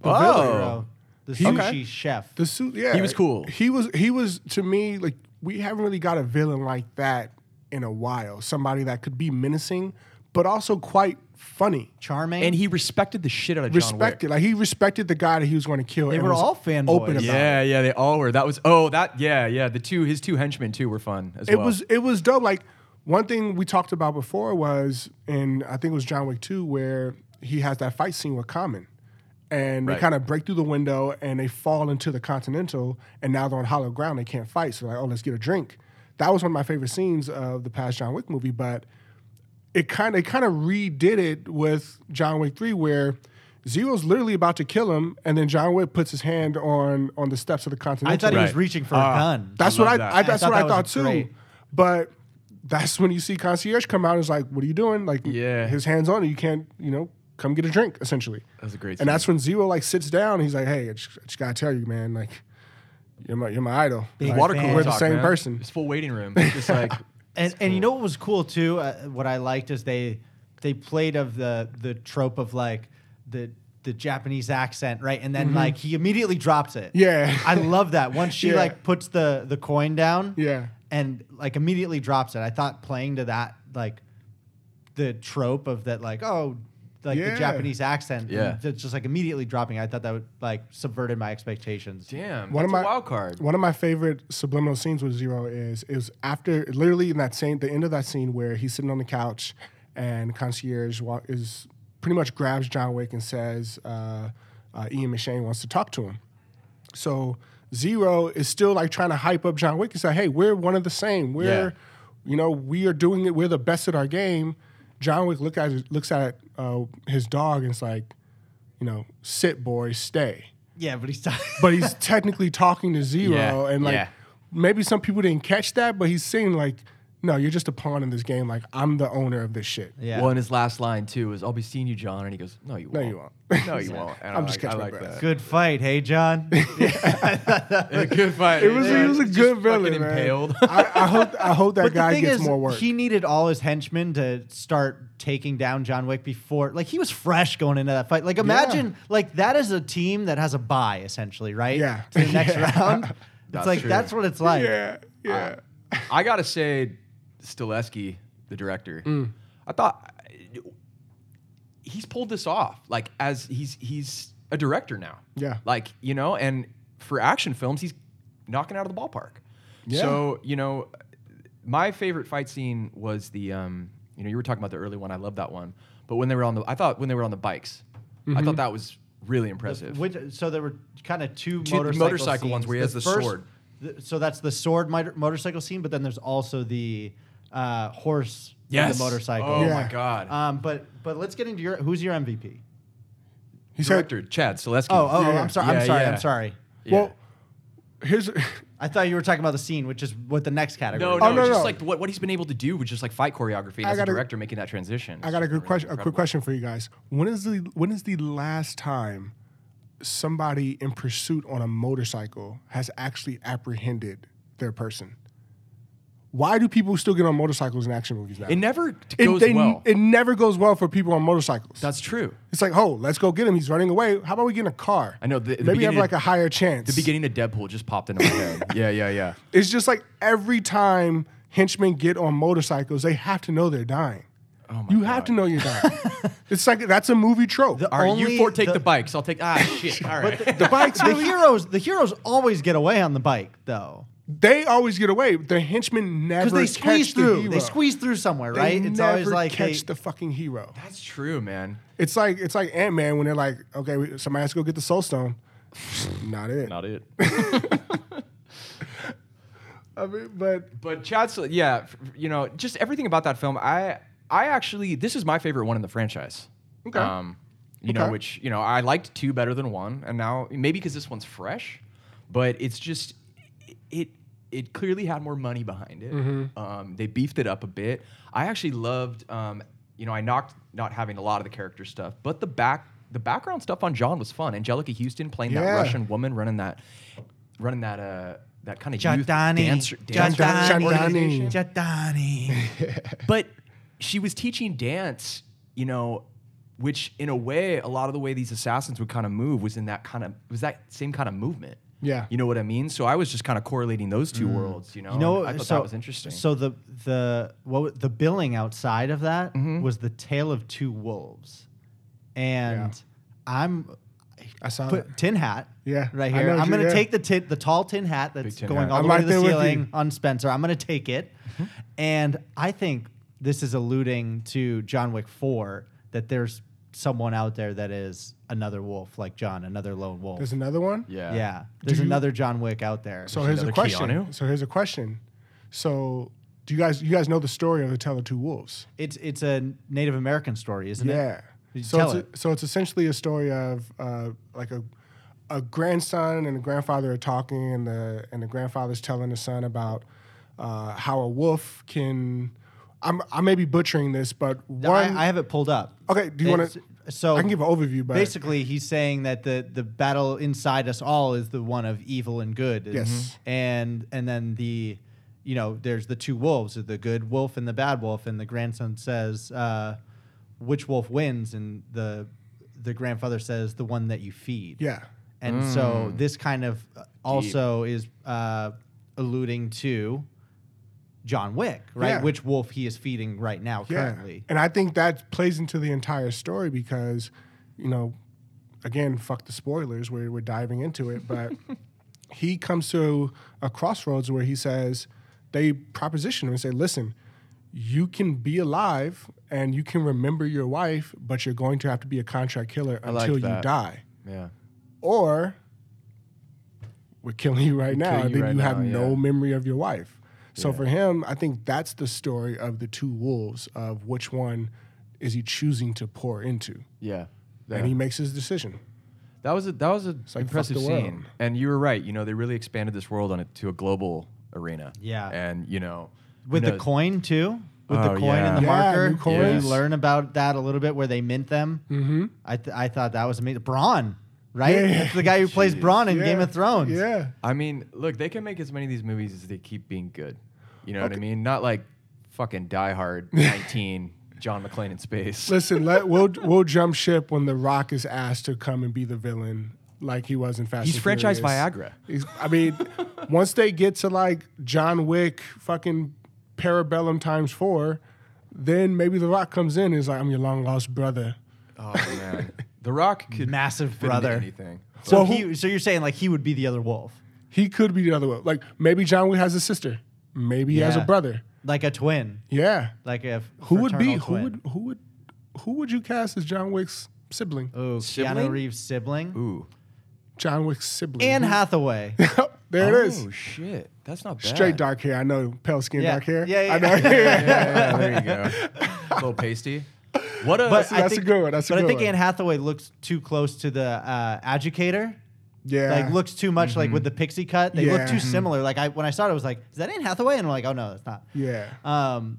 Speaker 3: oh,
Speaker 2: Zero, the
Speaker 1: He-
Speaker 2: sushi
Speaker 1: Okay.
Speaker 2: chef.
Speaker 1: The suit, yeah,
Speaker 3: He was cool.
Speaker 1: He was, he was to me like we haven't really got a villain like that in a while. Somebody that could be menacing, but also quite funny.
Speaker 2: Charming.
Speaker 3: and he respected the shit out of John Wick.
Speaker 1: Respected, like he respected the guy that he was going to kill.
Speaker 2: They
Speaker 1: and
Speaker 2: were
Speaker 1: was
Speaker 2: all fanboys.
Speaker 1: Open about it.
Speaker 3: Yeah, yeah, they all were. That was oh, that yeah, yeah. The two his two henchmen too were fun as
Speaker 1: it
Speaker 3: well.
Speaker 1: was it was dope. Like one thing we talked about before was, and I think it was John Wick two, where he has that fight scene with Common, and they
Speaker 3: Right.
Speaker 1: kind of break through the window and they fall into the Continental, and now they're on hollow ground. They can't fight, so like, oh, let's get a drink. That was one of my favorite scenes of the past John Wick movie, but it kind of kind of redid it with John Wick three, where Zero's literally about to kill him, and then John Wick puts his hand on on the steps of the Continental.
Speaker 2: I thought he was
Speaker 3: Right.
Speaker 2: reaching for a gun.
Speaker 1: Ah. That's
Speaker 3: I
Speaker 1: what I,
Speaker 3: love that.
Speaker 1: I. That's
Speaker 2: I thought
Speaker 1: what I
Speaker 2: that
Speaker 1: thought
Speaker 2: was
Speaker 1: too.
Speaker 2: great.
Speaker 1: But that's when you see concierge come out. and Is like, what are you doing? Like,
Speaker 3: Yeah.
Speaker 1: his hands on it. You can't. You know, come get a drink. Essentially,
Speaker 3: That was a great
Speaker 1: And that's when Zero like sits down. And he's like, hey, I just, I just gotta tell you, man. Like, you're my, you're my idol.
Speaker 2: Big
Speaker 1: Like,
Speaker 2: Water cooler
Speaker 1: We're the
Speaker 3: talk,
Speaker 1: same
Speaker 3: man.
Speaker 1: person.
Speaker 3: It's full waiting room. Just like
Speaker 2: And and you know what was cool too? Uh, what I liked is they they played of the the trope of like the the Japanese accent, right? And then like he immediately drops it.
Speaker 1: Mm-hmm. Yeah.
Speaker 2: I love that. Once she
Speaker 1: Yeah.
Speaker 2: like puts the the coin down,
Speaker 1: Yeah.
Speaker 2: and like immediately drops it. I thought playing to that like the trope of that like oh like
Speaker 1: Yeah.
Speaker 2: the Japanese accent,
Speaker 3: Yeah.
Speaker 2: that's just like immediately dropping. I thought that would like subverted my expectations.
Speaker 1: One
Speaker 3: damn, what
Speaker 1: of
Speaker 3: am I?
Speaker 1: my-
Speaker 3: wild card.
Speaker 1: One of my favorite subliminal scenes with Zero is is after literally in that same the end of that scene where he's sitting on the couch and concierge wa- is pretty much grabs John Wick and says uh, uh, Ian McShane wants to talk to him. So Zero is still like trying to hype up John Wick and say, "Hey, we're one of the same. We're, you know, we are doing it. We're the best at our game." John Wick look at looks at uh, his dog and it's like, you know, sit boy, stay
Speaker 2: Yeah, but he's talking.
Speaker 1: but he's technically talking to Zero,
Speaker 3: Yeah,
Speaker 1: and like
Speaker 3: yeah.
Speaker 1: maybe some people didn't catch that, but he's saying like, "No, you're just a pawn in this game. Like I'm the owner of this shit."
Speaker 2: yeah.
Speaker 3: Well, and his last line too was, "I'll be seeing you, John," and he goes, "No, you
Speaker 1: No,
Speaker 3: won't.
Speaker 1: you won't.
Speaker 3: No, you won't." And
Speaker 1: I'm just
Speaker 3: like,
Speaker 1: catching
Speaker 3: I
Speaker 1: my
Speaker 3: like
Speaker 1: breath.
Speaker 3: that.
Speaker 2: Good fight, hey John.
Speaker 3: Good, good fight.
Speaker 1: It was
Speaker 3: Yeah.
Speaker 1: he was a
Speaker 3: Just
Speaker 1: good
Speaker 3: fucking
Speaker 1: villain, man.
Speaker 3: Impaled.
Speaker 1: I, I hope I hope that
Speaker 2: But the
Speaker 1: guy
Speaker 2: thing
Speaker 1: gets
Speaker 2: is,
Speaker 1: more work.
Speaker 2: he needed all his henchmen to start taking down John Wick before. Like he was fresh going into that fight. Like imagine, like that is a team that has a bye essentially, right?
Speaker 1: Yeah.
Speaker 2: To the next
Speaker 1: Yeah.
Speaker 2: round. It's
Speaker 3: That's
Speaker 2: like
Speaker 3: true.
Speaker 2: that's what it's like. uh,
Speaker 1: yeah, yeah.
Speaker 3: I gotta say, Stileski, the director,
Speaker 2: Mm.
Speaker 3: I thought he's pulled this off. Like as he's he's a director now.
Speaker 1: Yeah.
Speaker 3: Like you know, and for action films, he's knocking out of the ballpark. So you know, my favorite fight scene was the um, you know you were talking about the early one. I love that one. But when they were on the, I thought when they were on the bikes, I
Speaker 2: Mm-hmm.
Speaker 3: thought that was really impressive.
Speaker 2: Which, so there were kind of two,
Speaker 3: Two
Speaker 2: motorcycle,
Speaker 3: motorcycle ones
Speaker 2: scenes.
Speaker 3: where he has the
Speaker 2: first-
Speaker 3: sword.
Speaker 2: th- so that's the sword motor- motorcycle scene, but then there's also the uh, horse. with
Speaker 3: yes.
Speaker 2: The motorcycle.
Speaker 3: Oh
Speaker 1: Yeah.
Speaker 3: my god.
Speaker 2: Um, but but let's get into your who's your MVP?
Speaker 1: He said,
Speaker 3: director Chad Stileski.
Speaker 2: Oh oh,
Speaker 1: Yeah.
Speaker 2: I'm sorry,
Speaker 3: Yeah,
Speaker 2: I'm sorry,
Speaker 3: yeah.
Speaker 2: I'm sorry.
Speaker 3: Yeah.
Speaker 1: "Well, here's."
Speaker 2: I thought you were talking about the scene, which is what the next category.
Speaker 3: No,
Speaker 2: is.
Speaker 3: no,
Speaker 1: Oh, no,
Speaker 3: just
Speaker 1: no.
Speaker 3: like what, what he's been able to do with just like fight choreography and
Speaker 1: I
Speaker 3: as
Speaker 1: got
Speaker 3: a
Speaker 1: a-
Speaker 3: director making that transition.
Speaker 1: I got a good question. A quick question for you guys. When is the when is the last time somebody in pursuit on a motorcycle has actually apprehended their person? Why do people still get on motorcycles in action movies now?
Speaker 3: It never
Speaker 1: It-
Speaker 3: goes
Speaker 1: they-
Speaker 3: well.
Speaker 1: It never goes well for people on motorcycles.
Speaker 3: That's true.
Speaker 1: it's like, oh, let's go get him. He's running away. How about we get in a car?
Speaker 3: I know, the- the
Speaker 1: Maybe have
Speaker 3: beginning-
Speaker 1: like a higher chance.
Speaker 3: The beginning of Deadpool just popped into my head. Yeah, yeah, yeah.
Speaker 1: It's just like every time henchmen get on motorcycles, they have to know they're dying.
Speaker 3: Oh my
Speaker 1: you have to know you're dying. it's like that's a movie trope.
Speaker 3: All right,
Speaker 2: Only
Speaker 3: you four take
Speaker 2: the-
Speaker 3: the, bikes. I'll take ah shit. All right.
Speaker 1: the bikes,
Speaker 2: the heroes, the heroes always get away on the bike though,
Speaker 1: they always get away. The henchmen never
Speaker 2: because
Speaker 1: catch
Speaker 2: they squeeze
Speaker 1: the
Speaker 2: through.
Speaker 1: hero.
Speaker 2: they squeeze through somewhere,
Speaker 1: They
Speaker 2: right?
Speaker 1: never
Speaker 2: It's always like
Speaker 1: catch
Speaker 2: hey,
Speaker 1: the fucking hero.
Speaker 3: That's true, man.
Speaker 1: It's like it's like Ant Man when they're like, okay, we- somebody has to go get the Soul Stone. Not it.
Speaker 3: Not it.
Speaker 1: I mean, but
Speaker 3: But Chad's, yeah, f- f- you know, just everything about that film. I I actually this is my favorite one in the franchise. Okay. Um, you know,
Speaker 1: Okay.
Speaker 3: which you know I liked two better than one, and now maybe because this one's fresh, but it's just it it clearly had more money behind it.
Speaker 1: Mm-hmm.
Speaker 3: Um, they beefed it up a bit. I actually loved. Um, you know, I knocked not having a lot of the character stuff, but the back the background stuff on John was fun. Angelica Houston playing that
Speaker 1: Yeah.
Speaker 3: Russian woman running that running that uh that kind of youth dancer,
Speaker 2: Jadani.
Speaker 3: dancer
Speaker 1: Jadani.
Speaker 2: Jadani. Jadani.
Speaker 3: but she was teaching dance, you know, which in a way, a lot of the way these assassins would kind of move was in that kind of was that same kind of movement.
Speaker 1: Yeah.
Speaker 3: you know what I mean. So I was just kind of correlating those two worlds. You know,
Speaker 2: You know,
Speaker 3: and Oh, I thought
Speaker 2: so,
Speaker 3: that was interesting.
Speaker 2: So the the what wa- the billing outside of that
Speaker 3: Mm-hmm.
Speaker 2: was the tale of two wolves, and I'm
Speaker 1: I saw it.
Speaker 2: put tin hat.
Speaker 1: Oh. Yeah,
Speaker 2: right
Speaker 1: I
Speaker 2: here.
Speaker 1: know
Speaker 2: I'm
Speaker 1: you-
Speaker 2: gonna
Speaker 1: yeah.
Speaker 2: take the tin, the tall tin hat that's
Speaker 3: tin
Speaker 2: going
Speaker 3: hat. Mm-hmm.
Speaker 2: all the
Speaker 1: I'm
Speaker 2: way
Speaker 1: right
Speaker 2: to
Speaker 1: there
Speaker 2: the
Speaker 1: with you.
Speaker 2: ceiling on Spencer. I'm gonna take it, and I think this is alluding to John Wick Four that there's someone out there that is another wolf like John, another lone wolf.
Speaker 1: There's another one.
Speaker 3: yeah,
Speaker 2: yeah. there's
Speaker 1: you-
Speaker 2: another John Wick out there.
Speaker 1: So here's a
Speaker 3: another
Speaker 1: question.
Speaker 3: Keanu?
Speaker 1: So here's a question. So do you guys you guys know the story of the Tale of Two Wolves?
Speaker 2: It's it's a Native American story, isn't
Speaker 1: Yeah.
Speaker 2: it? You
Speaker 1: So
Speaker 2: tell
Speaker 1: it's,
Speaker 2: it.
Speaker 1: so it's essentially a story of uh, like a a grandson and a grandfather are talking, and the and the grandfather's telling the son about uh, how a wolf can. I'm, I may be butchering this, but one.
Speaker 2: I, I have it pulled up.
Speaker 1: okay, do you want
Speaker 2: It's-
Speaker 1: to?
Speaker 2: So
Speaker 1: I can give an overview, but
Speaker 2: basically, he's saying that the the battle inside us all is the one of evil and good. And-
Speaker 1: Yes.
Speaker 2: And and then the, you know, there's the two wolves, the good wolf and the bad wolf. And the grandson says, uh, which wolf wins? And the the grandfather says, the one that you feed.
Speaker 1: yeah,
Speaker 2: And so this kind of uh, also is uh, alluding to John Wick, right?
Speaker 1: Yeah.
Speaker 2: Which wolf he is feeding right now
Speaker 1: yeah.
Speaker 2: currently.
Speaker 1: And I think that plays into the entire story because, you know, again, fuck the spoilers. We're we're diving into it, but he comes to a crossroads where he says they proposition him and say, listen. you can be alive and you can remember your wife, but you're going to have to be a contract killer
Speaker 3: like
Speaker 1: until you
Speaker 3: that.
Speaker 1: die.
Speaker 3: yeah.
Speaker 1: Or we're killing you right now,
Speaker 3: kill
Speaker 1: and
Speaker 3: you
Speaker 1: then
Speaker 3: right
Speaker 1: you have
Speaker 3: now, yeah.
Speaker 1: no memory of your wife. So for him, I think that's the story of the two wolves of which one is he choosing to pour into.
Speaker 3: yeah.
Speaker 1: And he makes his decision.
Speaker 3: That was a that was an
Speaker 1: like, fuck
Speaker 3: impressive
Speaker 1: the world.
Speaker 3: scene, and you were right. You know, they really expanded this world on it to a global arena.
Speaker 2: Yeah.
Speaker 3: and you know, who
Speaker 2: With the
Speaker 3: knows?
Speaker 2: coin too, with
Speaker 3: Oh,
Speaker 2: the coin
Speaker 3: yeah.
Speaker 2: and the
Speaker 1: Yeah,
Speaker 2: marker,
Speaker 1: new coins.
Speaker 2: you learn about that a little bit where they mint them. Mm-hmm. I th- I thought that was amazing. Braun, right?
Speaker 1: Yeah.
Speaker 2: That's the guy who plays Braun in
Speaker 1: Yeah.
Speaker 2: Game of Thrones.
Speaker 1: Yeah.
Speaker 3: I mean, look, they can make as many of these movies as they keep being good. You know what I mean? Not like fucking Die Hard 19, John McClane in space.
Speaker 1: Listen, let, we'll we'll jump ship when The Rock is asked to come and be the villain, like he was in Fast.
Speaker 3: He's
Speaker 1: and
Speaker 3: franchise
Speaker 1: Furious.
Speaker 3: Viagra.
Speaker 1: He's- I mean, once they get to like John Wick, fucking Parabellum times four, then maybe The Rock comes in and is like, "I'm your long lost brother."
Speaker 3: Oh man, The Rock could
Speaker 2: Massive
Speaker 3: fit into
Speaker 2: brother.
Speaker 3: anything.
Speaker 2: So
Speaker 1: Well, who-
Speaker 2: he, so you're saying like he would be the other wolf,
Speaker 1: He could be the other one. Like maybe John Wick has a sister, maybe he has a
Speaker 2: Yeah.
Speaker 1: brother.
Speaker 2: like a twin,
Speaker 1: Yeah,
Speaker 2: like a
Speaker 1: who would be?
Speaker 2: fraternal
Speaker 1: Who
Speaker 2: twin.
Speaker 1: would? Who would? Who would you cast as John Wick's sibling?
Speaker 2: Ooh,
Speaker 3: Sibling?
Speaker 2: Keanu Reeves' sibling,
Speaker 3: Ooh,
Speaker 1: John Wick's sibling.
Speaker 2: Anne Hathaway.
Speaker 1: there it is.
Speaker 3: Oh shit, that's not bad.
Speaker 1: Straight dark hair. I know pale skin,
Speaker 2: Yeah.
Speaker 1: dark hair.
Speaker 2: Yeah, yeah,
Speaker 1: I know.
Speaker 3: Yeah, there you go. A little pasty. What a
Speaker 2: But I
Speaker 1: that's a
Speaker 2: think-
Speaker 1: good one. That's a
Speaker 2: but
Speaker 1: good
Speaker 2: I think
Speaker 1: one.
Speaker 2: Anne Hathaway looks too close to the uh, educator.
Speaker 1: yeah. Mm-hmm.
Speaker 2: Like looks too much like with the pixie cut. They
Speaker 1: Yeah.
Speaker 2: look too
Speaker 1: Mhm.
Speaker 2: similar. Like I when I saw it, I was like, "Is that Anne Hathaway?" And I'm like, "Oh no, it's not."
Speaker 1: Yeah.
Speaker 2: Um,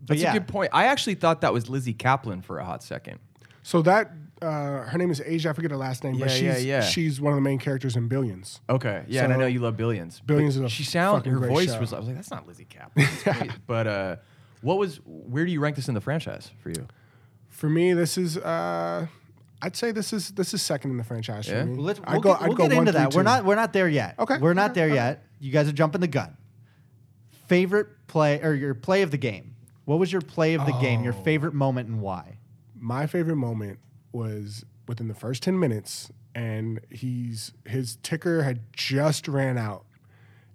Speaker 2: but
Speaker 3: that's
Speaker 2: yeah,
Speaker 3: a good point. I actually thought that was Lizzie Kaplan for a hot second.
Speaker 1: So that uh, her name is Asia. I forget her last name, but
Speaker 3: Yeah,
Speaker 1: she's
Speaker 3: yeah, yeah.
Speaker 1: she's one of the main characters in Billions.
Speaker 3: Okay, yeah, and I
Speaker 1: So-
Speaker 3: know you love Billions. but
Speaker 1: Billions is a
Speaker 3: she sound
Speaker 1: fucking
Speaker 3: her
Speaker 1: great
Speaker 3: voice
Speaker 1: show.
Speaker 3: was. I was like, that's not Lizzie Kaplan. It's crazy. but uh, what was? Where do you rank this in the franchise for you?
Speaker 1: For me, this is uh, I'd say this is this is second in the franchise
Speaker 3: Yeah?
Speaker 1: for me.
Speaker 2: Well, let's, we'll
Speaker 1: I'd go,
Speaker 2: get,
Speaker 1: I'd
Speaker 2: we'll
Speaker 1: go
Speaker 2: get
Speaker 1: one,
Speaker 2: into
Speaker 1: three,
Speaker 2: that.
Speaker 1: two.
Speaker 2: We're not we're not there yet.
Speaker 1: Okay.
Speaker 2: We're not
Speaker 1: Okay.
Speaker 2: there
Speaker 1: Okay.
Speaker 2: yet. You guys are jumping the gun. Favorite play or your play of the game? What was your play of the game?
Speaker 1: Oh.
Speaker 2: Your favorite moment and why?
Speaker 1: My favorite moment was within the first ten minutes, and he's his ticker had just ran out,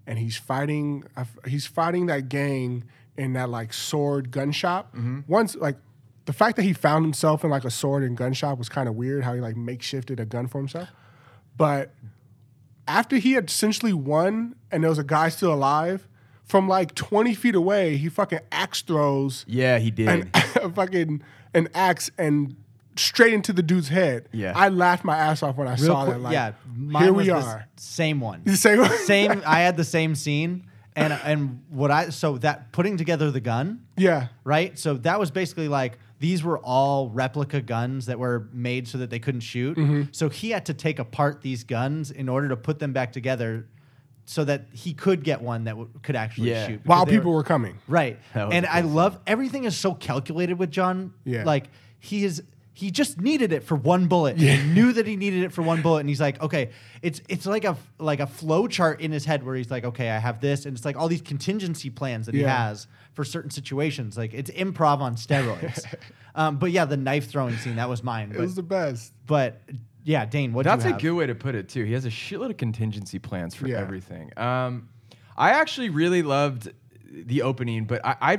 Speaker 1: and he's fighting I f- he's fighting that gang in that like sword gun shop. Once like the fact that he found himself in like a sword and gun shop was kind of weird. How he like makeshifted a gun for himself, but after he had essentially won and there was a guy still alive, from like 20 feet away, he fucking axe throws
Speaker 3: Yeah, he did.
Speaker 1: an, a fucking an axe and straight into the dude's head.
Speaker 3: Yeah.
Speaker 1: I laughed my ass off when I
Speaker 2: Real
Speaker 1: saw
Speaker 2: quick-
Speaker 1: that. Like,
Speaker 2: yeah, mine
Speaker 1: here
Speaker 2: was
Speaker 1: we
Speaker 2: the s-
Speaker 1: are.
Speaker 2: Same one.
Speaker 1: The same one?
Speaker 2: Same. I had the same scene, and and what I so that putting together the gun,
Speaker 1: Yeah.
Speaker 2: right? So that was basically like these were all replica guns that were made so that they couldn't shoot. So he had to take apart these guns in order to put them back together, so that he could get one that w- could actually
Speaker 3: Yeah.
Speaker 2: shoot. because
Speaker 1: While
Speaker 2: they
Speaker 1: people were coming.
Speaker 2: Right.
Speaker 3: That was
Speaker 2: And
Speaker 3: a
Speaker 2: I
Speaker 3: good
Speaker 2: love everything is so calculated with John.
Speaker 1: Yeah.
Speaker 2: Like he is he just needed it for one bullet. He knew that he needed it for one bullet and he's like, "Okay, it's it's like a like a flow chart in his head where he's like, "Okay, I have this." And it's like all these contingency plans that he
Speaker 1: Yeah.
Speaker 2: has for certain situations. Like it's improv on steroids. um, but yeah, the knife throwing scene, that was mine.
Speaker 1: It was
Speaker 2: But,
Speaker 1: the best.
Speaker 2: but, yeah, Dane, what
Speaker 3: That's
Speaker 2: you
Speaker 3: a
Speaker 2: have?
Speaker 3: good way to put it too. He has a shitload of contingency plans for
Speaker 1: Yeah.
Speaker 3: everything. Um, I actually really loved the opening, but I, I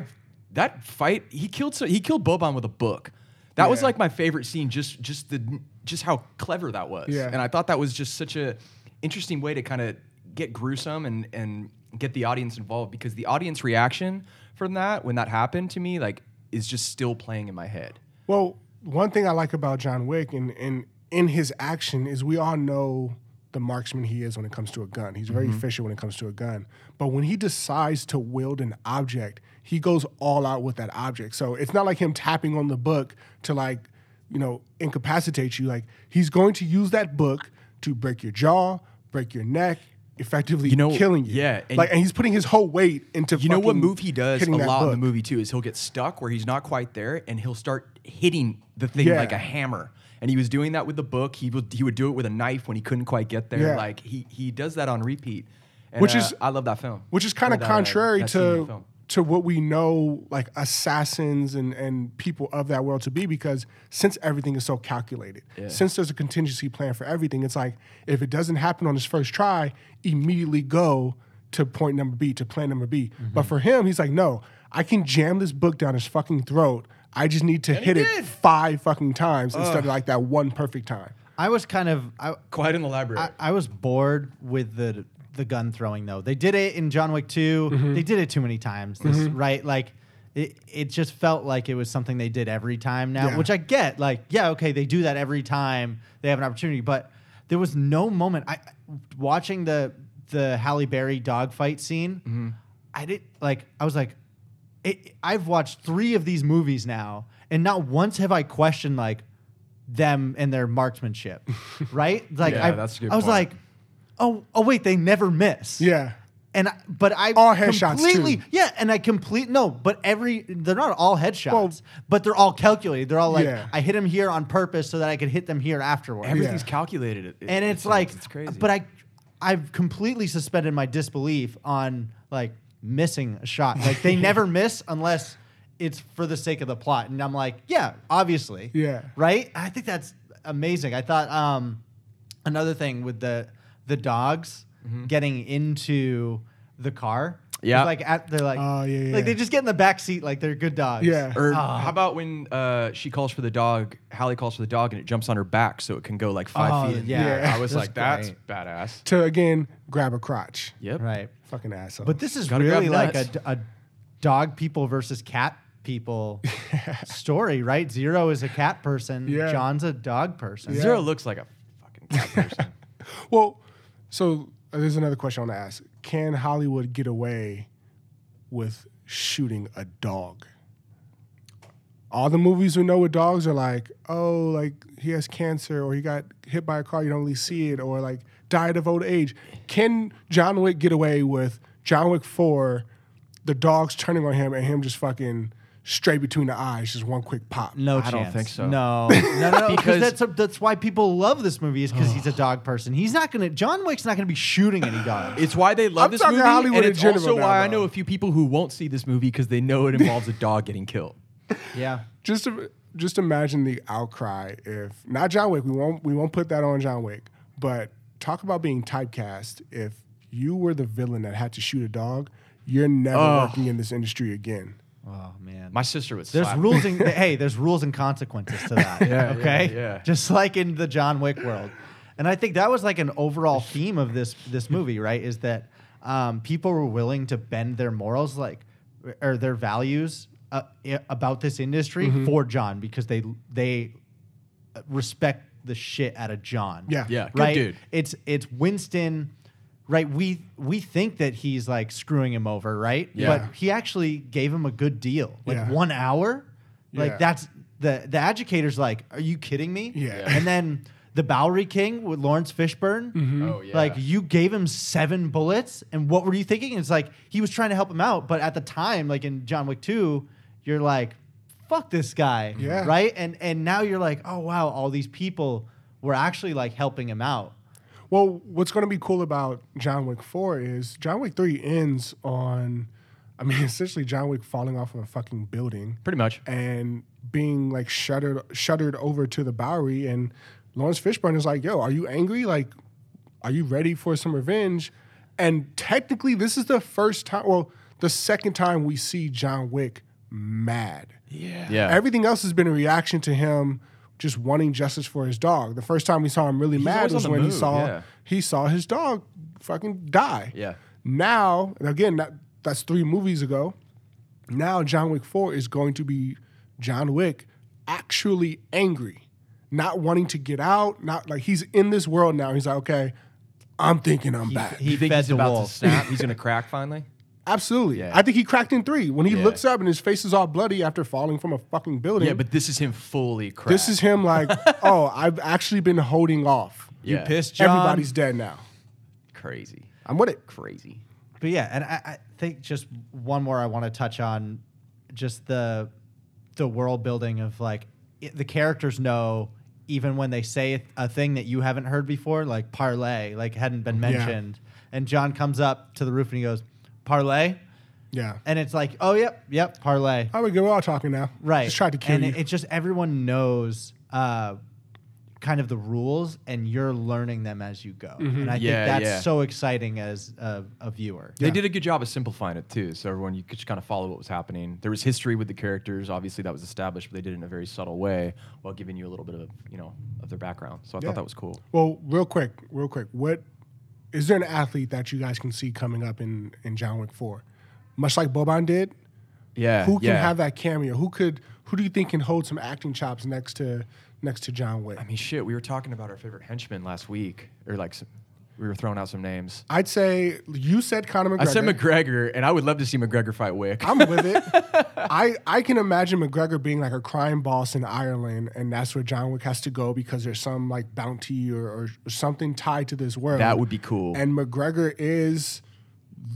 Speaker 3: that fight he killed so he killed Boban with a book. That was
Speaker 1: Yeah.
Speaker 3: like my favorite scene. Just just the just how clever that was.
Speaker 1: Yeah.
Speaker 3: And I thought that was just such a interesting way to kind of get gruesome and and get the audience involved because the audience reaction from that when that happened to me like is just still playing in my head.
Speaker 1: Well, one thing I like about John Wick and, and in his action is we all know the marksman he is when it comes to a gun. He's very
Speaker 3: Mm-hmm.
Speaker 1: efficient when it comes to a gun. But when he decides to wield an object, he goes all out with that object. So it's not like him tapping on the book to like, you know, incapacitate you. Like he's going to use that book to break your jaw, break your neck, effectively
Speaker 3: You know-
Speaker 1: killing you.
Speaker 3: yeah, and-
Speaker 1: like and he's putting his whole weight into
Speaker 3: You know what
Speaker 1: fucking
Speaker 3: move he does a
Speaker 1: hitting that
Speaker 3: lot in the
Speaker 1: book.
Speaker 3: movie too is he'll get stuck where he's not quite there and he'll start hitting the thing
Speaker 1: Yeah.
Speaker 3: like a hammer. And he was doing that with the book. He would he would do it with a knife when he couldn't quite get there.
Speaker 1: Yeah.
Speaker 3: Like he he does that on repeat. And,
Speaker 1: Which
Speaker 3: uh,
Speaker 1: is-
Speaker 3: I love that film.
Speaker 1: which is kind
Speaker 3: Or
Speaker 1: of
Speaker 3: that, uh,
Speaker 1: contrary
Speaker 3: that scene in the
Speaker 1: to
Speaker 3: film.
Speaker 1: to what we know like assassins and and people of that world to be because since everything is so calculated since there's a contingency plan for everything it's like if it doesn't happen on his first try immediately go to point number b to plan number b
Speaker 3: Mm-hmm.
Speaker 1: but for him he's like no i can jam this book down his fucking throat i just need to hit it five fucking times instead of like that one perfect time
Speaker 2: I was kind of I,
Speaker 3: Quiet in the library.
Speaker 2: I, I was bored with the the gun throwing though. They did it in John Wick 2. They did it too many times, this, right? Like it, it just felt like it was something they did every time now,
Speaker 1: Yeah.
Speaker 2: which I get. Like, yeah, okay, they do that every time they have an opportunity, but there was no moment I watching the the Halle Berry dogfight scene. I didn't like I was like it, I've watched 3 of these movies now and not once have I questioned like them and their marksmanship, right? Like
Speaker 3: Yeah,
Speaker 2: I,
Speaker 3: that's a good
Speaker 2: I was
Speaker 3: point.
Speaker 2: like, oh, oh wait, they never miss.
Speaker 1: yeah
Speaker 2: and I, but I
Speaker 1: All headshots, too.
Speaker 2: completely, yeah, and I complete no, but every they're not all headshots,
Speaker 1: Well-
Speaker 2: but they're all calculated. They're all like,
Speaker 1: Yeah.
Speaker 2: I hit him here on purpose so that I could hit them here afterwards
Speaker 3: Everything's
Speaker 1: Yeah.
Speaker 3: calculated. It- it-
Speaker 2: and
Speaker 3: it
Speaker 2: it's
Speaker 3: sounds-
Speaker 2: like
Speaker 3: it's crazy.
Speaker 2: But I, I've completely suspended my disbelief on like missing a shot. Like they never miss unless it's for the sake of the plot. And I'm like, yeah, obviously,
Speaker 1: Yeah.
Speaker 2: right. I think that's amazing. I thought um, another thing with the the dogs
Speaker 1: Mm-hmm.
Speaker 2: getting into the car.
Speaker 3: Yeah.
Speaker 2: like at they're like,
Speaker 1: Oh, yeah, yeah,
Speaker 2: like they
Speaker 1: yeah.
Speaker 2: just get in the back seat like they're good dogs.
Speaker 1: Yeah.
Speaker 3: Or how about when uh, she calls for the dog, Hallie calls for the dog, and it jumps on her back so it can go like five
Speaker 2: Oh,
Speaker 3: feet. in the
Speaker 2: yeah.
Speaker 3: air.
Speaker 2: Yeah.
Speaker 3: I was
Speaker 2: That's
Speaker 3: like, that's
Speaker 2: great.
Speaker 3: badass.
Speaker 1: to again grab a crotch
Speaker 3: Yep.
Speaker 2: right.
Speaker 1: fucking asshole
Speaker 2: But this is
Speaker 3: Gotta grab
Speaker 2: really like
Speaker 3: nuts.
Speaker 2: a, a dog people versus cat people story, right? Zero is a cat person.
Speaker 1: Yeah.
Speaker 2: John's a dog person.
Speaker 3: Zero looks like a fucking cat person.
Speaker 1: Well, so uh, there's another question I want to ask. Can Hollywood get away with shooting a dog? All the movies we know with dogs are like, oh, like he has cancer or he got hit by a car, you don't really see it, or like died of old age. Can John Wick get away with John Wick 4, the dogs turning on him and him just fucking straight between the eyes, just one quick pop?
Speaker 2: No
Speaker 3: I
Speaker 2: chance.
Speaker 3: don't think so.
Speaker 2: No, no, no. no because
Speaker 3: Because-
Speaker 2: that's, that's why people love this movie is because he's a dog person. He's not gonna. John Wick's not gonna be shooting any dogs.
Speaker 3: It's why they love
Speaker 1: I'm
Speaker 3: this
Speaker 1: talking
Speaker 3: movie,
Speaker 1: Hollywood
Speaker 3: and
Speaker 1: in
Speaker 3: it's
Speaker 1: general
Speaker 3: also
Speaker 1: now,
Speaker 3: why I
Speaker 1: though.
Speaker 3: know a few people who won't see this movie because they know it involves a dog getting killed.
Speaker 2: yeah.
Speaker 1: just just imagine the outcry if not John Wick. We won't we won't put that on John Wick. But talk about being typecast. If you were the villain that had to shoot a dog, you're never working in this industry again.
Speaker 2: Oh man.
Speaker 3: My sister was.
Speaker 2: there's rules and hey, there's rules and consequences to that.
Speaker 3: Yeah,
Speaker 2: okay.
Speaker 3: yeah, yeah.
Speaker 2: Just like in the John Wick world, and I think that was like an overall theme of this this movie, right? Is that um, people were willing to bend their morals, like or their values uh, i- about this industry
Speaker 3: Mm-hmm.
Speaker 2: for John because they they uh, respect the shit out of John.
Speaker 1: Yeah.
Speaker 3: Yeah, good
Speaker 2: right.
Speaker 3: dude.
Speaker 2: It's it's Winston. Right, we we think that he's like screwing him over, right?
Speaker 3: Yeah.
Speaker 2: But he actually gave him a good deal, like
Speaker 1: Yeah.
Speaker 2: one hour. Like
Speaker 1: Yeah.
Speaker 2: that's the the educator's like, "Are you kidding me?"
Speaker 1: Yeah.
Speaker 2: And then the Bowery King with Lawrence Fishburne,
Speaker 3: Oh, yeah.
Speaker 2: like you gave him seven bullets, and what were you thinking? It's like he was trying to help him out, but at the time, like in John Wick Two, you're like, "Fuck this guy,"
Speaker 1: Yeah.
Speaker 2: right? And and now you're like, "Oh wow, all these people were actually like helping him out."
Speaker 1: Well, what's going to be cool about John Wick 4 is John Wick 3 ends on, I mean, essentially John Wick falling off of a fucking building
Speaker 3: Pretty much.
Speaker 1: and being like shuddered, shuddered over to the Bowery. And Lawrence Fishburne is like, yo, are you angry? Like, are you ready for some revenge? And technically, this is the first time, well, the second time we see John Wick mad.
Speaker 3: Yeah.
Speaker 1: Everything else has been a reaction to him just wanting justice for his dog. The first time we saw him really mad
Speaker 3: always
Speaker 1: was
Speaker 3: on the
Speaker 1: when he
Speaker 3: move,
Speaker 1: saw
Speaker 3: yeah.
Speaker 1: he saw his dog fucking die.
Speaker 3: Yeah.
Speaker 1: Now, and again, that, that's three movies ago. Now John Wick 4 is going to be John Wick actually angry, not wanting to get out, not like he's in this world now. He's like, okay, I'm thinking I'm back.
Speaker 2: He
Speaker 3: Uh, you think
Speaker 2: fed
Speaker 3: he's
Speaker 2: the
Speaker 3: about
Speaker 2: wolf.
Speaker 3: to snap? He's gonna crack finally.
Speaker 1: Absolutely.
Speaker 3: Yeah.
Speaker 1: I think he cracked in three. When he
Speaker 3: Yeah.
Speaker 1: looks up and his face is all bloody after falling from a fucking building.
Speaker 3: Yeah, but this is him fully cracked.
Speaker 1: This is him like, oh, I've actually been holding off.
Speaker 3: Yeah.
Speaker 2: You pissed, John.
Speaker 1: Everybody's dead now.
Speaker 3: crazy.
Speaker 1: I'm with it.
Speaker 3: Crazy.
Speaker 2: But yeah, and I, I think just one more I want to touch on, just the the world building of like i the characters know even when they say a thing that you haven't heard before, like parlay, like hadn't been mentioned, and John comes up to the roof and he goes parlay,
Speaker 1: Yeah.
Speaker 2: and it's like oh yep yep parlay
Speaker 1: All right, good. We're all talking now.
Speaker 2: right
Speaker 1: Oh, Just tried to kill
Speaker 2: and
Speaker 1: you.
Speaker 2: it- it's just everyone knows uh, kind of the rules and you're learning them as you go
Speaker 1: Mm-hmm.
Speaker 2: and i
Speaker 3: Yeah,
Speaker 2: think that's
Speaker 3: yeah.
Speaker 2: so exciting as a, a viewer
Speaker 3: They did a good job of simplifying it too, so everyone you could just kind of follow what was happening. There was history with the characters, obviously that was established, but they did it in a very subtle way while giving you a little bit of you know of their background. So I
Speaker 1: Yeah.
Speaker 3: thought that was cool.
Speaker 1: well, real quick, real quick. What is there an athlete that you guys can see coming up in, in John Wick 4? Much like Boban did,
Speaker 3: Yeah,
Speaker 1: who can
Speaker 3: yeah.
Speaker 1: have that cameo? Who could who do you think can hold some acting chops next to next to John Wick?
Speaker 3: I mean, shit, we were talking about our favorite henchmen last week, or like some, we were throwing out some names.
Speaker 1: I'd say you said Conor McGregor.
Speaker 3: I said McGregor, and I would love to see McGregor fight Wick.
Speaker 1: I'm with it. I I can imagine McGregor being like a crime boss in Ireland, and that's where John Wick has to go because there's some like bounty or, or something tied to this world.
Speaker 3: That would be cool.
Speaker 1: And McGregor is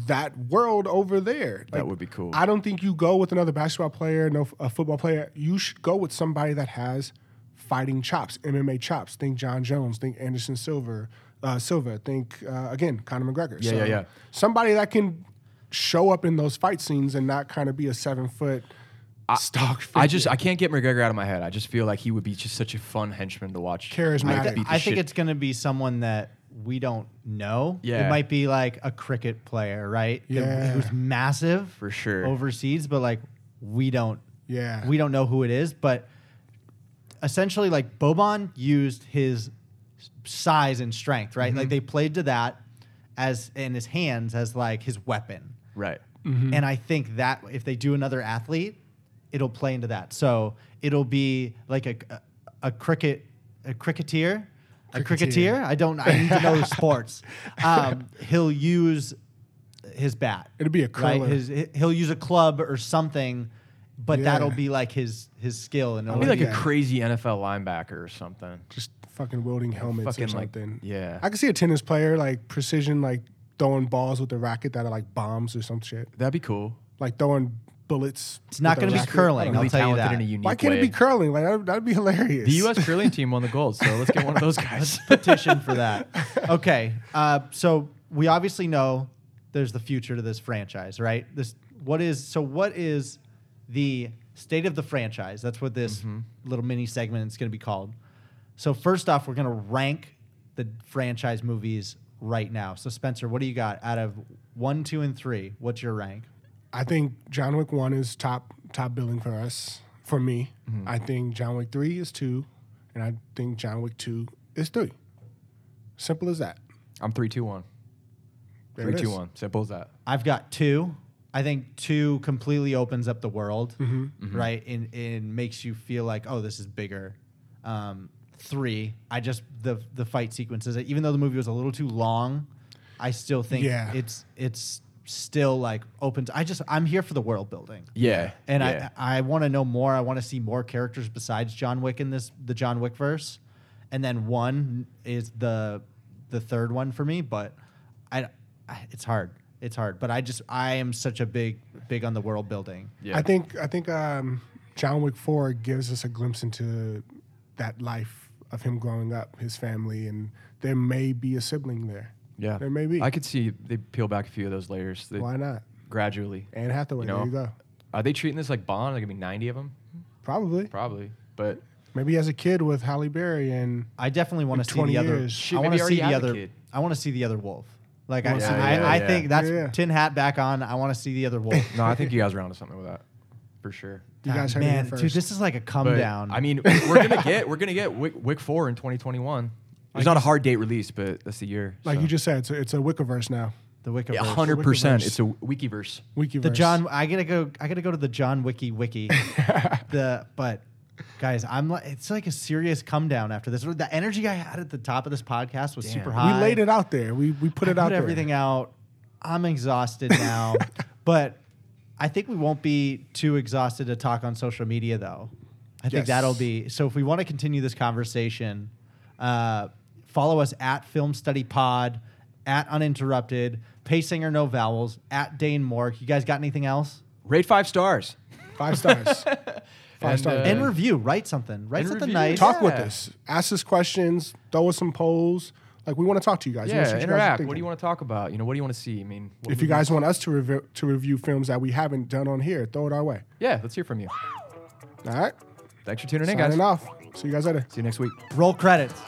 Speaker 1: that world over there.
Speaker 3: That would be cool.
Speaker 1: I don't think you go with another basketball player, no a football player. You should go with somebody that has fighting chops, MMA chops. Think John Jones. Think Anderson Silver. Uh, Silva. Think uh, again, Conor McGregor.
Speaker 3: Yeah, yeah, yeah.
Speaker 1: Somebody that can show up in those fight scenes and not kind of be a seven foot stock. Figure.
Speaker 3: I just I can't get McGregor out of my head. I just feel like he would be just such a fun henchman to watch.
Speaker 1: Charismatic.
Speaker 3: I'd beat the
Speaker 2: I think
Speaker 3: shit-
Speaker 2: it's going to be someone that we don't know.
Speaker 3: Yeah.
Speaker 2: It might be like a cricket player, right? That-
Speaker 1: Yeah.
Speaker 2: Who's massive
Speaker 3: For sure.
Speaker 2: overseas, but like we don't
Speaker 1: Yeah.
Speaker 2: we don't know who it is, but essentially like Boban used his size and strength, right?
Speaker 3: Mm-hmm.
Speaker 2: Like they played to that as in his hands as like his weapon.
Speaker 3: right.
Speaker 1: Mm-hmm.
Speaker 2: And I think that if they do another athlete, it'll play into that. So it'll be like a a, cricket a cricketer, a cricketer. I don't. I need to know sports. Um, he'll use his bat.
Speaker 1: It'll be a curler.
Speaker 2: His, he- he'll use a club or something, but
Speaker 1: Yeah.
Speaker 2: that'll be like his his skill. And it'll
Speaker 3: Be like
Speaker 1: Oh, Yeah.
Speaker 3: a crazy NFL linebacker or something.
Speaker 1: just fucking wielding helmets or
Speaker 3: fucking, like,
Speaker 1: something.
Speaker 3: yeah.
Speaker 1: I could see a tennis player like precision, like throwing balls with a racket that are like bombs or some shit,
Speaker 3: That'd be cool.
Speaker 1: like throwing bullets.
Speaker 2: it's not
Speaker 1: with a
Speaker 2: going to be
Speaker 1: racket.
Speaker 2: curling. I'll
Speaker 3: Really
Speaker 2: tell you
Speaker 3: talented
Speaker 2: that.
Speaker 3: in a unique
Speaker 1: Why can't
Speaker 3: way.
Speaker 1: it be curling? Like that'd, that'd be hilarious.
Speaker 3: The U.S. curling team won the gold, so let's get one of those guys.
Speaker 2: petition for that. Okay, uh, so we obviously know there's the future to this franchise, right? This what is so what is the state of the franchise? That's what this little mini segment is going to be called. So first off, we're going to rank the franchise movies right now. So Spencer, what do you got out of one, two, and three? What's your rank?
Speaker 1: I think John Wick one is top top billing for us for me.
Speaker 3: Mm-hmm.
Speaker 1: I think John Wick three is two, and I think John Wick two is three. Simple as that.
Speaker 3: I'm three, two, one.
Speaker 1: There it
Speaker 3: Three, two,
Speaker 1: is.
Speaker 3: one. Simple as that.
Speaker 2: I've got two. I think two completely opens up the world, right? And and makes you feel like, oh, this is bigger. Um, three, I just the the fight sequences. Even though the movie was a little too long, I still think
Speaker 1: Yeah.
Speaker 2: it's it's still like opens. I just I'm here for the world building.
Speaker 3: Yeah.
Speaker 2: And
Speaker 3: yeah.
Speaker 2: I I want to know more. I want to see more characters besides John Wick in this the John Wick verse. And then one is the the third one for me, but I, I- it's hard. It's hard, but I just I am such a big big on the world building.
Speaker 3: Yeah.
Speaker 1: I think I think um, John Wick Four gives us a glimpse into that life of him growing up, his family, and there may be a sibling there.
Speaker 3: Yeah.
Speaker 1: there may be.
Speaker 3: I could see they peel back a few of those layers. They-
Speaker 1: Why not?
Speaker 3: Gradually.
Speaker 1: Anne Hathaway.
Speaker 3: You know?
Speaker 1: There you go.
Speaker 3: Are they treating this like Bond? Like, I mean, 90 of them?
Speaker 1: Probably.
Speaker 3: Probably. But
Speaker 1: Maybe as a kid with Halle Berry and
Speaker 2: I definitely want
Speaker 1: In
Speaker 2: to see
Speaker 1: 20
Speaker 2: the other.
Speaker 1: years. Shit,
Speaker 2: I want
Speaker 3: maybe
Speaker 2: to see
Speaker 3: I already
Speaker 2: the
Speaker 3: have a
Speaker 2: other.
Speaker 3: kid.
Speaker 2: I want to see the other wolf. Like I,
Speaker 1: wanna see the
Speaker 2: I,
Speaker 1: other
Speaker 2: I
Speaker 3: wolf.
Speaker 2: think that's
Speaker 1: Yeah, yeah.
Speaker 2: tin hat back on. I want to see the other wolf.
Speaker 3: no, I think you guys are onto something with that for sure.
Speaker 1: you guys heard
Speaker 2: Ah, Man,
Speaker 1: it here first.
Speaker 2: dude, this is like a come
Speaker 3: But,
Speaker 2: down.
Speaker 3: I mean, we're gonna get we're gonna get Wick, Wick Four in 2021. It's not a hard date release, but that's the year.
Speaker 1: like
Speaker 3: so.
Speaker 1: you just said, it's a, it's a Wickiverse now.
Speaker 2: the Wicca.
Speaker 3: Yeah, 100%. It's a Wikiverse.
Speaker 1: Wikiverse.
Speaker 2: The John, I gotta go. I gotta go to the John Wiki Wiki. the but, guys, I'm like, it's like a serious come down after this. The energy I had at the top of this podcast was super high.
Speaker 1: We laid it out there. We we put
Speaker 2: I
Speaker 1: it out
Speaker 2: put
Speaker 1: there.
Speaker 2: everything out. I'm exhausted now, but I think we won't be too exhausted to talk on social media though. I think
Speaker 1: Yes.
Speaker 2: that'll be so. If we want to continue this conversation, uh, follow us at Film Study Pod, at Uninterrupted, Paysinger No Vowels, at Dane Mork. You guys got anything else?
Speaker 3: Rate five stars.
Speaker 1: Five stars. Five
Speaker 3: And,
Speaker 1: stars.
Speaker 3: uh,
Speaker 2: and review. Write something. Write
Speaker 3: and
Speaker 2: something
Speaker 3: review.
Speaker 2: nice.
Speaker 1: talk with
Speaker 3: yeah.
Speaker 1: us. Ask us questions. Throw us some polls. Like we want to talk to you guys. We wanna see
Speaker 3: Yeah,
Speaker 1: you guys are
Speaker 3: interact. What do
Speaker 1: thinking.
Speaker 3: you want to talk about? You know, what do you want to see? I mean, what
Speaker 1: If you
Speaker 3: movies-
Speaker 1: guys want us to review to review films that we haven't done on here, throw it our way.
Speaker 3: yeah, let's hear from you.
Speaker 1: All right.
Speaker 3: Thanks for tuning in, guys.
Speaker 1: Signing off. See you guys later.
Speaker 3: See you next week.
Speaker 2: Roll credits.